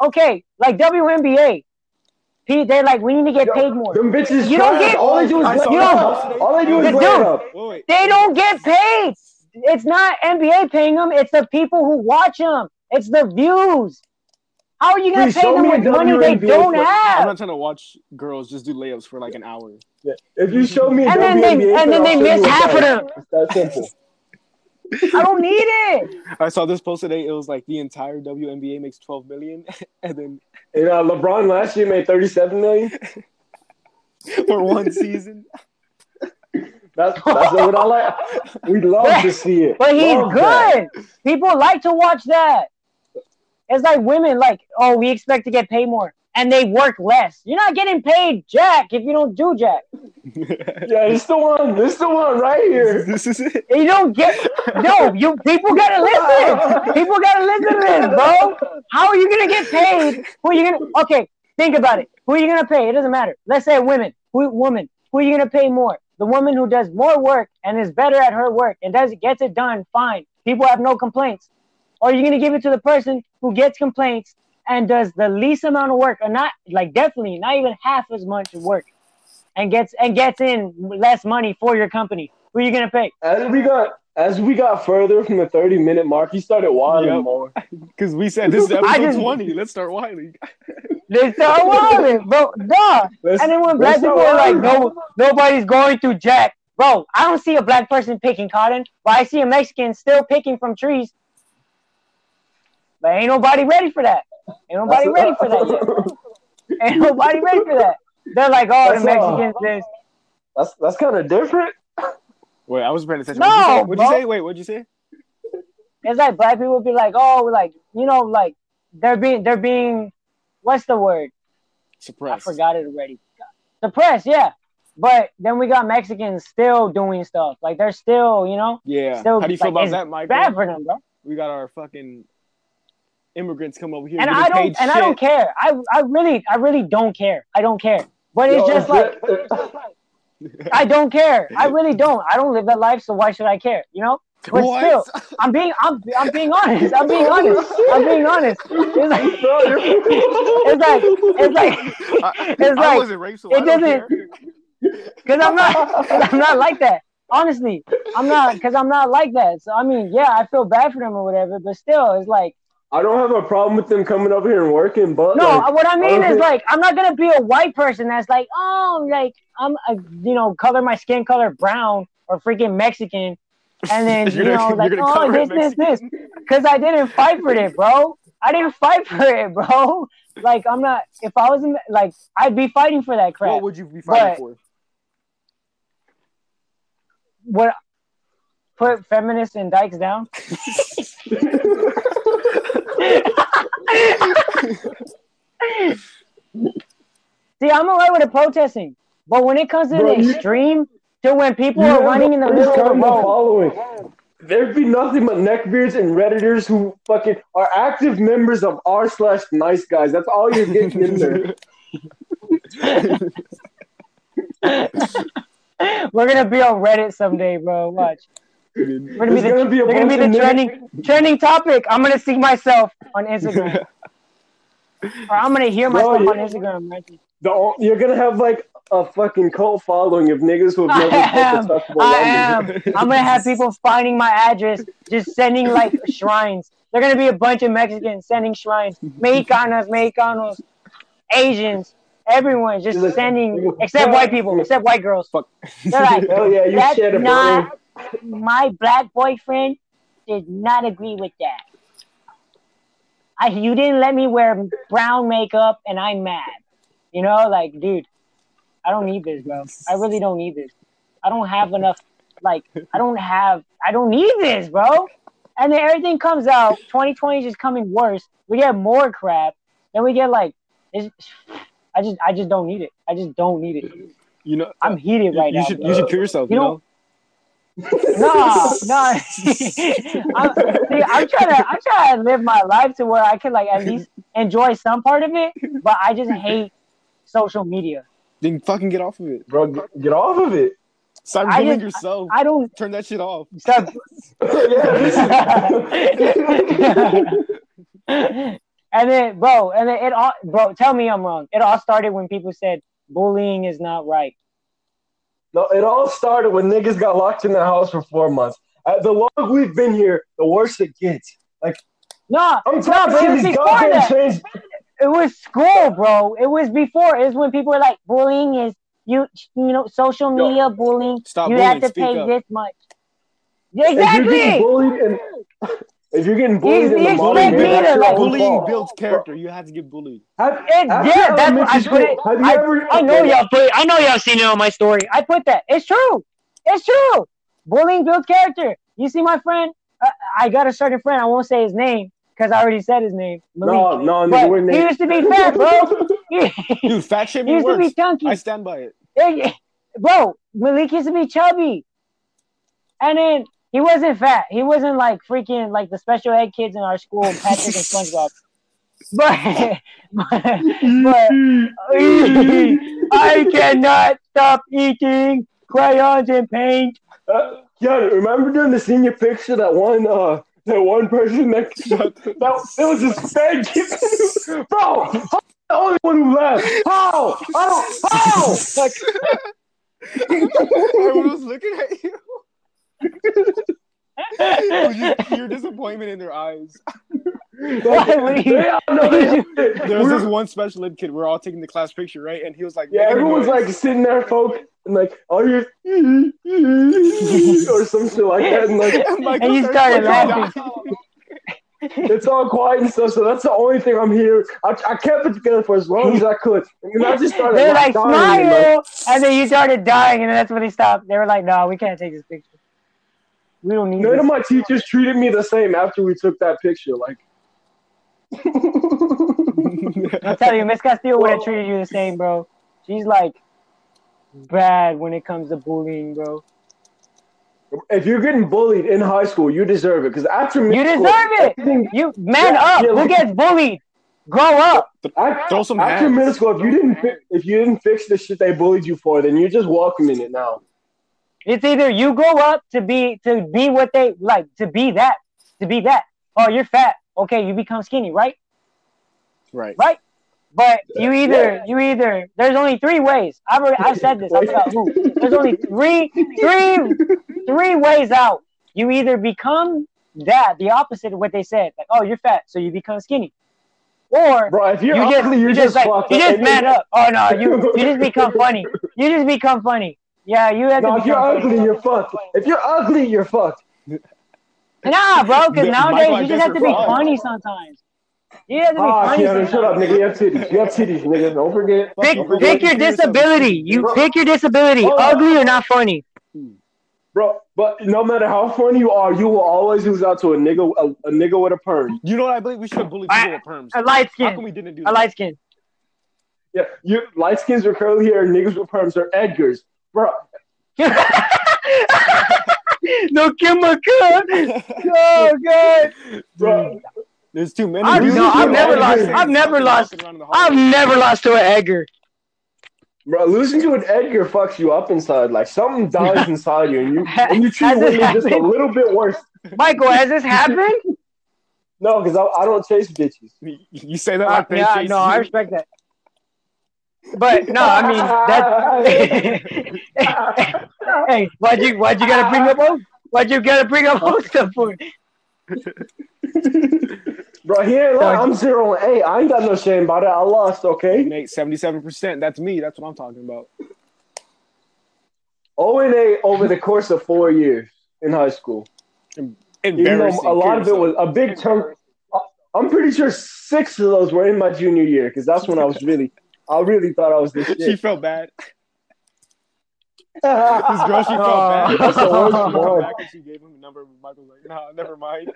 Speaker 3: okay, like WNBA. P, they're like, we need to get
Speaker 2: Yo,
Speaker 3: paid more.
Speaker 2: them bitches.
Speaker 3: You don't
Speaker 2: trash.
Speaker 3: get-
Speaker 2: all they do is
Speaker 1: I saw
Speaker 2: lay
Speaker 1: that
Speaker 2: up.
Speaker 1: today.
Speaker 2: All they do is
Speaker 3: Dude.
Speaker 2: lay up.
Speaker 1: Wait, wait.
Speaker 3: They don't get paid. It's not NBA paying them. It's the people who watch them. It's the views. How are you gonna
Speaker 2: Please
Speaker 3: pay
Speaker 2: show
Speaker 3: them
Speaker 2: me
Speaker 3: with
Speaker 2: a
Speaker 3: money they
Speaker 2: WNBA
Speaker 3: don't
Speaker 2: player.
Speaker 1: I'm
Speaker 3: have?
Speaker 1: not trying to watch girls just do layups for like an hour.
Speaker 2: If you show me, a
Speaker 3: And then they-
Speaker 2: WNBA
Speaker 3: and then
Speaker 2: player,
Speaker 3: they
Speaker 2: I'll show
Speaker 3: miss
Speaker 2: you a
Speaker 3: half of
Speaker 2: guy.
Speaker 3: them.
Speaker 2: It's that simple.
Speaker 3: I don't need it.
Speaker 1: I saw this post today. It was like the entire WNBA makes 12 million, (laughs) and then
Speaker 2: And uh, LeBron last year made thirty-seven million.
Speaker 1: for one season, (laughs)
Speaker 2: That's that's what I like. We love
Speaker 3: (laughs)
Speaker 2: to see it.
Speaker 3: But he's
Speaker 2: Love that.
Speaker 3: good. People like to watch that. It's like women, like, oh, we expect to get paid more, and they work less. You're not getting paid jack if you don't do jack.
Speaker 2: Yeah, it's the one. It's the one right here.
Speaker 1: this is it.
Speaker 3: You don't get no. You people gotta listen. People gotta listen to this, bro. How are you gonna get paid? Who are you gonna? Okay, think about it. Who are you gonna pay? It doesn't matter. Let's say women. Who woman? Who are you gonna pay more? The woman who does more work and is better at her work and does gets it done. Fine. People have no complaints. Or are you gonna give it to the person who gets complaints and does the least amount of work, or not like definitely not even half as much work, and gets and gets in less money for your company? Who are you gonna pay?
Speaker 2: As we got as we got further from the thirty minute mark, he started wilding
Speaker 1: Yep.
Speaker 2: more.
Speaker 1: Because we said this is episode
Speaker 3: just-
Speaker 1: 20. Let's start whining.
Speaker 2: (laughs)
Speaker 3: They start wilding, bro. Duh.
Speaker 2: Let's-
Speaker 3: And then when black
Speaker 2: let's
Speaker 3: people
Speaker 2: not
Speaker 3: are like,
Speaker 2: lie.
Speaker 3: no, nobody's going to jack, bro. I don't see a black person picking cotton, but I see a Mexican still picking from trees. But ain't nobody ready for that. Ain't nobody
Speaker 2: That's-
Speaker 3: ready for that
Speaker 2: (laughs)
Speaker 3: yet. Ain't nobody ready for that. They're like, oh, the
Speaker 2: That's all.
Speaker 3: Mexicans this.
Speaker 2: That's that's kind of different.
Speaker 1: Wait, I was paying attention.
Speaker 3: No,
Speaker 1: what'd you say? What'd you
Speaker 3: bro.
Speaker 1: say? Wait, what'd you say?
Speaker 3: It's like black people be like, oh, like you know, like they're being, they're being, what's the word? I
Speaker 1: Suppressed.
Speaker 3: forgot it already. The press, yeah. But then we got Mexicans still doing stuff. Like they're still, you know,
Speaker 1: Yeah.
Speaker 3: Still,
Speaker 1: How do you feel
Speaker 3: like,
Speaker 1: about
Speaker 3: it's
Speaker 1: that, Michael?
Speaker 3: bad for them, bro.
Speaker 1: We got our fucking immigrants come over here.
Speaker 3: and
Speaker 1: getting
Speaker 3: I
Speaker 1: paid
Speaker 3: don't and I
Speaker 1: shit.
Speaker 3: don't care. I I really I really don't care. I don't care. But it's
Speaker 2: Yo,
Speaker 1: (laughs)
Speaker 2: (laughs)
Speaker 3: just like I don't care. I really don't. I don't live that life, so why should I care? You know. But
Speaker 1: What?
Speaker 3: still, I'm being I'm I'm being honest. I'm being honest. I'm being honest. It's like
Speaker 2: Bro, you're-
Speaker 3: it's like it's like
Speaker 1: (laughs) I,
Speaker 3: it's
Speaker 1: I
Speaker 3: like
Speaker 1: wasn't raped, so
Speaker 3: it
Speaker 1: I don't
Speaker 3: doesn't-
Speaker 1: care.
Speaker 3: because I'm not cause I'm not like that. Honestly, I'm not because I'm not like that. So I mean, yeah, I feel bad for them or whatever. But still, it's like.
Speaker 2: I don't have a problem with them coming over here and working, but
Speaker 3: No,
Speaker 2: like,
Speaker 3: what I mean
Speaker 2: I don't
Speaker 3: is
Speaker 2: think-
Speaker 3: like I'm not gonna be a white person that's like, oh, like I'm, a, you know, color my skin color brown or freaking Mexican, and then
Speaker 1: (laughs)
Speaker 3: you
Speaker 1: You're gonna-
Speaker 3: know,
Speaker 1: you're
Speaker 3: like
Speaker 1: gonna
Speaker 3: oh,
Speaker 1: color
Speaker 3: this,
Speaker 1: it
Speaker 3: this, this, because I didn't fight for it, bro. I didn't fight for it, bro. (laughs) Like I'm not. If I was in, like, I'd be fighting for that crap.
Speaker 1: What would you be fighting
Speaker 3: But-
Speaker 1: for?
Speaker 3: What? Put feminists and dykes down. (laughs) See, I'm alright with the protesting, but when it comes to
Speaker 2: Bro,
Speaker 3: the
Speaker 2: you-
Speaker 3: extreme, to when people
Speaker 2: you
Speaker 3: are
Speaker 2: have
Speaker 3: running in the
Speaker 2: first
Speaker 3: middle of the
Speaker 2: time the
Speaker 3: road,
Speaker 2: following. There'd be nothing but neckbeards and redditors who fucking are active members of r slash nice guys. That's all you're getting in there.
Speaker 3: we're gonna be on Reddit someday, bro. Watch. We're gonna be
Speaker 2: There's
Speaker 3: the,
Speaker 2: gonna be a
Speaker 3: they're gonna be
Speaker 2: bunch
Speaker 3: the
Speaker 2: of
Speaker 3: trending trending topic. I'm gonna see myself on Instagram,
Speaker 2: (laughs)
Speaker 3: or I'm gonna hear
Speaker 2: Bro,
Speaker 3: myself
Speaker 2: you-
Speaker 3: on Instagram. Right?
Speaker 2: The, o- you're gonna have like a fucking cult following of niggas who have never
Speaker 3: I
Speaker 2: fucking
Speaker 3: am.
Speaker 2: touched
Speaker 3: I am.
Speaker 2: (laughs)
Speaker 3: I'm gonna have people finding my address, just sending like shrines. They're gonna be a bunch of Mexicans sending shrines, Mexicanas, Mexicanos, Asians, everyone just
Speaker 2: Like,
Speaker 3: sending, except white people, except white girls.
Speaker 1: Fuck.
Speaker 3: They're like,
Speaker 2: Hell yeah, you
Speaker 3: That's
Speaker 2: shed a
Speaker 3: not-
Speaker 2: burn.
Speaker 3: my black boyfriend did not agree with that. I, you didn't let me wear brown makeup, and I'm mad. You know, like, dude, I don't need this, bro. I really don't need this. I don't have enough. Like, I don't have. I don't need this, bro. And then everything comes out. 2020 is just coming worse. We get more crap. Then we get like, it's, I just, I just don't need it. I just don't need it.
Speaker 1: You know,
Speaker 3: I'm heated
Speaker 1: you,
Speaker 3: right
Speaker 1: you
Speaker 3: now.
Speaker 1: should
Speaker 3: bro.
Speaker 1: you should kill yourself.
Speaker 3: You
Speaker 1: You,
Speaker 3: know-
Speaker 1: know,
Speaker 3: No, no. (laughs) I'm, see, I'm trying to, I'm trying to live my life to where I can like at least enjoy some part of it, but I just hate social media.
Speaker 1: then fucking get off of it.
Speaker 2: Bro, get, get off of
Speaker 3: (laughs)
Speaker 2: it. (laughs)
Speaker 1: Stop
Speaker 3: I
Speaker 1: ruining
Speaker 3: didn't-
Speaker 1: yourself.
Speaker 3: I don't.
Speaker 1: Turn that shit off.
Speaker 3: Stop. and then, bro, and then it all, bro. Tell me I'm wrong. It all started when people said bullying is not right.
Speaker 2: No, it all started when niggas got locked in the house for four months. Uh, the longer we've been here, the worse it gets.
Speaker 3: No,
Speaker 2: I'm
Speaker 3: no,
Speaker 2: tired of
Speaker 3: but it
Speaker 2: seeing
Speaker 3: was
Speaker 2: these
Speaker 3: before
Speaker 2: goddamn
Speaker 3: that.
Speaker 2: trans.
Speaker 3: It was school, bro. It was before. It was when people were like, bullying is you, you know, social
Speaker 2: Yo,
Speaker 3: media bullying.
Speaker 1: Stop
Speaker 3: you
Speaker 1: bullying.
Speaker 3: have to
Speaker 1: Speak
Speaker 3: pay
Speaker 1: up.
Speaker 3: this much.
Speaker 2: If you're getting
Speaker 3: Exactly.
Speaker 2: bullied in, if you're getting bullied
Speaker 3: You-
Speaker 2: in the
Speaker 3: you
Speaker 2: modern
Speaker 3: expect
Speaker 2: day,
Speaker 3: me to,
Speaker 2: that's your
Speaker 3: like-
Speaker 2: own
Speaker 1: bullying
Speaker 2: fault.
Speaker 1: builds character. You have to get bullied.
Speaker 2: Have,
Speaker 3: It,
Speaker 2: have your
Speaker 3: yeah, that's
Speaker 2: elementary
Speaker 3: what I
Speaker 2: school-
Speaker 3: put it.
Speaker 2: Have you ever?
Speaker 3: I know
Speaker 2: okay,
Speaker 3: y'all put. I know y'all seen it on my story. I put that. It's true. It's true. Bullying builds character. You see my friend. Uh, I got a certain friend. I won't say his name because I already said his name. Malik.
Speaker 2: No, no, nigga,
Speaker 3: but
Speaker 2: we're
Speaker 3: he
Speaker 2: niggas.
Speaker 3: used
Speaker 2: (laughs)
Speaker 3: to be fat, bro. he
Speaker 1: Dude, fat
Speaker 3: (laughs)
Speaker 1: shaming
Speaker 3: used to be
Speaker 1: works.
Speaker 3: chunky.
Speaker 1: I stand by
Speaker 3: (laughs)
Speaker 1: it. (laughs)
Speaker 3: Yeah, bro, Malik used to be chubby. And then he wasn't fat. He wasn't like freaking like the special ed kids in
Speaker 2: (laughs)
Speaker 3: our school, Patrick and SpongeBob. But, (laughs) but,
Speaker 2: (laughs)
Speaker 3: but I cannot stop eating crayons and paint.
Speaker 2: Uh, yeah, remember during the senior picture that one uh that one person that that, that it was this fat kid, (laughs) bro. I'm the only one who left. How? I don't. How? Like,
Speaker 1: Everyone was looking at you. (laughs) It was just pure disappointment in their
Speaker 3: (laughs)
Speaker 1: eyes.
Speaker 2: like
Speaker 3: Why would you-
Speaker 2: they all know they did it.
Speaker 1: There was
Speaker 2: We're-
Speaker 1: this one special ed kid. We're all taking the class picture, right? And he was like,
Speaker 2: Yeah,
Speaker 1: making a
Speaker 2: everyone's
Speaker 1: noise. (laughs)
Speaker 2: like sitting there, folk, and like, oh, (laughs) you or some shit like that, and like,
Speaker 1: And Michael
Speaker 3: And you
Speaker 1: starts
Speaker 3: started
Speaker 1: fucking
Speaker 3: laughing.
Speaker 1: dying.
Speaker 2: it's all quiet and stuff. So that's the only thing I'm here. I, I kept it together for as long as I could, and I just started.
Speaker 3: They were like,
Speaker 2: dying, and, like,
Speaker 3: smile. And then you started dying, and that's when they stopped. They were like, no, we can't take this picture. We don't need
Speaker 2: None of
Speaker 3: this.
Speaker 2: my teachers treated me the same after we took that picture. Like,
Speaker 3: (laughs) I'll tell you, Miss Castillo would have
Speaker 2: Well-
Speaker 3: treated you the same, bro. She's like bad when it comes to bullying, bro.
Speaker 2: If you're getting bullied in high school, you deserve it. Because after middle
Speaker 3: You
Speaker 2: school,
Speaker 3: deserve it!
Speaker 2: everything-
Speaker 3: You man
Speaker 2: Yeah,
Speaker 3: up.
Speaker 2: yeah,
Speaker 3: Who
Speaker 2: like-
Speaker 3: gets bullied? Grow up.
Speaker 2: I-
Speaker 1: Throw some
Speaker 2: after
Speaker 1: hands.
Speaker 2: middle school, if you didn't fi- if you didn't fix the shit they bullied you for, then you're just welcoming it now.
Speaker 3: It's either you grow up to be to be what they like to be that to be that. Oh, you're fat. Okay, you become skinny, right?
Speaker 1: Right.
Speaker 3: Right. But you either you either there's only three ways. I've already I've said this. I forgot who. There's only three three three ways out. You either become that, the opposite of what they said. Like, oh, you're fat, so you become skinny. Or
Speaker 2: Bro, if you're
Speaker 3: you
Speaker 2: ugly,
Speaker 3: just, you
Speaker 2: you're
Speaker 3: just, like,
Speaker 2: fucked
Speaker 3: you just
Speaker 2: And
Speaker 3: man
Speaker 2: then-
Speaker 3: up. Oh no, you
Speaker 2: (laughs)
Speaker 3: you just become funny. You just become funny. Yeah, you have
Speaker 2: No,
Speaker 3: to
Speaker 2: if you're
Speaker 3: become
Speaker 2: ugly,
Speaker 3: funny.
Speaker 2: you're fucked. If you're ugly, you're fucked.
Speaker 3: Nah, bro, because
Speaker 1: The-
Speaker 3: nowadays
Speaker 1: Michael
Speaker 3: you just have to be
Speaker 1: identified.
Speaker 3: funny sometimes. You have to be
Speaker 2: Ah,
Speaker 3: funny
Speaker 2: Keanu,
Speaker 3: sometimes.
Speaker 2: shut up, nigga. You have titties. You have titties, nigga. Don't forget.
Speaker 3: Pick,
Speaker 1: Fucking
Speaker 3: pick your
Speaker 1: computer service.
Speaker 3: disability. You
Speaker 2: Bro.
Speaker 3: pick your disability.
Speaker 2: Hold on.
Speaker 3: Ugly or not funny.
Speaker 2: Bro, but no matter how funny you are, you will always lose out to a nigga, a, a nigga with a perm.
Speaker 1: You know what I believe? We should have bullied people with perms.
Speaker 3: A light
Speaker 1: How come
Speaker 3: skin.
Speaker 1: we didn't do
Speaker 3: A
Speaker 1: that?
Speaker 3: light skin.
Speaker 2: Yeah, you light skins with curly hair, niggas with perms are Edgars, bro.
Speaker 3: (laughs) no chemical. Oh god.
Speaker 2: Bro,
Speaker 1: There's too many.
Speaker 3: I-
Speaker 1: dudes
Speaker 2: no,
Speaker 1: with
Speaker 2: I've never
Speaker 1: perms.
Speaker 2: lost-
Speaker 3: I've never
Speaker 1: Walking
Speaker 3: lost-
Speaker 1: around the
Speaker 3: I've
Speaker 1: hallway.
Speaker 3: never lost to an Edgar.
Speaker 2: bro, losing to an Edgar fucks you up inside. Like something dies inside you, and you and you treat
Speaker 3: Has this
Speaker 2: women just a
Speaker 3: happened?
Speaker 2: little bit worse.
Speaker 3: Michael, has this happened?
Speaker 2: No, because I, I don't chase bitches.
Speaker 1: You- You say that
Speaker 3: Uh,
Speaker 1: like they
Speaker 3: yeah,
Speaker 1: chase
Speaker 3: no, I
Speaker 1: you.
Speaker 3: respect that. But no, I mean (laughs) that. hey, why'd you why'd you gotta bring up old? Why'd you gotta bring up old stuff for?
Speaker 2: Bro, here look, I'm zero and eight. I ain't got no shame about it. I lost, okay.
Speaker 1: Nate, seventy-seven percent. That's me. That's what I'm talking about.
Speaker 2: O and eight over the course of four years in high school. Even though
Speaker 1: Embarrassing.
Speaker 2: a lot of it
Speaker 1: Kill
Speaker 2: was a big chunk. I'm pretty sure six of those were in my junior year because that's when I was really, I really thought I was this
Speaker 1: yourself. She
Speaker 2: shit.
Speaker 1: felt (laughs) bad. This
Speaker 2: That's
Speaker 1: girl, she felt bad.
Speaker 2: That's the worst
Speaker 1: She came
Speaker 2: one.
Speaker 1: back and she gave him a number. and Michael's like, nah, never mind.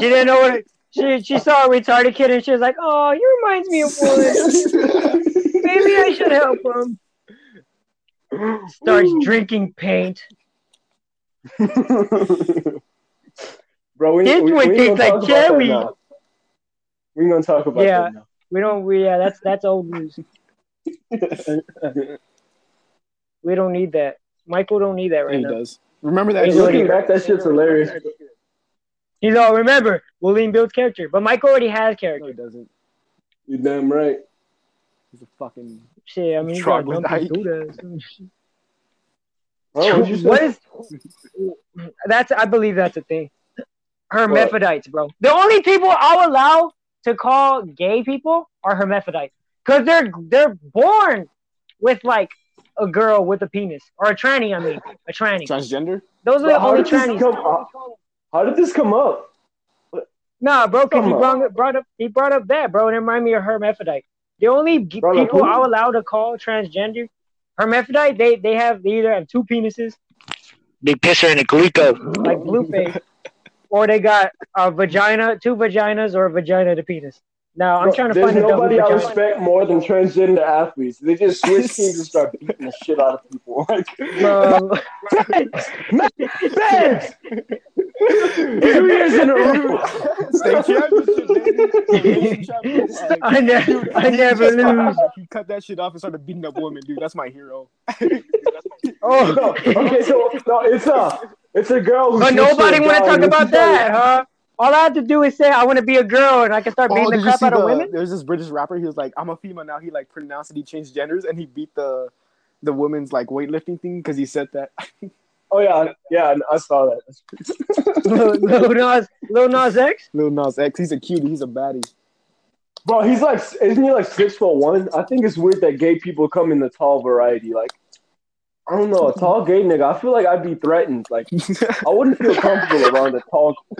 Speaker 3: She didn't know what. She she saw a retarded kid and she was like, "Oh, he reminds me of one. Maybe I should help him." Starts drinking paint.
Speaker 2: Bro, we,
Speaker 3: This
Speaker 2: we,
Speaker 3: one
Speaker 2: we ain't gonna
Speaker 3: tastes like
Speaker 2: talk about that
Speaker 3: cherry.
Speaker 2: now. We ain't gonna talk about
Speaker 3: Yeah.
Speaker 2: that now.
Speaker 3: We don't. We yeah. That's that's old news. we don't need that. Michael don't need that
Speaker 1: (laughs)
Speaker 3: right
Speaker 1: he
Speaker 3: now.
Speaker 1: does. Remember that.
Speaker 2: Hey,
Speaker 1: shit?
Speaker 2: looking back, that shit's hilarious.
Speaker 3: He's all remember. William builds character, but Michael already has character.
Speaker 1: No, he doesn't.
Speaker 2: You damn right.
Speaker 1: He's a fucking.
Speaker 3: Shit, I mean, you got
Speaker 1: Troglodyte.
Speaker 2: Huh, what'd you say?
Speaker 3: What is? That's I believe that's a thing. Hermaphrodites, bro. The only people I'll allow to call gay people are hermaphrodites because they're they're born with like a girl with a penis or a tranny. I mean, a tranny.
Speaker 1: Transgender?
Speaker 3: Those are
Speaker 2: Bro,
Speaker 3: the
Speaker 2: how,
Speaker 3: only
Speaker 2: did this
Speaker 3: trannies.
Speaker 2: come up? how did this come up?
Speaker 3: Nah, bro, because he
Speaker 2: Come on.
Speaker 3: brought, brought up he brought up that, bro, and it reminded me of hermaphrodite. The only g-
Speaker 2: Bro, like,
Speaker 3: people
Speaker 2: who-
Speaker 3: I'm allowed to call transgender hermaphrodite, they they have they either have two penises,
Speaker 6: Big pisser and a glico.
Speaker 3: like blueface,
Speaker 2: (laughs)
Speaker 3: or they got a vagina, two vaginas, or a vagina to penis. Now I'm
Speaker 2: Bro,
Speaker 3: trying to
Speaker 2: There's
Speaker 3: find a double
Speaker 2: nobody I
Speaker 3: vagina.
Speaker 2: respect more than transgender athletes. They
Speaker 3: (laughs)
Speaker 2: just switch teams and start beating the shit out of people. Like,
Speaker 3: Bro,
Speaker 2: (laughs) babes! (laughs) Two years in a
Speaker 3: (laughs)
Speaker 2: row.
Speaker 1: (laughs) Stay (laughs)
Speaker 3: (laughs) I, ne- I (laughs) never lose.
Speaker 1: He cut that shit off and started beating up women, dude. That's my hero.
Speaker 2: Oh, no. okay. So no, it's a it's a girl. Who
Speaker 3: But
Speaker 2: switched
Speaker 3: nobody
Speaker 2: to a
Speaker 3: want to
Speaker 2: guy
Speaker 3: talk
Speaker 2: and
Speaker 3: about
Speaker 2: she started-
Speaker 3: that, huh? All I have to do is say I want to be a girl, and I can
Speaker 2: Oh,
Speaker 3: start beating
Speaker 1: Oh,
Speaker 3: the crap out of women. (laughs)
Speaker 1: There's this British rapper. He was like, "I'm a female now." He like pronounced it. He changed genders and he beat the the women's like weightlifting thing because he said
Speaker 3: (laughs)
Speaker 1: that.
Speaker 2: Oh yeah, yeah. I saw that.
Speaker 3: Lil Lil Nas, Lil Nas X.
Speaker 1: Lil Nas X, he's a cutie. He's a
Speaker 2: (laughs)
Speaker 1: baddie.
Speaker 2: Bro, he's like, isn't he like six foot one? I think it's weird that gay people come in the tall variety. Like, I don't know, a tall gay nigga. I feel like I'd be threatened. Like, I wouldn't feel comfortable around a tall. (laughs)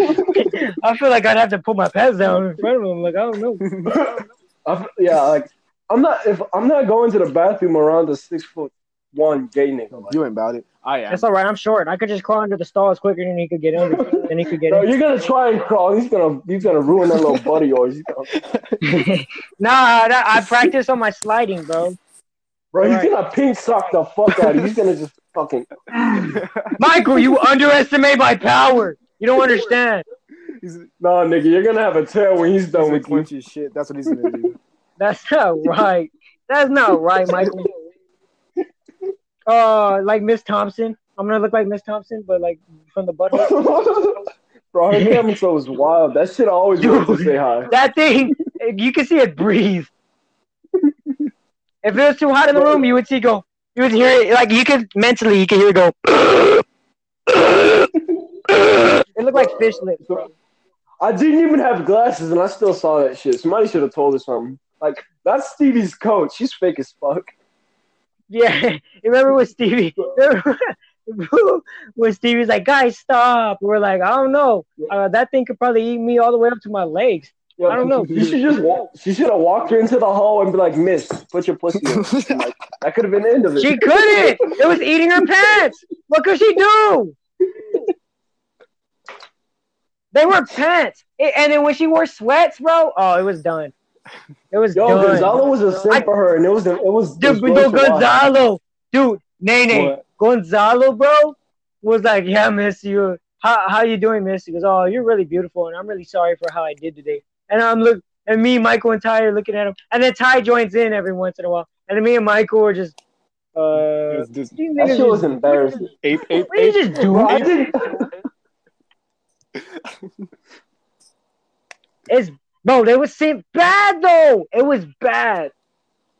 Speaker 3: I feel like I'd have to put my pants down in front of him. Like I don't know.
Speaker 2: I f yeah, like I'm not if I'm not going to the bathroom around a six foot one gay nigga. Like,
Speaker 1: You ain't about it. I am.
Speaker 3: That's all right. I'm short. I could just crawl under the stalls quicker than he could get under. Than he could get
Speaker 2: bro,
Speaker 3: in.
Speaker 2: you're gonna try and crawl. He's gonna he's gonna ruin that little buddy of yours. He's gonna-
Speaker 3: nah, nah, I practice on my sliding, bro.
Speaker 2: bro, he's
Speaker 3: Right.
Speaker 2: gonna pink sock the fuck out of you. He's gonna just fucking.
Speaker 1: (laughs)
Speaker 3: Michael, you underestimate my power. You don't understand.
Speaker 1: He's,
Speaker 2: No, nigga, you're gonna have a tail when he's
Speaker 1: he's
Speaker 2: done
Speaker 1: gonna
Speaker 2: with you.
Speaker 1: clench his shit. That's what he's gonna (laughs) do.
Speaker 3: That's not right. That's not right, Michael. Uh, like Miss Thompson. I'm gonna look like Miss Thompson, but like from the butthole.
Speaker 2: (laughs) Bro, her ham show was wild. That shit always wanted to say hi.
Speaker 3: That thing, you can see it breathe. If it was too hot in the room, you would see it go. You would hear it like you could mentally, you could hear it go. It looked like fish lips. bro.
Speaker 2: I didn't even have glasses, and I still saw that shit. Somebody should have told her something. Like that's Stevie's coach. She's fake as fuck.
Speaker 3: Yeah, remember when Stevie? Remember when Stevie's like, "Guys, stop!" We're like, "I don't know. Uh, that thing could probably eat me all the way up to my legs."
Speaker 2: Yo,
Speaker 3: I don't know.
Speaker 2: You should just walk. She should have walked her into the hall and be like, "Miss, put your pussy."
Speaker 3: (laughs)
Speaker 2: in." Like, that could have been the end of it.
Speaker 3: She couldn't. It was eating her pants. What could she do? They were pants, It- and then when she wore sweats, bro, oh, it was done. It was
Speaker 2: Yo,
Speaker 3: done.
Speaker 2: Gonzalo was a simp
Speaker 3: I-
Speaker 2: for her, and it was it was. it
Speaker 3: Dude,
Speaker 2: was gross
Speaker 3: yo,
Speaker 2: to watch.
Speaker 3: Gonzalo, dude, Nene,
Speaker 1: What?
Speaker 3: Gonzalo, bro, was like, yeah, miss you. How how you doing, miss? He goes, oh, you're really beautiful, and I'm really sorry for how I did today. And I'm look, and me, Michael, and Ty are looking at him, and then Ty joins in every once in a while, and then me and Michael are just, uh,
Speaker 1: Just- just
Speaker 3: these
Speaker 2: That
Speaker 3: niggas
Speaker 2: shit was
Speaker 3: just-
Speaker 2: embarrassing.
Speaker 1: ape, ape,
Speaker 3: What
Speaker 1: ape.
Speaker 3: did you just do?
Speaker 2: Bro, I didn't.
Speaker 3: It's bro, they was saying bad though. It was bad.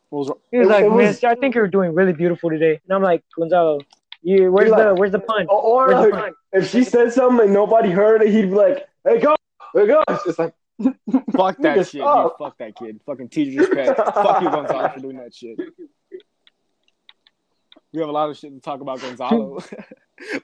Speaker 1: What was wrong?
Speaker 3: He was
Speaker 2: It-
Speaker 3: like,
Speaker 2: it was-
Speaker 3: miss, I think you're doing really beautiful today. And I'm like, Gonzalo, you where's
Speaker 2: You're
Speaker 3: the
Speaker 2: like- Oh,
Speaker 3: where's the pun?
Speaker 2: Or
Speaker 3: Where's the
Speaker 2: like,
Speaker 3: pun?
Speaker 2: if she said something and nobody heard it, he'd be like, "Hey, go, hey, go!" It's just like,
Speaker 1: Fuck that
Speaker 2: Nigga,
Speaker 1: shit.
Speaker 2: stop.
Speaker 1: dude. Fuck that kid. Fucking teacher just passed. Fuck you, Gonzalo, for doing that shit. We have a lot of shit to talk about
Speaker 2: (laughs)
Speaker 1: Gonzalo. Fuck,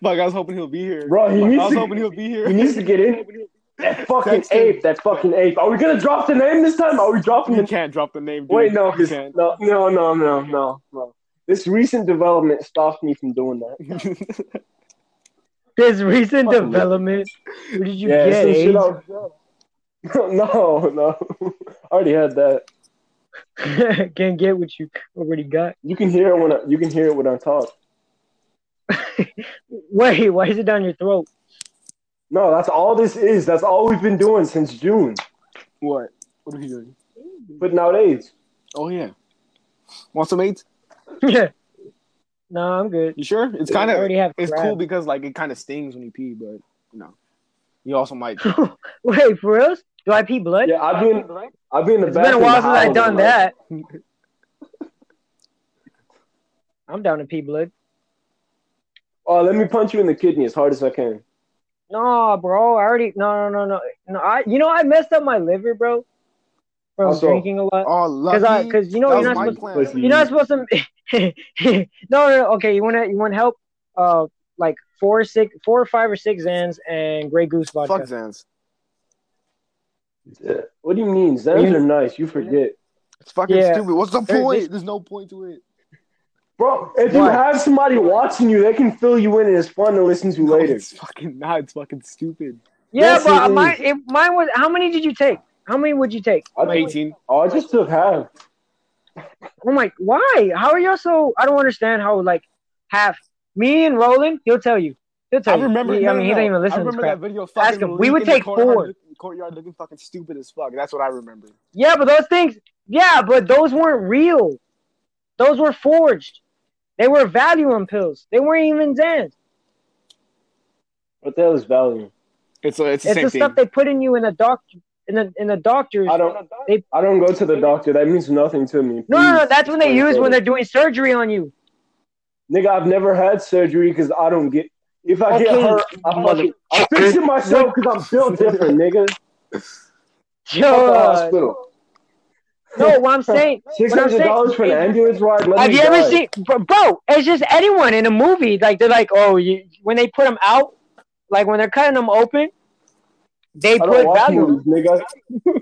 Speaker 1: I was hoping he'll be here.
Speaker 2: bro, he
Speaker 1: Fuck, I
Speaker 2: needs
Speaker 1: was
Speaker 2: to,
Speaker 1: hoping he'll be
Speaker 2: he
Speaker 1: here.
Speaker 2: needs to get in. That fucking
Speaker 1: Text him.
Speaker 2: ape, that fucking ape. Are we gonna drop the name this time? Are we
Speaker 1: (laughs)
Speaker 2: dropping
Speaker 1: You
Speaker 2: the?
Speaker 1: can't drop the name. Dude.
Speaker 2: Wait, no,
Speaker 1: you
Speaker 2: 'cause-
Speaker 1: can't.
Speaker 2: no, no, no, no, no, no. This recent development stopped me from doing that.
Speaker 3: This recent
Speaker 2: Fucking-
Speaker 3: development. Where did you
Speaker 2: Yeah,
Speaker 3: get
Speaker 2: some shit
Speaker 3: AIDS?
Speaker 2: I- (laughs) no, no, (laughs) I already had that.
Speaker 3: (laughs) Can't get what you already got.
Speaker 2: You can hear it when I, you can hear it when I talk.
Speaker 3: Wait, (laughs) why is it down your throat?
Speaker 2: No, that's all this is. That's all we've been doing since June.
Speaker 1: What? What are you doing?
Speaker 2: Putting out AIDS.
Speaker 1: Oh yeah. Want some AIDS?
Speaker 3: Yeah. no, I'm good.
Speaker 1: You sure? It's
Speaker 3: I
Speaker 1: kind of.
Speaker 3: already have
Speaker 1: It's
Speaker 3: crab.
Speaker 1: cool because like it kind of stings when you pee, but you know, you also might.
Speaker 3: Wait, for real? Do I pee blood?
Speaker 2: Yeah, I've been I've been in the
Speaker 3: It's been a
Speaker 2: bathroom
Speaker 3: while since I've
Speaker 2: howling,
Speaker 3: done
Speaker 2: bro.
Speaker 3: that.
Speaker 2: (laughs)
Speaker 3: I'm down to pee blood.
Speaker 2: Oh, let me punch you in the kidney as hard as I can.
Speaker 3: No, bro. I already no no no no no. I you know I messed up my liver, bro, from
Speaker 2: How so?
Speaker 3: drinking a lot.
Speaker 1: Oh,
Speaker 3: Cause I
Speaker 1: lucky.
Speaker 3: because you know
Speaker 1: that
Speaker 3: you're
Speaker 1: was
Speaker 3: not
Speaker 1: my
Speaker 3: supposed
Speaker 1: plan.
Speaker 2: Listen,
Speaker 3: you're not supposed to. (laughs) no, no no okay. You wanna you wanna help? Uh, like four six four or five or six Zans and Grey Goose
Speaker 1: Fuck
Speaker 3: vodka.
Speaker 1: Zans.
Speaker 2: What do you mean? Zans are nice. You forget,
Speaker 1: It's fucking
Speaker 3: Yeah.
Speaker 1: stupid. What's the
Speaker 3: There-
Speaker 1: point? There's no point to it.
Speaker 2: bro. If you
Speaker 3: Why?
Speaker 2: have somebody watching you, they can fill you in, and it's fun to listen to
Speaker 1: No, (laughs)
Speaker 2: later.
Speaker 1: it's fucking not. It's fucking stupid.
Speaker 3: Yeah,
Speaker 2: Yes,
Speaker 3: but
Speaker 2: it
Speaker 3: mine
Speaker 2: is.
Speaker 3: if mine was how many did you take? How many would you take?
Speaker 2: I,
Speaker 1: I'm 18.
Speaker 2: oh, I just took half.
Speaker 3: I'm like, why? How are y'all so? I don't understand how like half me and Roland. He'll tell you. He'll
Speaker 1: I
Speaker 3: tell
Speaker 1: remember.
Speaker 3: you. He-
Speaker 1: no,
Speaker 3: I mean,
Speaker 1: no,
Speaker 3: he
Speaker 1: no.
Speaker 3: didn't even listen
Speaker 1: I
Speaker 3: to this
Speaker 1: remember
Speaker 3: crap.
Speaker 1: that video. Fucking
Speaker 3: him, we
Speaker 1: leak
Speaker 3: would
Speaker 1: in the
Speaker 3: take
Speaker 1: courtyard,
Speaker 3: four.
Speaker 1: look- Courtyard looking fucking stupid as fuck. That's what I remember.
Speaker 3: Yeah, but those things. Yeah, but those weren't real. Those were forged. They were Valium pills. They weren't even Zans.
Speaker 2: What the hell is Valium?
Speaker 1: It's it's the
Speaker 3: It's
Speaker 1: same
Speaker 3: the
Speaker 1: thing.
Speaker 3: stuff they put in you in the doctor in the in the doctors.
Speaker 2: I don't. I don't go to the doctor. That means nothing to me.
Speaker 3: No, no, no.
Speaker 2: Please
Speaker 3: That's when they
Speaker 2: explain
Speaker 3: use when
Speaker 2: further.
Speaker 3: they're doing surgery
Speaker 2: (laughs)
Speaker 3: on you.
Speaker 2: Nigga, I've never had surgery because I don't get. If I get
Speaker 3: Okay,
Speaker 2: hurt, I fucking. I fix it myself because I'm built different, nigga. Fuck the
Speaker 3: Yo,
Speaker 2: hospital.
Speaker 3: no, what I'm
Speaker 2: (laughs)
Speaker 3: saying.
Speaker 2: Six
Speaker 3: what I'm
Speaker 2: hundred dollars
Speaker 3: saying-
Speaker 2: for an ambulance ride. Let
Speaker 3: Have
Speaker 2: me
Speaker 3: you ever
Speaker 2: die.
Speaker 3: seen, bro, bro? It's just anyone in a movie. Like they're like, oh, you, when they put them out, like when they're cutting them open, they
Speaker 2: I
Speaker 3: put
Speaker 2: don't watch
Speaker 3: Valium.
Speaker 2: movies, nigga.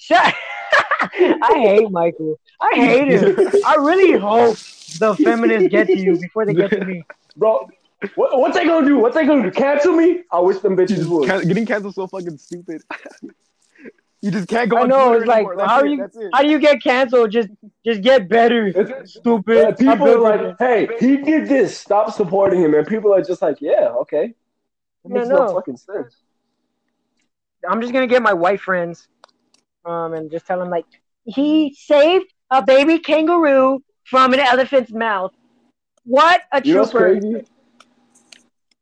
Speaker 3: Shut. (laughs) I hate Michael.
Speaker 2: (laughs)
Speaker 3: I hate him. I really hope the feminists (laughs) get to you before they get to me.
Speaker 2: Bro, what, what they gonna do? What they gonna do? Cancel me? I wish them bitches
Speaker 1: Jesus,
Speaker 2: would.
Speaker 1: can- getting canceled so fucking stupid. (laughs) you just can't go.
Speaker 3: I
Speaker 1: on
Speaker 3: know,
Speaker 1: Twitter
Speaker 3: it's like,
Speaker 1: anymore. That's
Speaker 3: how
Speaker 1: it,
Speaker 3: you-
Speaker 1: That's it.
Speaker 3: How do you get canceled? Just Just get better,
Speaker 2: It's-
Speaker 3: stupid.
Speaker 2: but people are like, hey, he did this. Stop supporting him. And people are just like, yeah, okay. That
Speaker 3: No,
Speaker 2: makes no,
Speaker 3: no.
Speaker 2: fucking sense.
Speaker 3: I'm just gonna get my white friends, um, and just tell them like he saved a baby kangaroo from an elephant's mouth. What a
Speaker 2: You know what's
Speaker 3: trooper!
Speaker 2: crazy?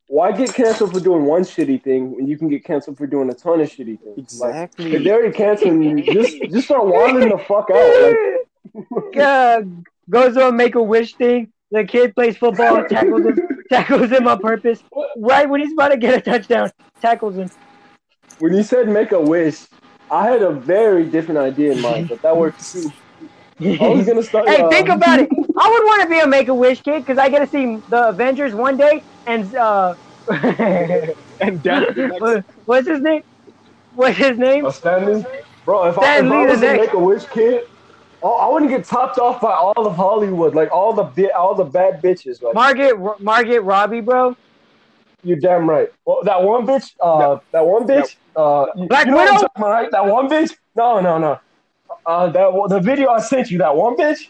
Speaker 2: Why get canceled for doing one shitty thing when you can get canceled for doing a ton of shitty things? Like, if
Speaker 1: Exactly.
Speaker 2: they already canceling you, just just
Speaker 3: (laughs)
Speaker 2: start wilding the fuck out. Like,
Speaker 3: uh, goes on make a wish thing. The kid plays football, tackles him, tackles him on purpose. Right when he's about to get a touchdown, tackles him.
Speaker 2: when you said make a wish, I had a very different idea in mind, but that worked too. I was
Speaker 3: hey,
Speaker 2: gonna start. uh,
Speaker 3: think about it. I would want to be a Make a Wish kid because I get to see the Avengers one day and uh,
Speaker 1: And
Speaker 3: (laughs)
Speaker 1: death. the next-
Speaker 3: what- what's his name? What's his name?
Speaker 2: Uh, Stanley, bro. If I,
Speaker 3: Stan Lee
Speaker 2: if I
Speaker 3: the
Speaker 2: was a
Speaker 3: next-
Speaker 2: Make a Wish kid, I, I wouldn't get topped off by all of Hollywood, like all the bi- all the bad bitches. Like
Speaker 3: Margaret Margaret Robbie, bro.
Speaker 2: you're damn right. Well, that one bitch, uh, that one bitch, uh, you-
Speaker 3: Black
Speaker 2: you know what I'm
Speaker 3: Widow?
Speaker 2: talking about, right? That one bitch. No, no, no. Uh, that one- the video I sent you, that one bitch.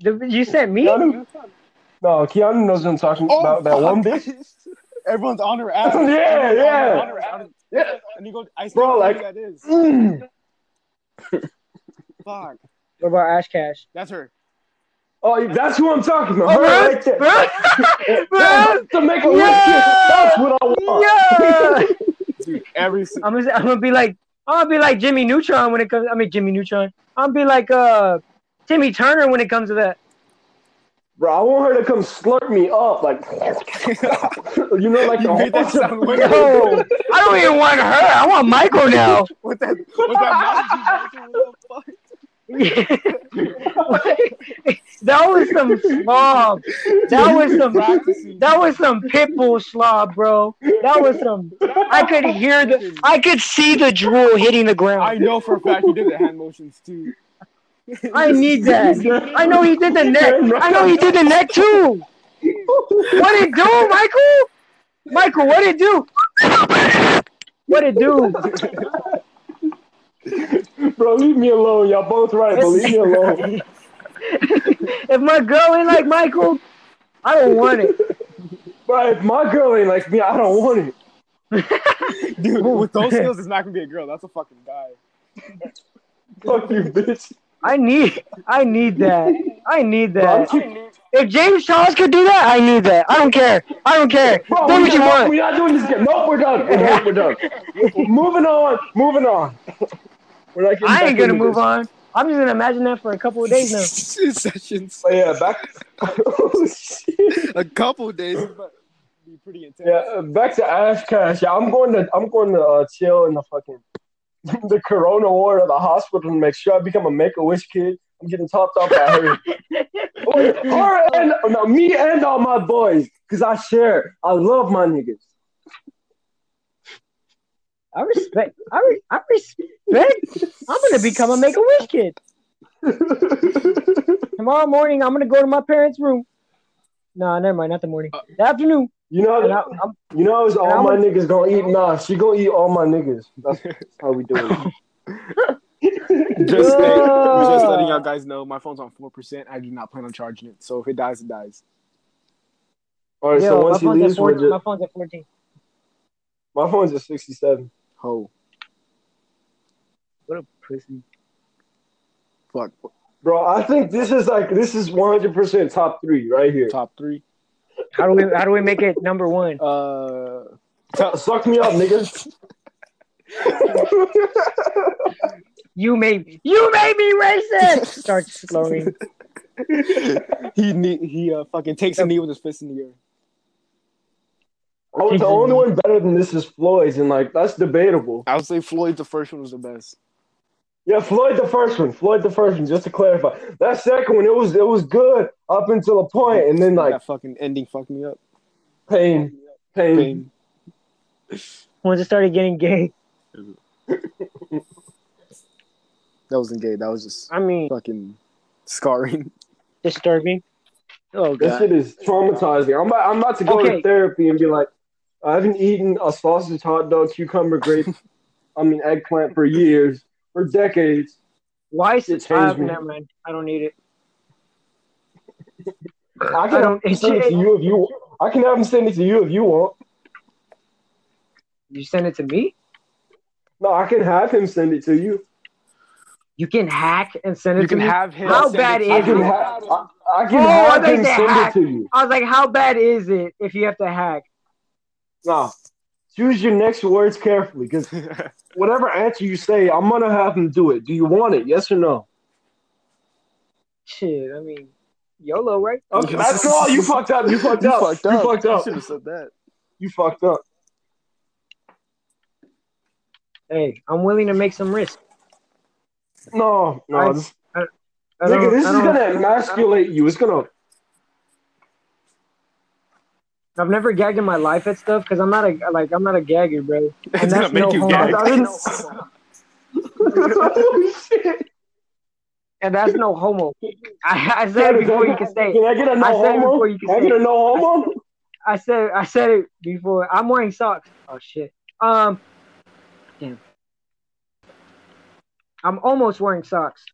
Speaker 3: The- You sent me.
Speaker 2: Keanu, no, Keanu knows what I'm talking about. That
Speaker 1: Oh, fuck.
Speaker 2: one bitch. (laughs)
Speaker 1: (laughs) Everyone's on her ass.
Speaker 2: Yeah,
Speaker 1: Everyone's on her-
Speaker 2: yeah.
Speaker 1: on her ass.
Speaker 2: Yeah.
Speaker 1: And you go, I
Speaker 2: Bro,
Speaker 1: still
Speaker 2: like-
Speaker 1: who that
Speaker 2: (laughs)
Speaker 1: is.
Speaker 2: Mm.
Speaker 1: Fuck.
Speaker 3: What about Ash Cash?
Speaker 1: That's her.
Speaker 2: Oh, that's who I'm talking about.
Speaker 3: Oh,
Speaker 2: Her
Speaker 3: Bruce?
Speaker 2: right there.
Speaker 3: Bruce? Bruce?
Speaker 2: That's the make a wish.
Speaker 3: Yeah.
Speaker 2: That's what I want. (laughs)
Speaker 3: Yeah.
Speaker 1: Dude, every si-
Speaker 3: I'm gonna, I'm gonna be like I'm gonna be like Jimmy Neutron when it comes. I mean Jimmy Neutron. I'm gonna be like uh Timmy Turner when it comes to that.
Speaker 2: Bro, I want her to come slurp me up, like (laughs) you know, like
Speaker 1: You
Speaker 2: the
Speaker 1: made that sound
Speaker 3: Yo,
Speaker 1: way
Speaker 2: (laughs)
Speaker 3: I don't even want her. I want
Speaker 6: (laughs)
Speaker 3: Michael now.
Speaker 1: with
Speaker 2: (laughs)
Speaker 1: that with that mouse you mentioned, what the fuck?
Speaker 3: that was (laughs) some slob. That was some.
Speaker 2: (laughs)
Speaker 1: Practicing.
Speaker 3: That was some pitbull slob, bro. That was some. I could hear the. I could see the drool hitting the
Speaker 1: I
Speaker 3: ground.
Speaker 1: know for a fact you did the hand motions too.
Speaker 3: I (laughs) need that.
Speaker 2: (laughs)
Speaker 3: I know he did the neck. I know he did the neck too. What it do, Michael? Michael, what it do? What it do?
Speaker 2: Bro, leave me alone. Y'all both right, but
Speaker 3: (laughs)
Speaker 2: leave me alone.
Speaker 3: If my girl ain't like Michael, I don't want it.
Speaker 2: Bro, if my girl ain't like me, I don't want it.
Speaker 1: Dude, with
Speaker 2: (laughs)
Speaker 1: those skills, it's not gonna be a girl. That's a fucking guy.
Speaker 2: Fuck you, bitch.
Speaker 3: I need. I need that. I need
Speaker 2: Bro, I'm
Speaker 3: that.
Speaker 2: keep-
Speaker 3: If James Charles could do that, I need that. I don't care. I don't care.
Speaker 2: Bro,
Speaker 3: do
Speaker 2: we
Speaker 3: what you
Speaker 2: not-
Speaker 3: want.
Speaker 2: We're not doing this again. Nope, we're done. We're done. We're done.
Speaker 3: (laughs)
Speaker 2: moving on. Moving on. (laughs) We're not getting
Speaker 3: I
Speaker 2: back
Speaker 3: ain't gonna
Speaker 2: into
Speaker 3: move
Speaker 2: this.
Speaker 3: on. I'm just gonna imagine that for a couple
Speaker 1: (laughs)
Speaker 3: of days now.
Speaker 1: Sessions.
Speaker 2: But yeah, back. (laughs) Oh, shit.
Speaker 1: A couple days, but be pretty intense.
Speaker 2: Yeah, uh, back to Ash Cash. Yeah, I'm going to I'm going to uh, chill in the fucking (laughs) the Corona ward of the hospital and make sure I become a Make a Wish kid. I'm getting topped off by
Speaker 3: (laughs)
Speaker 2: her. or, or- and no, me and all my boys, cause I share. I love my niggas.
Speaker 3: I respect. I, re- I respect. I'm gonna become a Make a Wish kid. (laughs) Tomorrow morning, I'm gonna go to my parents' room. Nah, never mind. Not the morning. The afternoon.
Speaker 2: You know,
Speaker 3: And I,
Speaker 2: how
Speaker 3: I'm,
Speaker 2: you know, it's
Speaker 3: and
Speaker 2: all
Speaker 3: I'm
Speaker 2: my
Speaker 3: a-
Speaker 2: niggas gonna eat. Nah, she gonna eat all my niggas. That's how we do
Speaker 3: (laughs)
Speaker 2: it.
Speaker 1: Just, saying-
Speaker 3: Yeah.
Speaker 1: just letting y'all guys know, my phone's on four percent. I do not plan on charging it. So if it dies, it dies.
Speaker 2: All right, so
Speaker 3: yo, my
Speaker 2: once you
Speaker 3: phone's,
Speaker 2: leave,
Speaker 3: at 14, my
Speaker 2: my,
Speaker 3: phone's at 14.
Speaker 2: my phone's at sixty-seven.
Speaker 1: Ho,
Speaker 3: What a pussy.
Speaker 1: fuck.
Speaker 2: Bro, I think this is like this is one hundred percent top three right here.
Speaker 1: Top three.
Speaker 3: How do we? How do we make it number one?
Speaker 1: (laughs) Uh,
Speaker 2: Suck me up, nigga.
Speaker 3: You made. You made me (laughs) racist. Starts slurring.
Speaker 1: he knee, he uh fucking takes a knee with his fist in the air.
Speaker 2: I was the only one better than this is Floyd's, and like that's debatable.
Speaker 1: I would say Floyd the first one was the best.
Speaker 2: Yeah, Floyd the first one, Floyd the first one. Just to clarify, that second one it was it was good up until a point, and then like
Speaker 1: that fucking ending fucked me up.
Speaker 2: pain, pain.
Speaker 1: Pain.
Speaker 3: Once it started getting gay,
Speaker 1: That wasn't gay. That was just
Speaker 3: I mean,
Speaker 1: fucking scarring.
Speaker 3: disturbing. Oh
Speaker 2: This
Speaker 3: god.
Speaker 2: shit is traumatizing. I'm about, I'm about to go
Speaker 3: Okay.
Speaker 2: to therapy and be like, I haven't eaten a (laughs) sausage, hot dog, cucumber, grape, I mean eggplant for years, for decades.
Speaker 3: Why is
Speaker 2: It
Speaker 3: it?
Speaker 2: changed
Speaker 3: Uh,
Speaker 2: me.
Speaker 3: never mind. I don't need it.
Speaker 2: I
Speaker 3: I
Speaker 2: can
Speaker 3: don't-
Speaker 2: send
Speaker 3: (laughs)
Speaker 2: it to you if you. I can have him send it to you if you want.
Speaker 3: You send it to me.
Speaker 2: No, I can have him send it to you.
Speaker 3: You can hack and send it
Speaker 1: You
Speaker 3: to
Speaker 1: can
Speaker 3: me.
Speaker 1: have him.
Speaker 3: How
Speaker 1: send
Speaker 3: bad
Speaker 1: it to
Speaker 2: I
Speaker 3: is
Speaker 1: you.
Speaker 2: can
Speaker 3: it?
Speaker 2: have. I, I can
Speaker 3: Oh, I
Speaker 2: have
Speaker 3: thought you
Speaker 2: him
Speaker 3: said
Speaker 2: send
Speaker 3: hack.
Speaker 2: it to you.
Speaker 3: I was like, how bad is it if you have to hack?
Speaker 2: No, choose your next words carefully because
Speaker 1: (laughs)
Speaker 2: whatever answer you say, I'm gonna have him do it. Do you want it? Yes or no?
Speaker 3: Shit, I mean, YOLO, right?
Speaker 2: Okay, that's all. You fucked up. You
Speaker 1: (laughs)
Speaker 2: fucked
Speaker 1: You
Speaker 2: up.
Speaker 1: fucked
Speaker 2: You
Speaker 1: up.
Speaker 2: fucked
Speaker 1: You
Speaker 2: up.
Speaker 1: should have said that.
Speaker 2: You fucked up.
Speaker 3: Hey, I'm willing to make some risk.
Speaker 2: No, no,
Speaker 3: I-
Speaker 2: this,
Speaker 3: I
Speaker 2: nigga,
Speaker 3: don't-
Speaker 2: this
Speaker 3: I
Speaker 2: is
Speaker 3: don't-
Speaker 2: gonna emasculate you. It's gonna.
Speaker 3: I've never gagged in my life at stuff because I'm not a like I'm not a gagger, bro.
Speaker 6: It's
Speaker 3: And
Speaker 6: gonna
Speaker 3: that's
Speaker 6: make
Speaker 3: no
Speaker 6: you
Speaker 3: homo.
Speaker 2: I,
Speaker 6: gag.
Speaker 2: I didn't.
Speaker 1: (laughs)
Speaker 2: oh shit!
Speaker 3: (laughs) And that's no homo. I, I said
Speaker 2: Can
Speaker 3: it
Speaker 2: I-
Speaker 3: before you could say it.
Speaker 2: Can I get a no
Speaker 3: I said it
Speaker 2: homo?
Speaker 3: before you could
Speaker 2: Can I
Speaker 3: say
Speaker 2: get
Speaker 3: it.
Speaker 2: a no homo?
Speaker 3: (laughs) I said I said it before. I'm wearing socks. Oh shit. Um, damn. I'm almost wearing socks.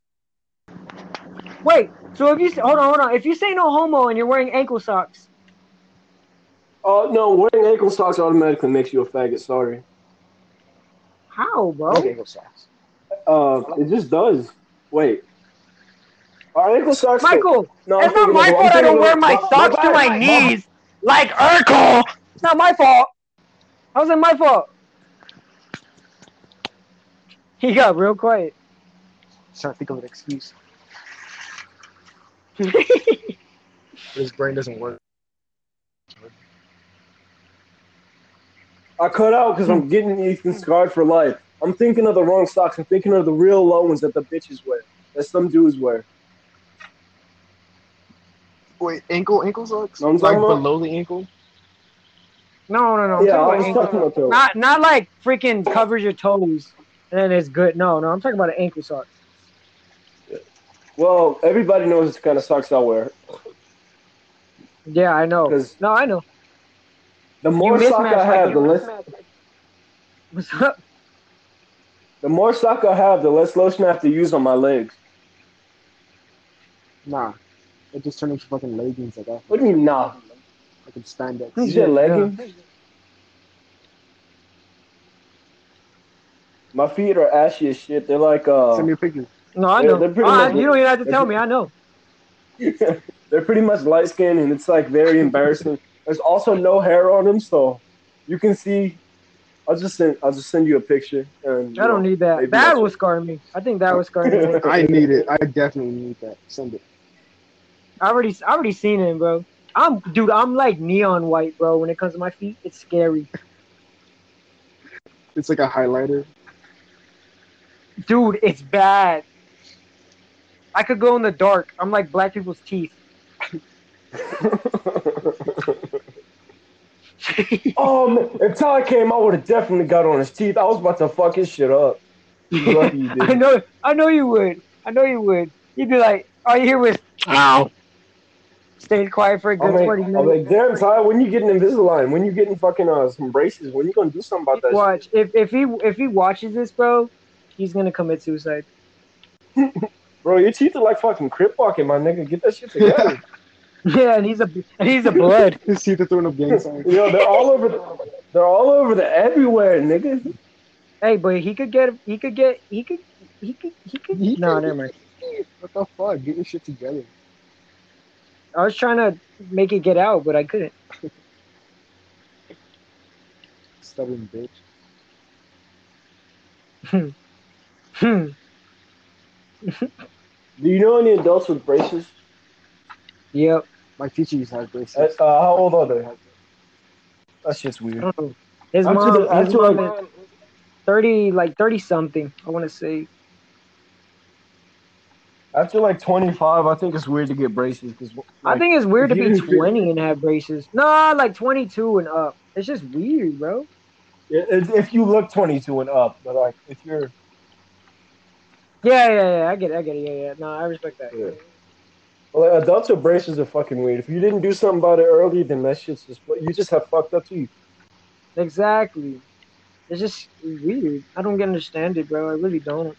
Speaker 3: Wait. So if you s- hold on, hold on. If you say no homo and you're wearing ankle socks,
Speaker 2: Oh no, wearing ankle socks automatically makes you a faggot. Sorry.
Speaker 3: how, bro?
Speaker 2: ankle socks. Uh, it just does. Wait. Are ankle socks?
Speaker 3: Michael,
Speaker 2: no, I'm
Speaker 3: it's not
Speaker 2: thinking
Speaker 3: my
Speaker 2: of- I'm
Speaker 3: fault I
Speaker 2: thinking
Speaker 3: don't
Speaker 2: of-
Speaker 3: wear my
Speaker 2: my-
Speaker 3: socks
Speaker 2: my
Speaker 3: to
Speaker 2: bad,
Speaker 3: my
Speaker 2: my-
Speaker 3: knees like Urkel. It's not my fault. How's it my fault? He got real quiet.
Speaker 4: Trying to think of an excuse.
Speaker 3: Wait,
Speaker 4: His brain doesn't work.
Speaker 2: I cut out because I'm getting Ethan scarred for life. I'm thinking of the wrong socks. I'm thinking of the real low ones that the bitches wear, that some dudes wear.
Speaker 4: Wait, ankle, ankle socks?
Speaker 2: Know what I'm
Speaker 4: like
Speaker 2: talking about?
Speaker 4: below the ankle?
Speaker 3: no, no, no. I'm
Speaker 2: yeah, I
Speaker 3: talking
Speaker 2: was
Speaker 3: about ankle.
Speaker 2: talking about those.
Speaker 3: Not, not like freaking covers your toes and then it's good. No, no. I'm talking about an ankle sock.
Speaker 2: Well, everybody knows the kind of socks I wear
Speaker 3: Yeah, I
Speaker 4: Oh.
Speaker 3: know.
Speaker 2: because
Speaker 3: No, I know. (laughs)
Speaker 2: the more sock I
Speaker 3: mismatched
Speaker 2: have,
Speaker 3: like
Speaker 2: the
Speaker 3: you
Speaker 2: less
Speaker 3: What's up?
Speaker 2: the more sock I have, the less lotion I have to use on my legs.
Speaker 4: Nah. It just turned into fucking leggings like that.
Speaker 2: What do you mean, Hmm. nah?
Speaker 4: Like it's spandex.
Speaker 2: You said leggings. My feet are ashy as shit. They're like uh,
Speaker 4: Send me a picture.
Speaker 3: No, I
Speaker 2: Yeah,
Speaker 3: know.
Speaker 2: they're pretty
Speaker 3: Ah,
Speaker 2: much-
Speaker 3: you don't even have to tell me. I know.
Speaker 2: (laughs) they're pretty much light skinned and it's like very embarrassing. There's also no hair on them, so you can see. I'll just send I'll just send you a picture. And,
Speaker 3: I don't need that.
Speaker 2: Maybe
Speaker 3: That
Speaker 2: that's
Speaker 3: will
Speaker 2: it.
Speaker 3: scar me. I think that will scar
Speaker 2: (laughs)
Speaker 3: me.
Speaker 4: I need it. I definitely need that. Send it.
Speaker 3: I already, I already seen him, bro. I'm, dude. I'm like neon white, bro. When it comes to my feet, it's scary,
Speaker 4: It's like a highlighter.
Speaker 3: dude. It's bad. I could go in the dark. I'm like black people's teeth.
Speaker 2: oh man, if Ty came, I would have definitely got on his teeth. I was about to fuck his shit up. You're lucky you
Speaker 3: I
Speaker 2: didn't.
Speaker 3: know, I know you would. I know you would. You'd be like, "Are you here with?" Ow. Stayed quiet for a
Speaker 2: I'm
Speaker 3: good
Speaker 2: like,
Speaker 3: twenty
Speaker 2: I'm
Speaker 3: minutes.
Speaker 2: like, damn, Ty, when you getting Invisalign? When you getting fucking uh, some braces? When you gonna do something about that? shit?
Speaker 3: Watch if if he if he watches this, bro, he's gonna commit suicide. (laughs)
Speaker 2: Bro, your teeth are like fucking crip walking, my nigga. Get that shit (laughs) together.
Speaker 3: Yeah, and he's a and he's
Speaker 2: (laughs)
Speaker 3: a blood.
Speaker 4: His teeth are throwing up gang signs.
Speaker 2: Yo, they're all over the, they're all over the everywhere, nigga.
Speaker 3: hey, but he could get he could get he could he could he could.
Speaker 4: He
Speaker 3: no,
Speaker 4: could-
Speaker 3: never mind.
Speaker 4: What the fuck? Get your shit together.
Speaker 3: I was trying to make it get out, but I couldn't. (laughs)
Speaker 4: Stubborn bitch.
Speaker 3: Hmm.
Speaker 2: Do you know any adults with braces?
Speaker 3: Yep.
Speaker 4: My teacher used to have braces.
Speaker 2: Uh, how old are they? That's just
Speaker 3: I
Speaker 2: weird.
Speaker 3: don't know. His
Speaker 2: I'm
Speaker 3: mom,
Speaker 2: to the- I'm
Speaker 3: his
Speaker 2: to
Speaker 3: mom
Speaker 2: like-
Speaker 3: is thirty, like thirty something. I want to say.
Speaker 2: After like 25, I think it's weird to get braces because
Speaker 3: I think it's weird to
Speaker 2: if
Speaker 3: be
Speaker 2: you-
Speaker 3: twenty and have braces. Nah, like twenty-two and up. It's just weird, bro.
Speaker 2: if you look 22 and up, but like if you're
Speaker 3: Yeah, yeah, yeah. I get it. I get it. Yeah, yeah. No, I respect that.
Speaker 2: Yeah. well, like, adults with braces are fucking weird. If you didn't do something about it early, then that shit's just you just have fucked up teeth.
Speaker 3: Exactly. It's just weird. I don't get understand it, bro. I really don't.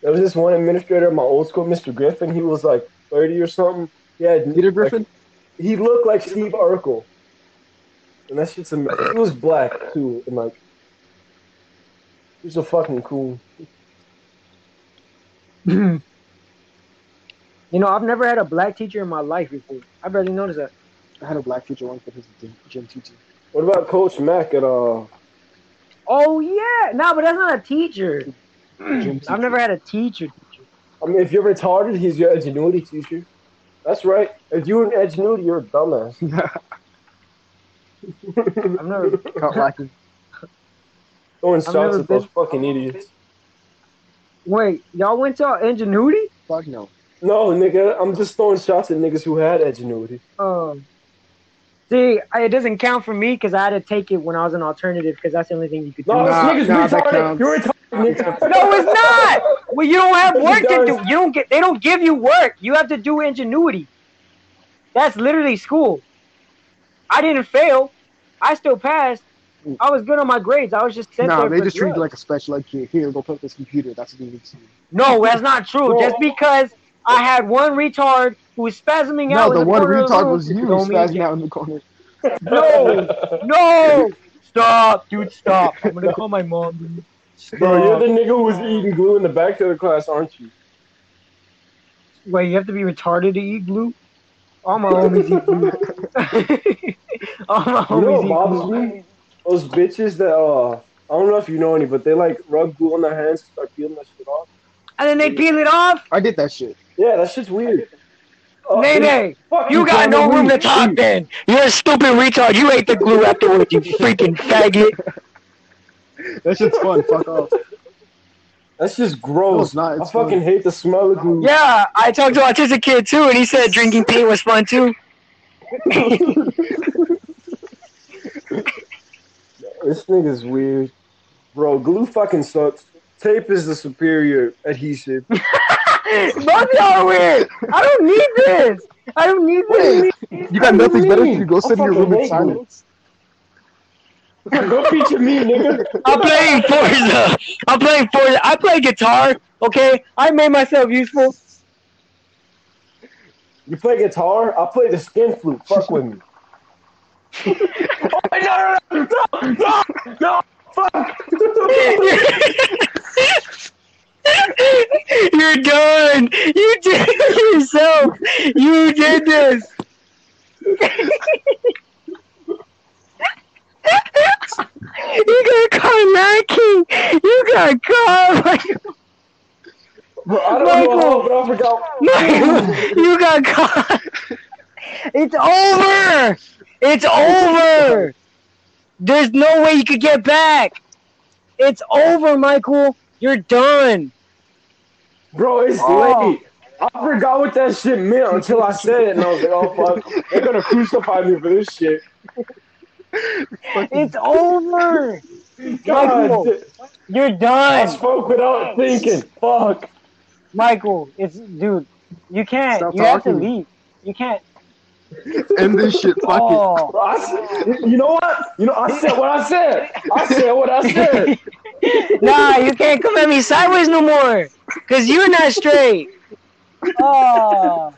Speaker 2: There was this one administrator at my old school, Mr. Griffin. He was like 30 or something. He had
Speaker 1: Peter
Speaker 2: like,
Speaker 1: Griffin?
Speaker 2: he looked like Steve Urkel. And that shit's amazing. He was black too, and like he was a fucking cool.
Speaker 3: You know, I've never had a black teacher in my life before. I barely noticed that.
Speaker 1: I had a black teacher once, but his gym teacher.
Speaker 2: What about Coach Mack at uh?
Speaker 3: Oh yeah, no, but that's not a teacher. I've never had a teacher.
Speaker 2: I mean, if you're retarded, he's your ingenuity teacher. That's right. If you're an ingenuity, you're
Speaker 1: (laughs)
Speaker 2: a dumbass.
Speaker 3: I've never.
Speaker 4: Cut lacking.
Speaker 2: Throwing
Speaker 3: I've
Speaker 2: shots
Speaker 3: never
Speaker 2: at those fucking idiots.
Speaker 3: Wait, y'all went to ingenuity?
Speaker 4: Fuck no.
Speaker 2: No, nigga, I'm just throwing shots at niggas who had ingenuity.
Speaker 3: Um, see, I- it doesn't count for me because I had to take it when I was an alternative because that's the only thing you could do.
Speaker 2: No, this
Speaker 1: Nah,
Speaker 2: niggas
Speaker 1: nah, that
Speaker 2: retarded.
Speaker 1: counts.
Speaker 2: You're retarded, nigga.
Speaker 3: No, it's
Speaker 4: (laughs)
Speaker 3: not. Well, you don't have
Speaker 2: Yes, it does.
Speaker 3: work to do. You don't get. They don't give you work. You have to do ingenuity. That's literally school. I didn't fail. I still passed. I was good on my grades. I was just sent
Speaker 4: Nah,
Speaker 3: there
Speaker 4: they
Speaker 3: for
Speaker 4: just treat you
Speaker 3: drugs.
Speaker 4: like a special ed kid. Here, go play with this computer. That's what they need to do.
Speaker 3: No, that's not true.
Speaker 2: No.
Speaker 3: Just because I had one retard who was spasming out.
Speaker 4: No,
Speaker 3: in
Speaker 4: the one
Speaker 3: corner of the
Speaker 4: retard
Speaker 3: room,
Speaker 4: was you
Speaker 3: don't mean
Speaker 4: spazzing out in the corner.
Speaker 2: (laughs)
Speaker 3: No, no, (laughs) stop, dude, stop. I'm gonna call my mom. dude. Stop.
Speaker 2: Bro, you're the nigga who was eating glue in the back of the class, aren't you?
Speaker 3: Wait, you have to be retarded to eat glue? All my homies eat (laughs) glue. All my
Speaker 2: You know
Speaker 3: homies
Speaker 2: what bothers
Speaker 3: eat
Speaker 2: me? Those bitches that uh, I don't know if you know any, but they like rub glue on their hands and start peeling that shit off.
Speaker 3: glue. And then they peel it off?
Speaker 4: I did that shit.
Speaker 2: Yeah, that shit's weird. Uh,
Speaker 3: Nay,
Speaker 2: they-
Speaker 3: nay.
Speaker 2: fuck
Speaker 3: You got no room to talk then. You're a stupid retard. You ate the glue afterwards, you freaking faggot.
Speaker 4: That shit's fun.
Speaker 2: (laughs)
Speaker 4: Fuck off.
Speaker 2: That's just
Speaker 4: No,
Speaker 2: gross.
Speaker 4: it's not.
Speaker 2: I
Speaker 4: It's fun.
Speaker 2: fucking hate the smell of glue.
Speaker 3: Yeah, I talked to an autistic kid too, and he said drinking paint was fun too.
Speaker 2: This nigga's weird. Bro, glue fucking sucks. Tape is the superior adhesive.
Speaker 3: Both of y'all are weird. I don't need this. I don't need this.
Speaker 4: You got
Speaker 2: What do you
Speaker 4: nothing better
Speaker 2: mean?
Speaker 4: to do. Go
Speaker 2: I
Speaker 4: sit in your
Speaker 2: fucking
Speaker 4: room in
Speaker 2: hate glue.
Speaker 4: silence.
Speaker 2: (laughs) Go feature me, nigga.
Speaker 3: I'm playing Forza. I'm playing Forza. I play guitar, okay? I made myself useful.
Speaker 2: You play guitar? I play the skin flute. Fuck with
Speaker 3: (laughs)
Speaker 2: me.
Speaker 3: (laughs) You're done. You did it yourself. You did this. you got caught lacking. You got caught.
Speaker 2: Bro, I don't know how, but I forgot.
Speaker 3: (laughs) you got caught. It's over. It's over. There's no way you could get back. It's over, Michael. You're done.
Speaker 2: Bro, it's
Speaker 3: Oh.
Speaker 2: late. I forgot what that shit meant until I said it, and I was like, oh, fuck. They're gonna crucify me for this shit.
Speaker 3: It's over.
Speaker 2: God,
Speaker 3: Michael, you're
Speaker 2: I
Speaker 3: done.
Speaker 2: spoke without thinking. Fuck.
Speaker 3: Michael, it's dude. You can't.
Speaker 4: Stop
Speaker 3: you have to
Speaker 4: talking.
Speaker 3: leave. You can't.
Speaker 4: End this shit. Fuck it.
Speaker 3: Oh.
Speaker 2: Bro, I s- you know what? You know, I said what I said. I said what I
Speaker 3: (laughs)
Speaker 2: said.
Speaker 3: nah, you can't come at me sideways no more. Cause you're not straight. (laughs) Oh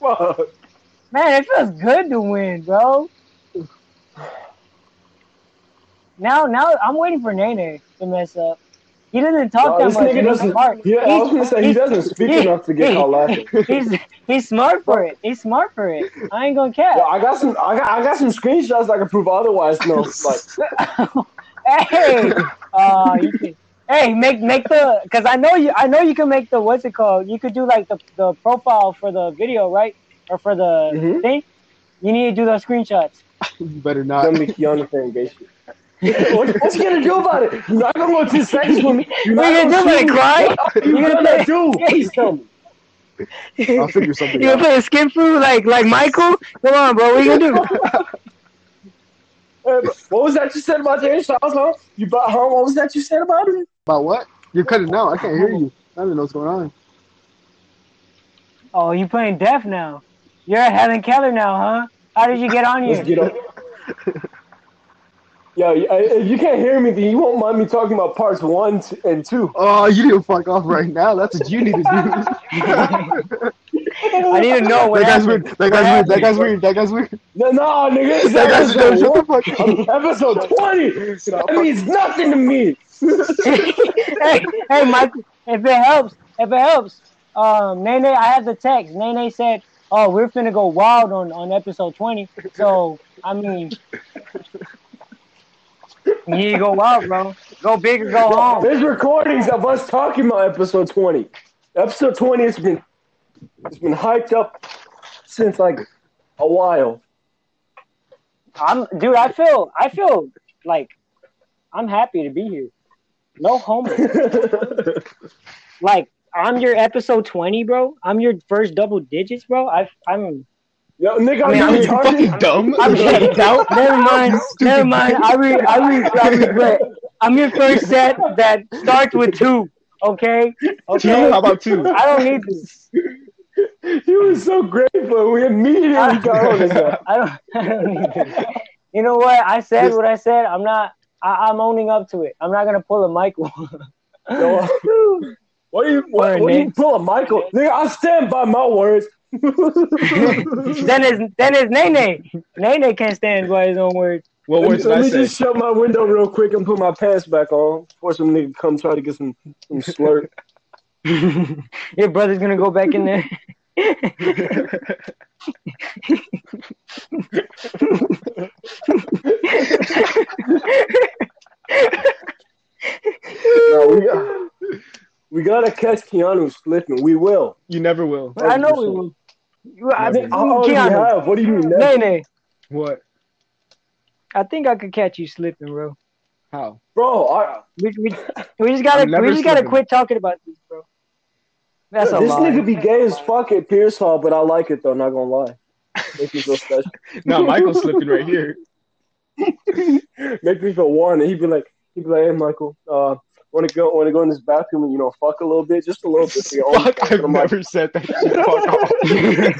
Speaker 2: Fuck.
Speaker 3: man, it feels good to win, bro. Now now I'm waiting for Nene to mess up. He doesn't talk
Speaker 2: No,
Speaker 3: that
Speaker 2: this
Speaker 3: much.
Speaker 2: nigga
Speaker 3: He's
Speaker 2: doesn't.
Speaker 3: smart.
Speaker 2: Yeah, I was gonna say he
Speaker 3: he's-
Speaker 2: doesn't speak
Speaker 3: he-
Speaker 2: enough to get
Speaker 3: he-
Speaker 2: caught laughing.
Speaker 3: (laughs) He's he's smart for it. He's smart for it. I ain't
Speaker 2: (laughs)
Speaker 3: gonna
Speaker 2: Yo,
Speaker 3: cap.
Speaker 2: I got some. I got, I got some screenshots I can prove otherwise.
Speaker 3: (laughs)
Speaker 2: No, like
Speaker 3: hey, uh, you can, hey, make make the because I know you. I know you can make the what's it called? You could do like the the profile for the video, right? Or for the
Speaker 2: Mhm.
Speaker 3: thing. You need to do those screenshots.
Speaker 4: You better not.
Speaker 2: dumb Kiana thing, basically.
Speaker 3: (laughs)
Speaker 2: what, what you gonna do about it? You're not gonna go to sex with me. You're not
Speaker 3: What you gonna do
Speaker 2: gonna
Speaker 3: about it?
Speaker 2: shoot me.
Speaker 3: Cry? (laughs)
Speaker 2: What you
Speaker 3: You gonna
Speaker 2: gonna
Speaker 3: play-
Speaker 2: do? Please tell me.
Speaker 4: I'll figure something
Speaker 3: You gonna
Speaker 4: out.
Speaker 3: play a skin food like like Michael? Come on, bro. What you gonna do?
Speaker 2: Uh, What was that you said about the insta? I was home. You brought home. What was that you said about it?
Speaker 4: About what? You're cutting out. I can't hear you. I don't even know what's going on.
Speaker 3: Oh, you playing deaf now? You're Helen Keller now, huh? How did you get on here?
Speaker 2: Let's get up. Yo, I- if you can't hear me, then you won't mind me talking about parts one t- and two.
Speaker 4: Oh, you need to fuck off right now. That's what you need to (laughs) do.
Speaker 3: I need to know what
Speaker 4: that guy's
Speaker 3: happened.
Speaker 4: weird. That guy's weird. That guy's weird. That guy's weird.
Speaker 2: No, no, nigga, it's
Speaker 4: That guy's weird.
Speaker 2: episode,
Speaker 4: Shut the
Speaker 2: one,
Speaker 4: fuck
Speaker 1: (laughs)
Speaker 2: (laughs)
Speaker 4: up.
Speaker 2: episode 20. That means nothing to
Speaker 3: (laughs)
Speaker 2: me.
Speaker 3: hey, hey, Mike, if it helps, if it helps, um, Nene, I have the text. Nene said, "Oh, we're finna go wild on on episode 20." So, I mean, you need to go wild, bro. Go big or go home.
Speaker 2: There's recordings of us talking about episode 20. Episode 20 has been it's been hyped up since like a while. (laughs)
Speaker 3: I'm, dude. I feel, I feel like I'm happy to be here. No homo. Like I'm your episode 20, bro. I'm your first double digits, bro. I, I'm.
Speaker 2: Yo, nigga,
Speaker 3: I mean,
Speaker 2: I'm
Speaker 3: I'm
Speaker 4: You
Speaker 2: retarded.
Speaker 4: fucking dumb.
Speaker 3: I'm (laughs) Never mind. Never mind. I re, I re, I regret. I'm your first set that starts with
Speaker 1: (laughs)
Speaker 3: two. Okay.
Speaker 4: Two? How
Speaker 2: (laughs)
Speaker 4: about two?
Speaker 3: I don't need this.
Speaker 2: He was so grateful. We immediately
Speaker 3: (laughs)
Speaker 2: got on his ass.
Speaker 3: I don't. (laughs) I don't need this. You know what? I said what I said. I'm not. I, I'm owning up to it. I'm not gonna pull a Michael.
Speaker 2: Yo, What do you
Speaker 3: Word,
Speaker 2: what, what do you
Speaker 3: Nick.
Speaker 2: pull a Michael? Nigga, I stand by my
Speaker 3: (laughs)
Speaker 2: words.
Speaker 1: (laughs)
Speaker 3: then is then is Nene. Nene can't stand by his own words.
Speaker 1: What
Speaker 2: let me,
Speaker 1: words did
Speaker 2: let
Speaker 1: I
Speaker 2: me
Speaker 1: say?
Speaker 2: just shut my window real quick and put my pants back on before some nigga come try to get some, some
Speaker 1: (laughs)
Speaker 2: slurp.
Speaker 3: Your brother's gonna go back in there. (laughs)
Speaker 2: No, we, got, we gotta catch Keanu slipping. We will.
Speaker 1: You never will.
Speaker 3: I know we will. You- I,
Speaker 1: Never.
Speaker 2: I already
Speaker 3: Keanu,
Speaker 2: have. What do you mean? never?
Speaker 3: Nene,
Speaker 1: What?
Speaker 3: I think I could catch you slipping, bro.
Speaker 1: How?
Speaker 2: Bro, I,
Speaker 3: We, we, we just gotta
Speaker 1: I'm never
Speaker 3: we just gotta
Speaker 1: slipping.
Speaker 3: quit talking about this, bro. That's a
Speaker 2: this
Speaker 3: lie.
Speaker 2: nigga be gay as fuck at Pierce Hall, but I like it though, not gonna lie. Make me
Speaker 1: (laughs)
Speaker 2: feel special.
Speaker 1: Nah, Michael's slipping right here.
Speaker 2: Make me feel wanted. He'd be like, he'd be like, hey Michael, uh, wanna go wanna go in this bathroom and you know fuck a little bit, just a little bit for your own.
Speaker 1: Fuck,
Speaker 2: comfort."
Speaker 1: I've
Speaker 2: I'm like,
Speaker 1: never said that shit.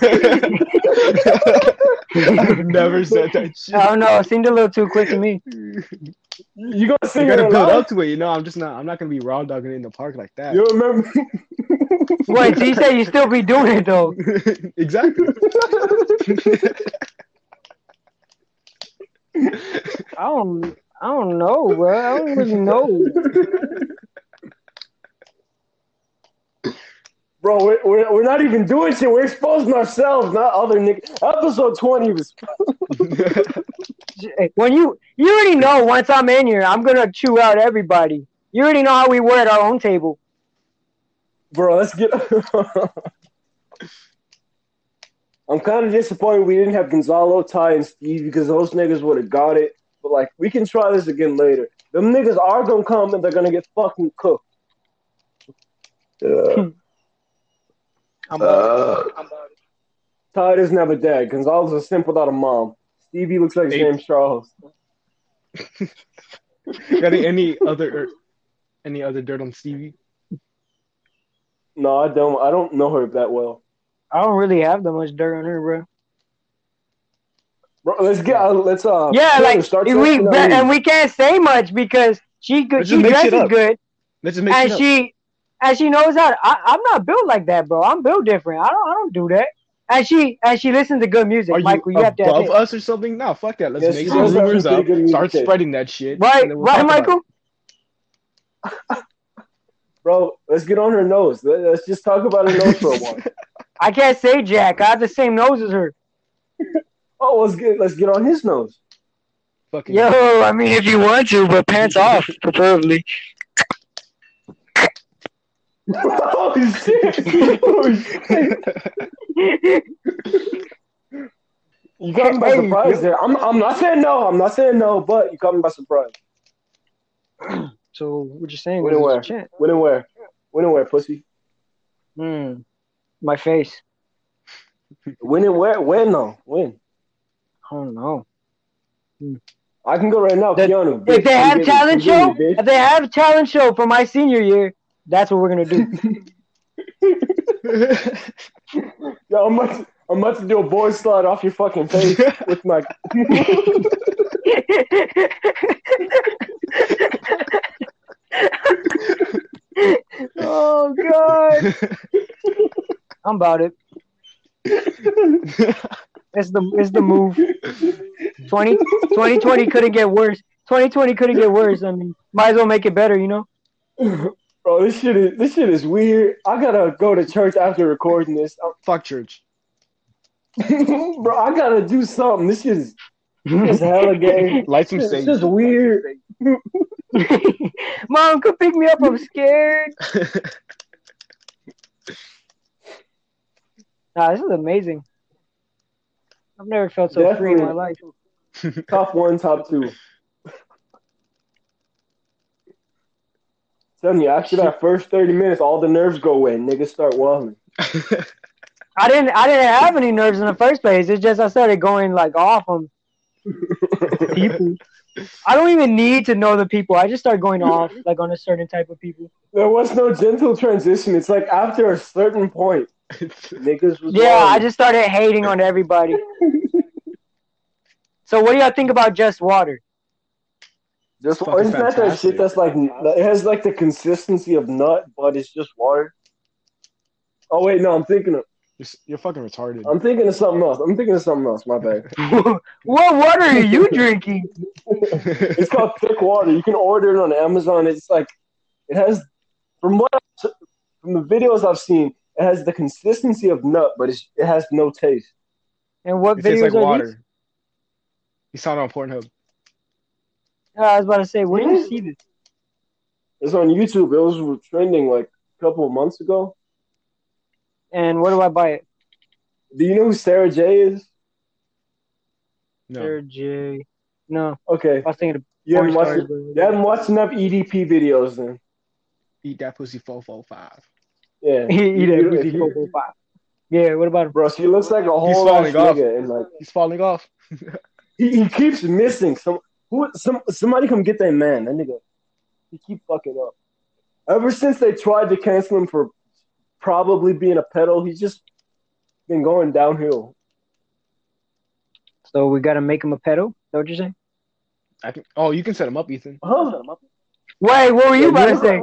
Speaker 1: Fuck off. (laughs) I've never said that shit.
Speaker 3: I don't know. It Oh, seemed a little too quick to me.
Speaker 2: you gonna sing
Speaker 1: You
Speaker 2: it
Speaker 1: gotta build
Speaker 2: aloud?
Speaker 1: up to it, you know. I'm just not. I'm not gonna be raw dogging it in the park like that.
Speaker 2: You remember? (laughs)
Speaker 3: Wait, so you said you still be doing
Speaker 1: (laughs)
Speaker 3: it though.
Speaker 1: (laughs) exactly. (laughs)
Speaker 3: I don't. I don't know, bro. I don't really know.
Speaker 2: Bro, we're, we're, we're not even doing shit. We're exposing ourselves, not other niggas. Episode 20 was.
Speaker 3: When you you already know once I'm in here, I'm gonna chew out everybody. You already know how we were at our own table.
Speaker 2: Bro, let's get. (laughs) I'm kind of disappointed we didn't have Gonzalo, Ty, and Steve because those niggas would have got it. But, like, we can try this again later. Them niggas are going to come and they're going to get fucking cooked. Uh,
Speaker 3: I'm about
Speaker 2: Ty doesn't have a dad. Gonzalo's a simp without a mom. Stevie looks like his
Speaker 1: Hey.
Speaker 2: name's Charles.
Speaker 1: Got any other er, any other dirt on Stevie?
Speaker 2: No, I don't. I don't know her that well.
Speaker 3: I don't really have that much dirt on her, bro.
Speaker 2: Bro, let's get. Uh, let's
Speaker 1: Oh,
Speaker 2: uh.
Speaker 3: Yeah,
Speaker 2: Taylor,
Speaker 3: like
Speaker 2: start
Speaker 3: we
Speaker 2: talking about
Speaker 3: and
Speaker 2: me.
Speaker 3: we can't say much because she good.
Speaker 1: Let's
Speaker 3: She
Speaker 1: just make shit
Speaker 3: dresses
Speaker 1: up.
Speaker 3: good,
Speaker 1: Let's just make
Speaker 3: and
Speaker 1: it up.
Speaker 3: she and she knows how. To, I, I'm not built like that, bro. I'm built different. I don't. I don't do that. And she and she listens to good music,
Speaker 1: Are you
Speaker 3: Michael. You have
Speaker 1: above
Speaker 3: to admit,
Speaker 1: us or something? No, fuck that. Let's
Speaker 2: Yes,
Speaker 1: make
Speaker 2: she
Speaker 1: some
Speaker 2: does have some
Speaker 1: rumors
Speaker 2: pretty
Speaker 1: up.
Speaker 2: good music
Speaker 1: Start
Speaker 2: taste.
Speaker 1: spreading that shit.
Speaker 3: right?
Speaker 1: and then we'll
Speaker 3: right,
Speaker 1: talk about
Speaker 3: Michael.
Speaker 2: bro, let's get on her nose. Let, let's just talk about her nose for a while.
Speaker 3: (laughs) I can't say Jack. I have the same nose as her.
Speaker 2: (laughs) Oh, let's get let's get on his nose. (laughs)
Speaker 1: it. Fucking
Speaker 3: Yo, I mean, if you want to, but
Speaker 1: (laughs)
Speaker 3: pants off, preferably.
Speaker 2: oh shit! (laughs) oh shit! You caught me by
Speaker 3: Hey,
Speaker 2: surprise there. I'm I'm not saying no. I'm not saying no, but you caught me by surprise.
Speaker 3: so what you're saying?
Speaker 2: When and
Speaker 3: was
Speaker 2: where?
Speaker 3: it's a chance.
Speaker 2: When and where? When and where, pussy?
Speaker 3: Hmm. My face.
Speaker 2: When and where? When though? When?
Speaker 3: I don't know.
Speaker 2: I can go right now,
Speaker 3: That-
Speaker 2: Keanu.
Speaker 3: If
Speaker 2: bitch.
Speaker 3: they have
Speaker 2: Forgive me,
Speaker 3: talent
Speaker 2: forgive
Speaker 3: show,
Speaker 2: me, bitch.
Speaker 3: if they have talent show for my senior year, that's what we're gonna do.
Speaker 2: (laughs)
Speaker 3: (laughs)
Speaker 2: Yo, I'm about, to, I'm about to do a boy slide off your fucking face with my.
Speaker 7: (laughs) oh God! I'm about it. It's the it's the move. 20, 2020 couldn't get worse. 2020 couldn't get worse. I mean, might as well make it better, you know.
Speaker 2: Bro, this shit is this shit is weird. I gotta go to church after recording this. Oh.
Speaker 4: Fuck church.
Speaker 2: (laughs) Bro, I gotta do something. This is this is hella
Speaker 3: (laughs)
Speaker 2: gay.
Speaker 4: Light some
Speaker 2: This
Speaker 4: sage.
Speaker 2: is weird.
Speaker 7: (laughs) Mom, come pick me up. I'm (laughs) scared. Nah, this is amazing. I've never felt so free in my
Speaker 2: Definitely.
Speaker 7: life.
Speaker 2: Top one, top
Speaker 3: (laughs)
Speaker 2: two. Telling you, after that first thirty minutes, all the nerves go away. and Niggas start walling.
Speaker 7: I didn't I didn't have any nerves in the first place. It's just I started going like off on
Speaker 4: (laughs)
Speaker 7: people. I don't even need to know the people. I just start going off like on a certain type of people.
Speaker 2: There was no gentle transition. It's like after a certain
Speaker 4: (laughs)
Speaker 2: point, niggas was
Speaker 7: Yeah, I
Speaker 2: walling.
Speaker 7: just started hating on
Speaker 4: (laughs)
Speaker 7: everybody. so what do y'all think about just water?
Speaker 2: Just
Speaker 4: Fucking
Speaker 2: isn't that that
Speaker 4: fantastic.
Speaker 2: shit that's like it has like the consistency of nut, but it's just water. Oh wait, no, I'm thinking of
Speaker 4: You're, s- you're fucking retarded.
Speaker 2: I'm thinking of something else. I'm thinking of something else. My bad.
Speaker 7: what water are (laughs) you drinking?
Speaker 4: (laughs)
Speaker 2: It's called (laughs) thick water. You can order it on Amazon. It's like it has from what I've, s- from the videos I've seen, it has the consistency of nut, but it's, it has no taste.
Speaker 7: And what
Speaker 4: it
Speaker 7: videos
Speaker 4: tastes like
Speaker 7: are
Speaker 4: water.
Speaker 7: these?
Speaker 4: You saw it on Pornhub.
Speaker 7: Yeah, I was about to say, where do you see this?
Speaker 2: It's on YouTube. It was trending like a couple of months ago.
Speaker 7: And where do I buy it?
Speaker 2: Do you know who Sarah J is?
Speaker 4: No.
Speaker 7: Sarah J. No,
Speaker 2: Okay,
Speaker 7: I was thinking of
Speaker 2: you haven't
Speaker 7: porn
Speaker 2: watched
Speaker 7: stars,
Speaker 2: it-
Speaker 7: but-
Speaker 2: you haven't watched enough EDP videos then.
Speaker 4: Eat that pussy 445. (laughs)
Speaker 2: Yeah,
Speaker 7: He- he
Speaker 2: You-
Speaker 7: did
Speaker 2: you-
Speaker 7: with his Cocoa Pop. Yeah, what about him?
Speaker 2: Bro, she looks like a whole ass
Speaker 4: falling off.
Speaker 2: nigga, and like
Speaker 4: He's falling off.
Speaker 2: he, he keeps missing. Some who some somebody come get that man. That nigga, he keep fucking up. Ever since they tried to cancel him for probably being a pedo, he's just been going downhill.
Speaker 7: So we gotta make him a pedo. Is that what you're saying?
Speaker 4: I can, oh, you can set him up, Ethan.
Speaker 2: Huh?
Speaker 7: Wait, what were you
Speaker 2: Yeah,
Speaker 7: about to
Speaker 2: look-
Speaker 7: say?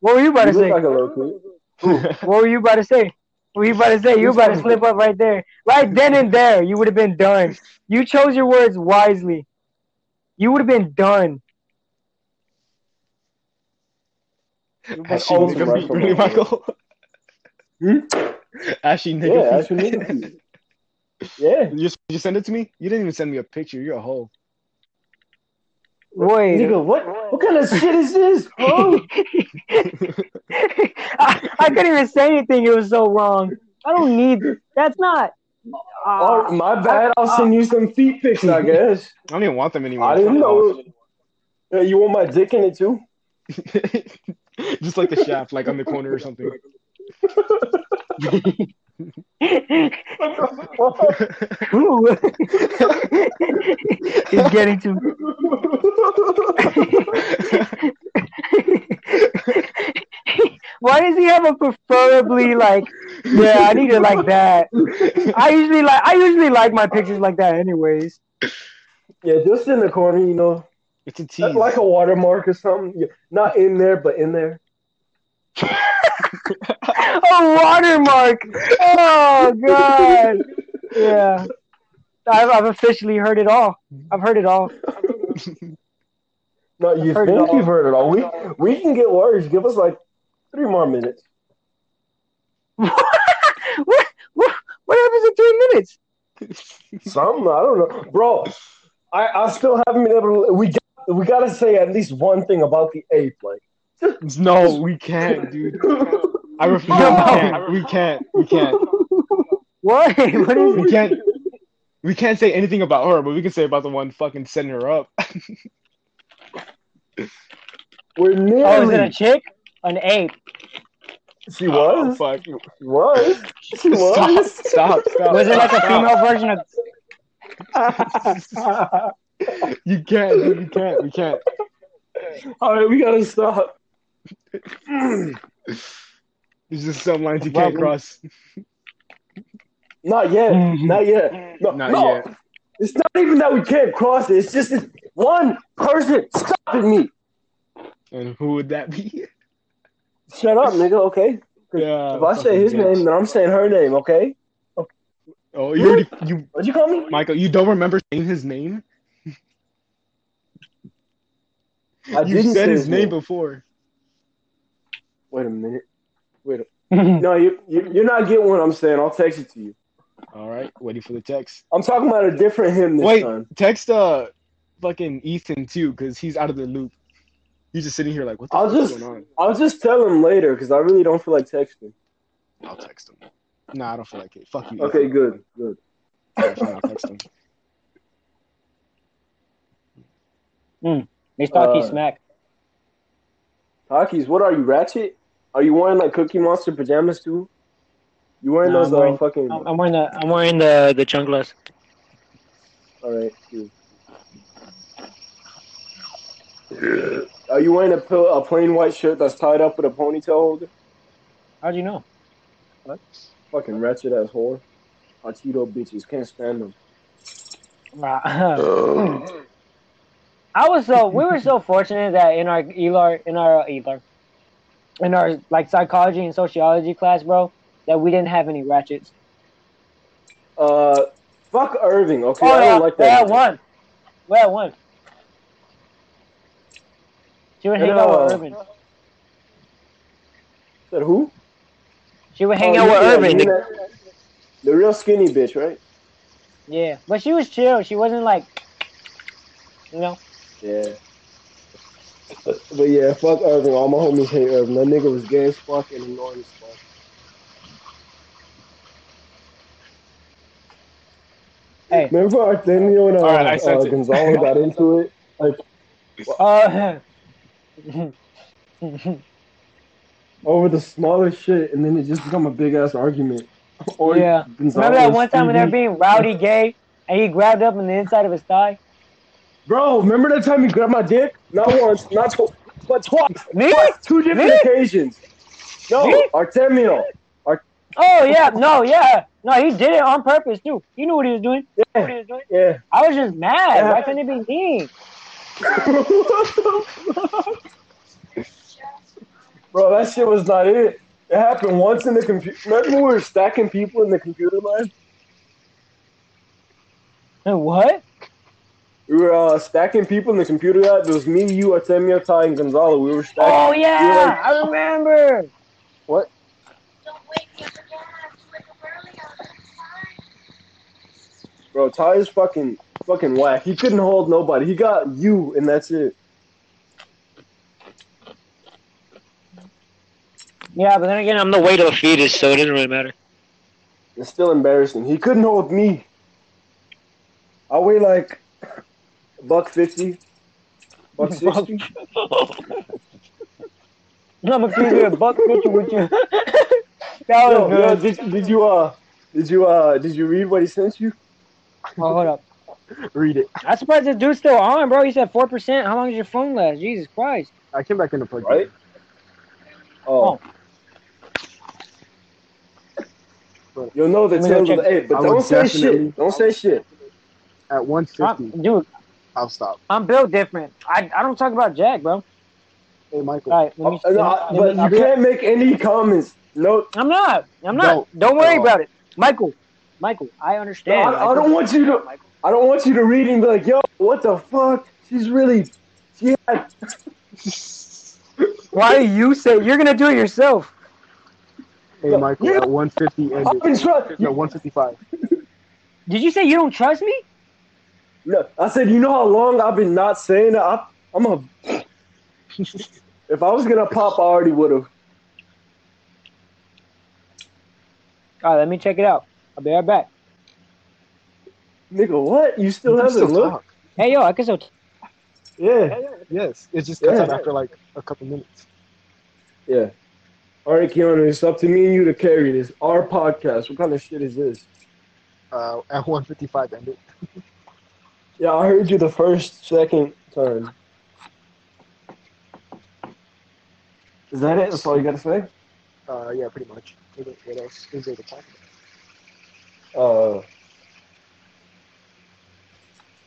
Speaker 7: What were you about
Speaker 2: You
Speaker 7: to
Speaker 2: look
Speaker 7: say?
Speaker 2: like a low kid.
Speaker 7: What were you about to say? What were you about to say? You were about to slip up right there, right then and there. You would have been done. You chose your words wisely. You would have been done.
Speaker 2: Like,
Speaker 4: Ashy
Speaker 2: oh, some
Speaker 4: nigga,
Speaker 2: right
Speaker 4: beat,
Speaker 2: from
Speaker 4: really,
Speaker 2: wrong.
Speaker 4: Michael?
Speaker 2: Hmm?
Speaker 4: (laughs) Ashy nigga.
Speaker 2: Yeah,
Speaker 4: beat.
Speaker 2: that's your nigga. piece.
Speaker 4: (laughs)
Speaker 2: Yeah,
Speaker 4: You, just- you send it to me? You didn't even send me a picture. You're a hoe.
Speaker 7: Wait, (laughs)
Speaker 2: nigga, what what kind of shit is this, bro?
Speaker 7: I, I couldn't even say anything. It was so wrong. I don't need. That's
Speaker 4: (laughs)
Speaker 7: not.
Speaker 2: oh,
Speaker 7: Ah,
Speaker 2: my bad. I'll send you some feet pics, I guess.
Speaker 4: I don't even want them anymore.
Speaker 2: I didn't
Speaker 4: Fuck
Speaker 2: know. Yeah, you want my dick in it too?
Speaker 4: off. (laughs) just like the shaft, like on the corner or something.
Speaker 7: Ooh. (laughs) He's getting too. (laughs) Why does he have a preferably like? Yeah, I need it like that. I usually like. I usually like my pictures like that, anyways.
Speaker 2: Yeah, just in the corner, you know,
Speaker 4: It's a tease.
Speaker 2: like like a watermark or something. Yeah, Not in there, but in there.
Speaker 7: (laughs) A watermark. Oh god. Yeah. I've, I've officially heard it all. I've heard it all. (laughs)
Speaker 2: No, you
Speaker 7: heard it
Speaker 2: think
Speaker 7: all.
Speaker 2: you've heard it all. We we can get worse. Give us like three more minutes.
Speaker 7: what, what, what happens in three minutes?
Speaker 2: Something I don't know, bro. I, I still haven't been able to. We got, we gotta say at least one thing about the ape, like.
Speaker 4: no, we (laughs) can't, dude.
Speaker 2: (laughs)
Speaker 4: I refuse.
Speaker 7: No.
Speaker 4: We can't. We can't.
Speaker 7: What? (laughs) What is
Speaker 4: We can't. We can't say anything about her, but we can say about the one fucking setting her up.
Speaker 2: We're
Speaker 7: Oh, is it
Speaker 2: nearly.
Speaker 7: a chick? An
Speaker 4: (laughs)
Speaker 7: ape?
Speaker 2: she
Speaker 1: Oh,
Speaker 2: was.
Speaker 4: Oh, fuck.
Speaker 2: She was. She
Speaker 4: Stop,
Speaker 2: was.
Speaker 4: stop, stop.
Speaker 7: Was it like a
Speaker 4: stop.
Speaker 7: female version of?
Speaker 2: (laughs) all
Speaker 4: You can't, dude. You can't. We can't.
Speaker 2: right, we gotta stop.
Speaker 4: There's just some lines you can't
Speaker 2: Well,
Speaker 4: cross.
Speaker 2: Not yet.
Speaker 7: Mhm.
Speaker 2: Not yet. No,
Speaker 4: Not
Speaker 2: no.
Speaker 4: yet.
Speaker 2: It's not even that we can't cross it. It's just this one person stopping me.
Speaker 1: And who would that be?
Speaker 2: Shut up, nigga. Okay.
Speaker 4: Uh,
Speaker 1: Yeah.
Speaker 2: If I say his name, then I'm saying her name. Okay.
Speaker 1: Oh, you already, you
Speaker 2: What'd you call me?
Speaker 1: Michael, you don't remember saying his name?
Speaker 2: I
Speaker 1: you
Speaker 2: didn't
Speaker 1: said
Speaker 2: say
Speaker 1: his name before.
Speaker 2: Wait a minute. Wait. A- no, you, you you're not getting what I'm saying. I'll text it to you.
Speaker 1: All right, waiting for the text.
Speaker 2: I'm talking about a different him this
Speaker 1: Wait,
Speaker 2: time.
Speaker 1: text uh fucking Ethan too, because he's out of the loop. He's just sitting here like, what the
Speaker 2: I'll
Speaker 1: fuck's
Speaker 2: just-
Speaker 1: going on?
Speaker 2: I'll just tell him later because I really don't feel like texting.
Speaker 1: I'll text him. Nah, I don't feel like it. Fuck you.
Speaker 2: Okay,
Speaker 1: Ethan.
Speaker 2: good, good.
Speaker 1: Alright, fine, I'll text him.
Speaker 3: They talk
Speaker 2: Uh,
Speaker 3: he smack.
Speaker 2: Takis, what are you, Ratchet? Are you wearing like Cookie Monster pajamas too? You wearing
Speaker 3: No,
Speaker 2: those
Speaker 3: I'm wearing-
Speaker 2: uh, fucking?
Speaker 3: I'm I'm wearing the I'm wearing the the chunglas.
Speaker 2: All right. Cool. Are you wearing a, pill, a plain white shirt that's tied up with a ponytail holder?
Speaker 3: How'd you know?
Speaker 2: Fucking ratchet ass whore. Our Cheeto bitches can't stand them.
Speaker 3: (clears throat) I was so we were so fortunate that in our ELAR in our uh, ELAR in our like psychology and sociology class, bro, that we didn't have any ratchets.
Speaker 2: Uh, fuck Irving. Okay,
Speaker 3: oh
Speaker 2: I
Speaker 3: yeah,
Speaker 2: don't like
Speaker 3: we
Speaker 2: that.
Speaker 3: had one. We had one. She would hang
Speaker 2: And,
Speaker 3: out with
Speaker 2: uh,
Speaker 3: Urban.
Speaker 2: Said who?
Speaker 3: She would hang
Speaker 2: Oh,
Speaker 3: out
Speaker 2: you-
Speaker 3: with
Speaker 2: yeah,
Speaker 3: Urban.
Speaker 2: you know- The real skinny bitch, right?
Speaker 3: yeah, but she was chill. She wasn't like, you know.
Speaker 2: Yeah. But, but yeah, fuck Irving. All my homies hate Irving. That nigga was gay as fuck and annoying as fuck.
Speaker 3: Hey.
Speaker 2: Remember Arsenio and uh,
Speaker 1: All right, I sense
Speaker 2: uh,
Speaker 1: it.
Speaker 2: Gonzalo (laughs) got into it? Like,
Speaker 3: Uh, (laughs)
Speaker 2: over the smallest shit, and then it just become a big ass argument. Or
Speaker 3: Yeah.
Speaker 2: Gonzalo
Speaker 3: Remember that
Speaker 2: and
Speaker 3: one time when they were
Speaker 2: Stevie-
Speaker 3: being rowdy gay and he grabbed up on the inside of his thigh?
Speaker 2: Bro, remember that time you grabbed my dick? Not once, not twice, but twice.
Speaker 3: Me?
Speaker 2: Two different
Speaker 3: Me?
Speaker 2: occasions. No,
Speaker 3: Me?
Speaker 2: Artemio.
Speaker 3: Oh yeah, no, yeah. No, he did it on purpose too. He knew what he was doing. He knew what he was doing. (laughs)
Speaker 2: Yeah.
Speaker 3: I was just mad.
Speaker 2: Yeah.
Speaker 3: Why couldn't it be me?
Speaker 2: Bro, that shit was not it. It happened once in the computer. Remember when we were stacking people in the computer lab?
Speaker 3: What?
Speaker 2: We were uh, stacking people in the computer lab. It was me, you, Artemio, Ty, and Gonzalo. We were stacking.
Speaker 3: Oh yeah, I remember.
Speaker 2: Bro, Ty is fucking fucking whack. He couldn't hold nobody. He got you, and that's it.
Speaker 3: Yeah, but then again, I'm the weight of a fetus, so it doesn't really matter.
Speaker 2: It's still embarrassing. He couldn't hold me. I weigh like buck fifty, buck sixty.
Speaker 3: I'm gonna give you a buck fifty with
Speaker 2: (laughs)
Speaker 3: you. that
Speaker 2: Yo,
Speaker 3: was
Speaker 2: yo,
Speaker 3: good.
Speaker 2: did, did you uh did you uh did you read what he sent you?
Speaker 3: Oh, hold up.
Speaker 2: Read it.
Speaker 3: I'm surprised this dude's still on, bro. He said four percent. How long does your phone last? Jesus Christ.
Speaker 1: I came back in the play.
Speaker 2: Right? Oh. You'll know the
Speaker 3: Let me go
Speaker 2: tales of
Speaker 3: check.
Speaker 2: the ape,
Speaker 1: I
Speaker 2: but
Speaker 1: would
Speaker 2: don't say
Speaker 1: definitely-
Speaker 2: shit. Don't say shit.
Speaker 1: At one
Speaker 3: I'm, dude,
Speaker 1: I'll stop.
Speaker 3: I'm built different. I, I don't talk about Jack, bro.
Speaker 1: Hey, Michael.
Speaker 3: All right, let me.
Speaker 2: Uh, no, I-
Speaker 3: let me-
Speaker 2: but
Speaker 3: let me-
Speaker 2: you can't make any comments. No,
Speaker 3: I'm not. I'm not. don't worry about it, Michael. Michael, I
Speaker 2: no,
Speaker 3: understand.
Speaker 2: I, I don't want you to. I don't want you to read and be like, "Yo, what the fuck? She's really, she had
Speaker 3: Why do you say you're gonna do it yourself?
Speaker 1: Hey, Michael. At 150
Speaker 2: I've
Speaker 1: ended.
Speaker 2: been trying.
Speaker 1: No, 155.
Speaker 3: Did you say you don't trust me?
Speaker 2: No, I said, you know how long I've been not saying that. I, I'm a. (laughs) if I was gonna pop, I already would have.
Speaker 3: All right, let me check it out. I'll be right back.
Speaker 2: Nigga, what? You still
Speaker 1: You can
Speaker 2: haven't
Speaker 1: still
Speaker 2: looked?
Speaker 1: talk.
Speaker 3: Hey, yo, I guess I'll.
Speaker 2: Yeah,
Speaker 1: Yes, it just cuts
Speaker 2: Yeah.
Speaker 1: out after like a couple minutes.
Speaker 2: yeah. All right, Keanu, it's up to me and you to carry this. Our podcast. What kind of shit is this?
Speaker 1: Uh, at 155 ended.
Speaker 2: (laughs) Yeah, I heard you the first, second time. Is that it? That's all you gotta say?
Speaker 1: Uh, yeah, pretty much. What what else is there to talk about?
Speaker 2: Uh,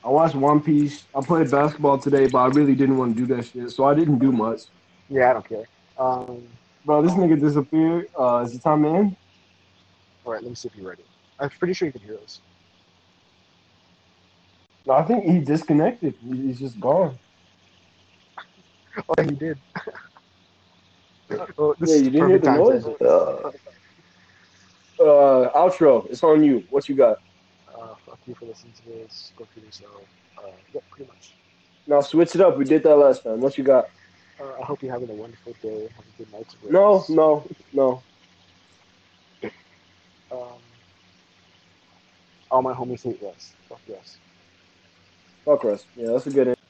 Speaker 2: I watched One Piece. I played basketball today, but I really didn't want to do that shit, so I didn't do much.
Speaker 7: Yeah, I don't care. Um,
Speaker 2: Bro, this nigga disappeared. Uh, is the time in?
Speaker 7: all right, let me see if you're ready. I'm pretty sure you can hear us.
Speaker 2: No, I think he disconnected. He- He's just gone.
Speaker 7: Oh, he did. oh,
Speaker 4: Yeah, you didn't hear the noise?
Speaker 7: perfect time to-
Speaker 4: Uh, uh, outro. It's on you. What you got?
Speaker 7: Uh, fuck you for listening to this. Go kill yourself. Uh, yeah, pretty much.
Speaker 4: Now switch it up. We did that last time. What you got?
Speaker 7: Uh, I hope you're having a wonderful day. Have a good night's rest.
Speaker 4: No, no, no.
Speaker 7: Um, all my homies hate us. Fuck yes.
Speaker 4: Fuck us. Yeah, that's a good.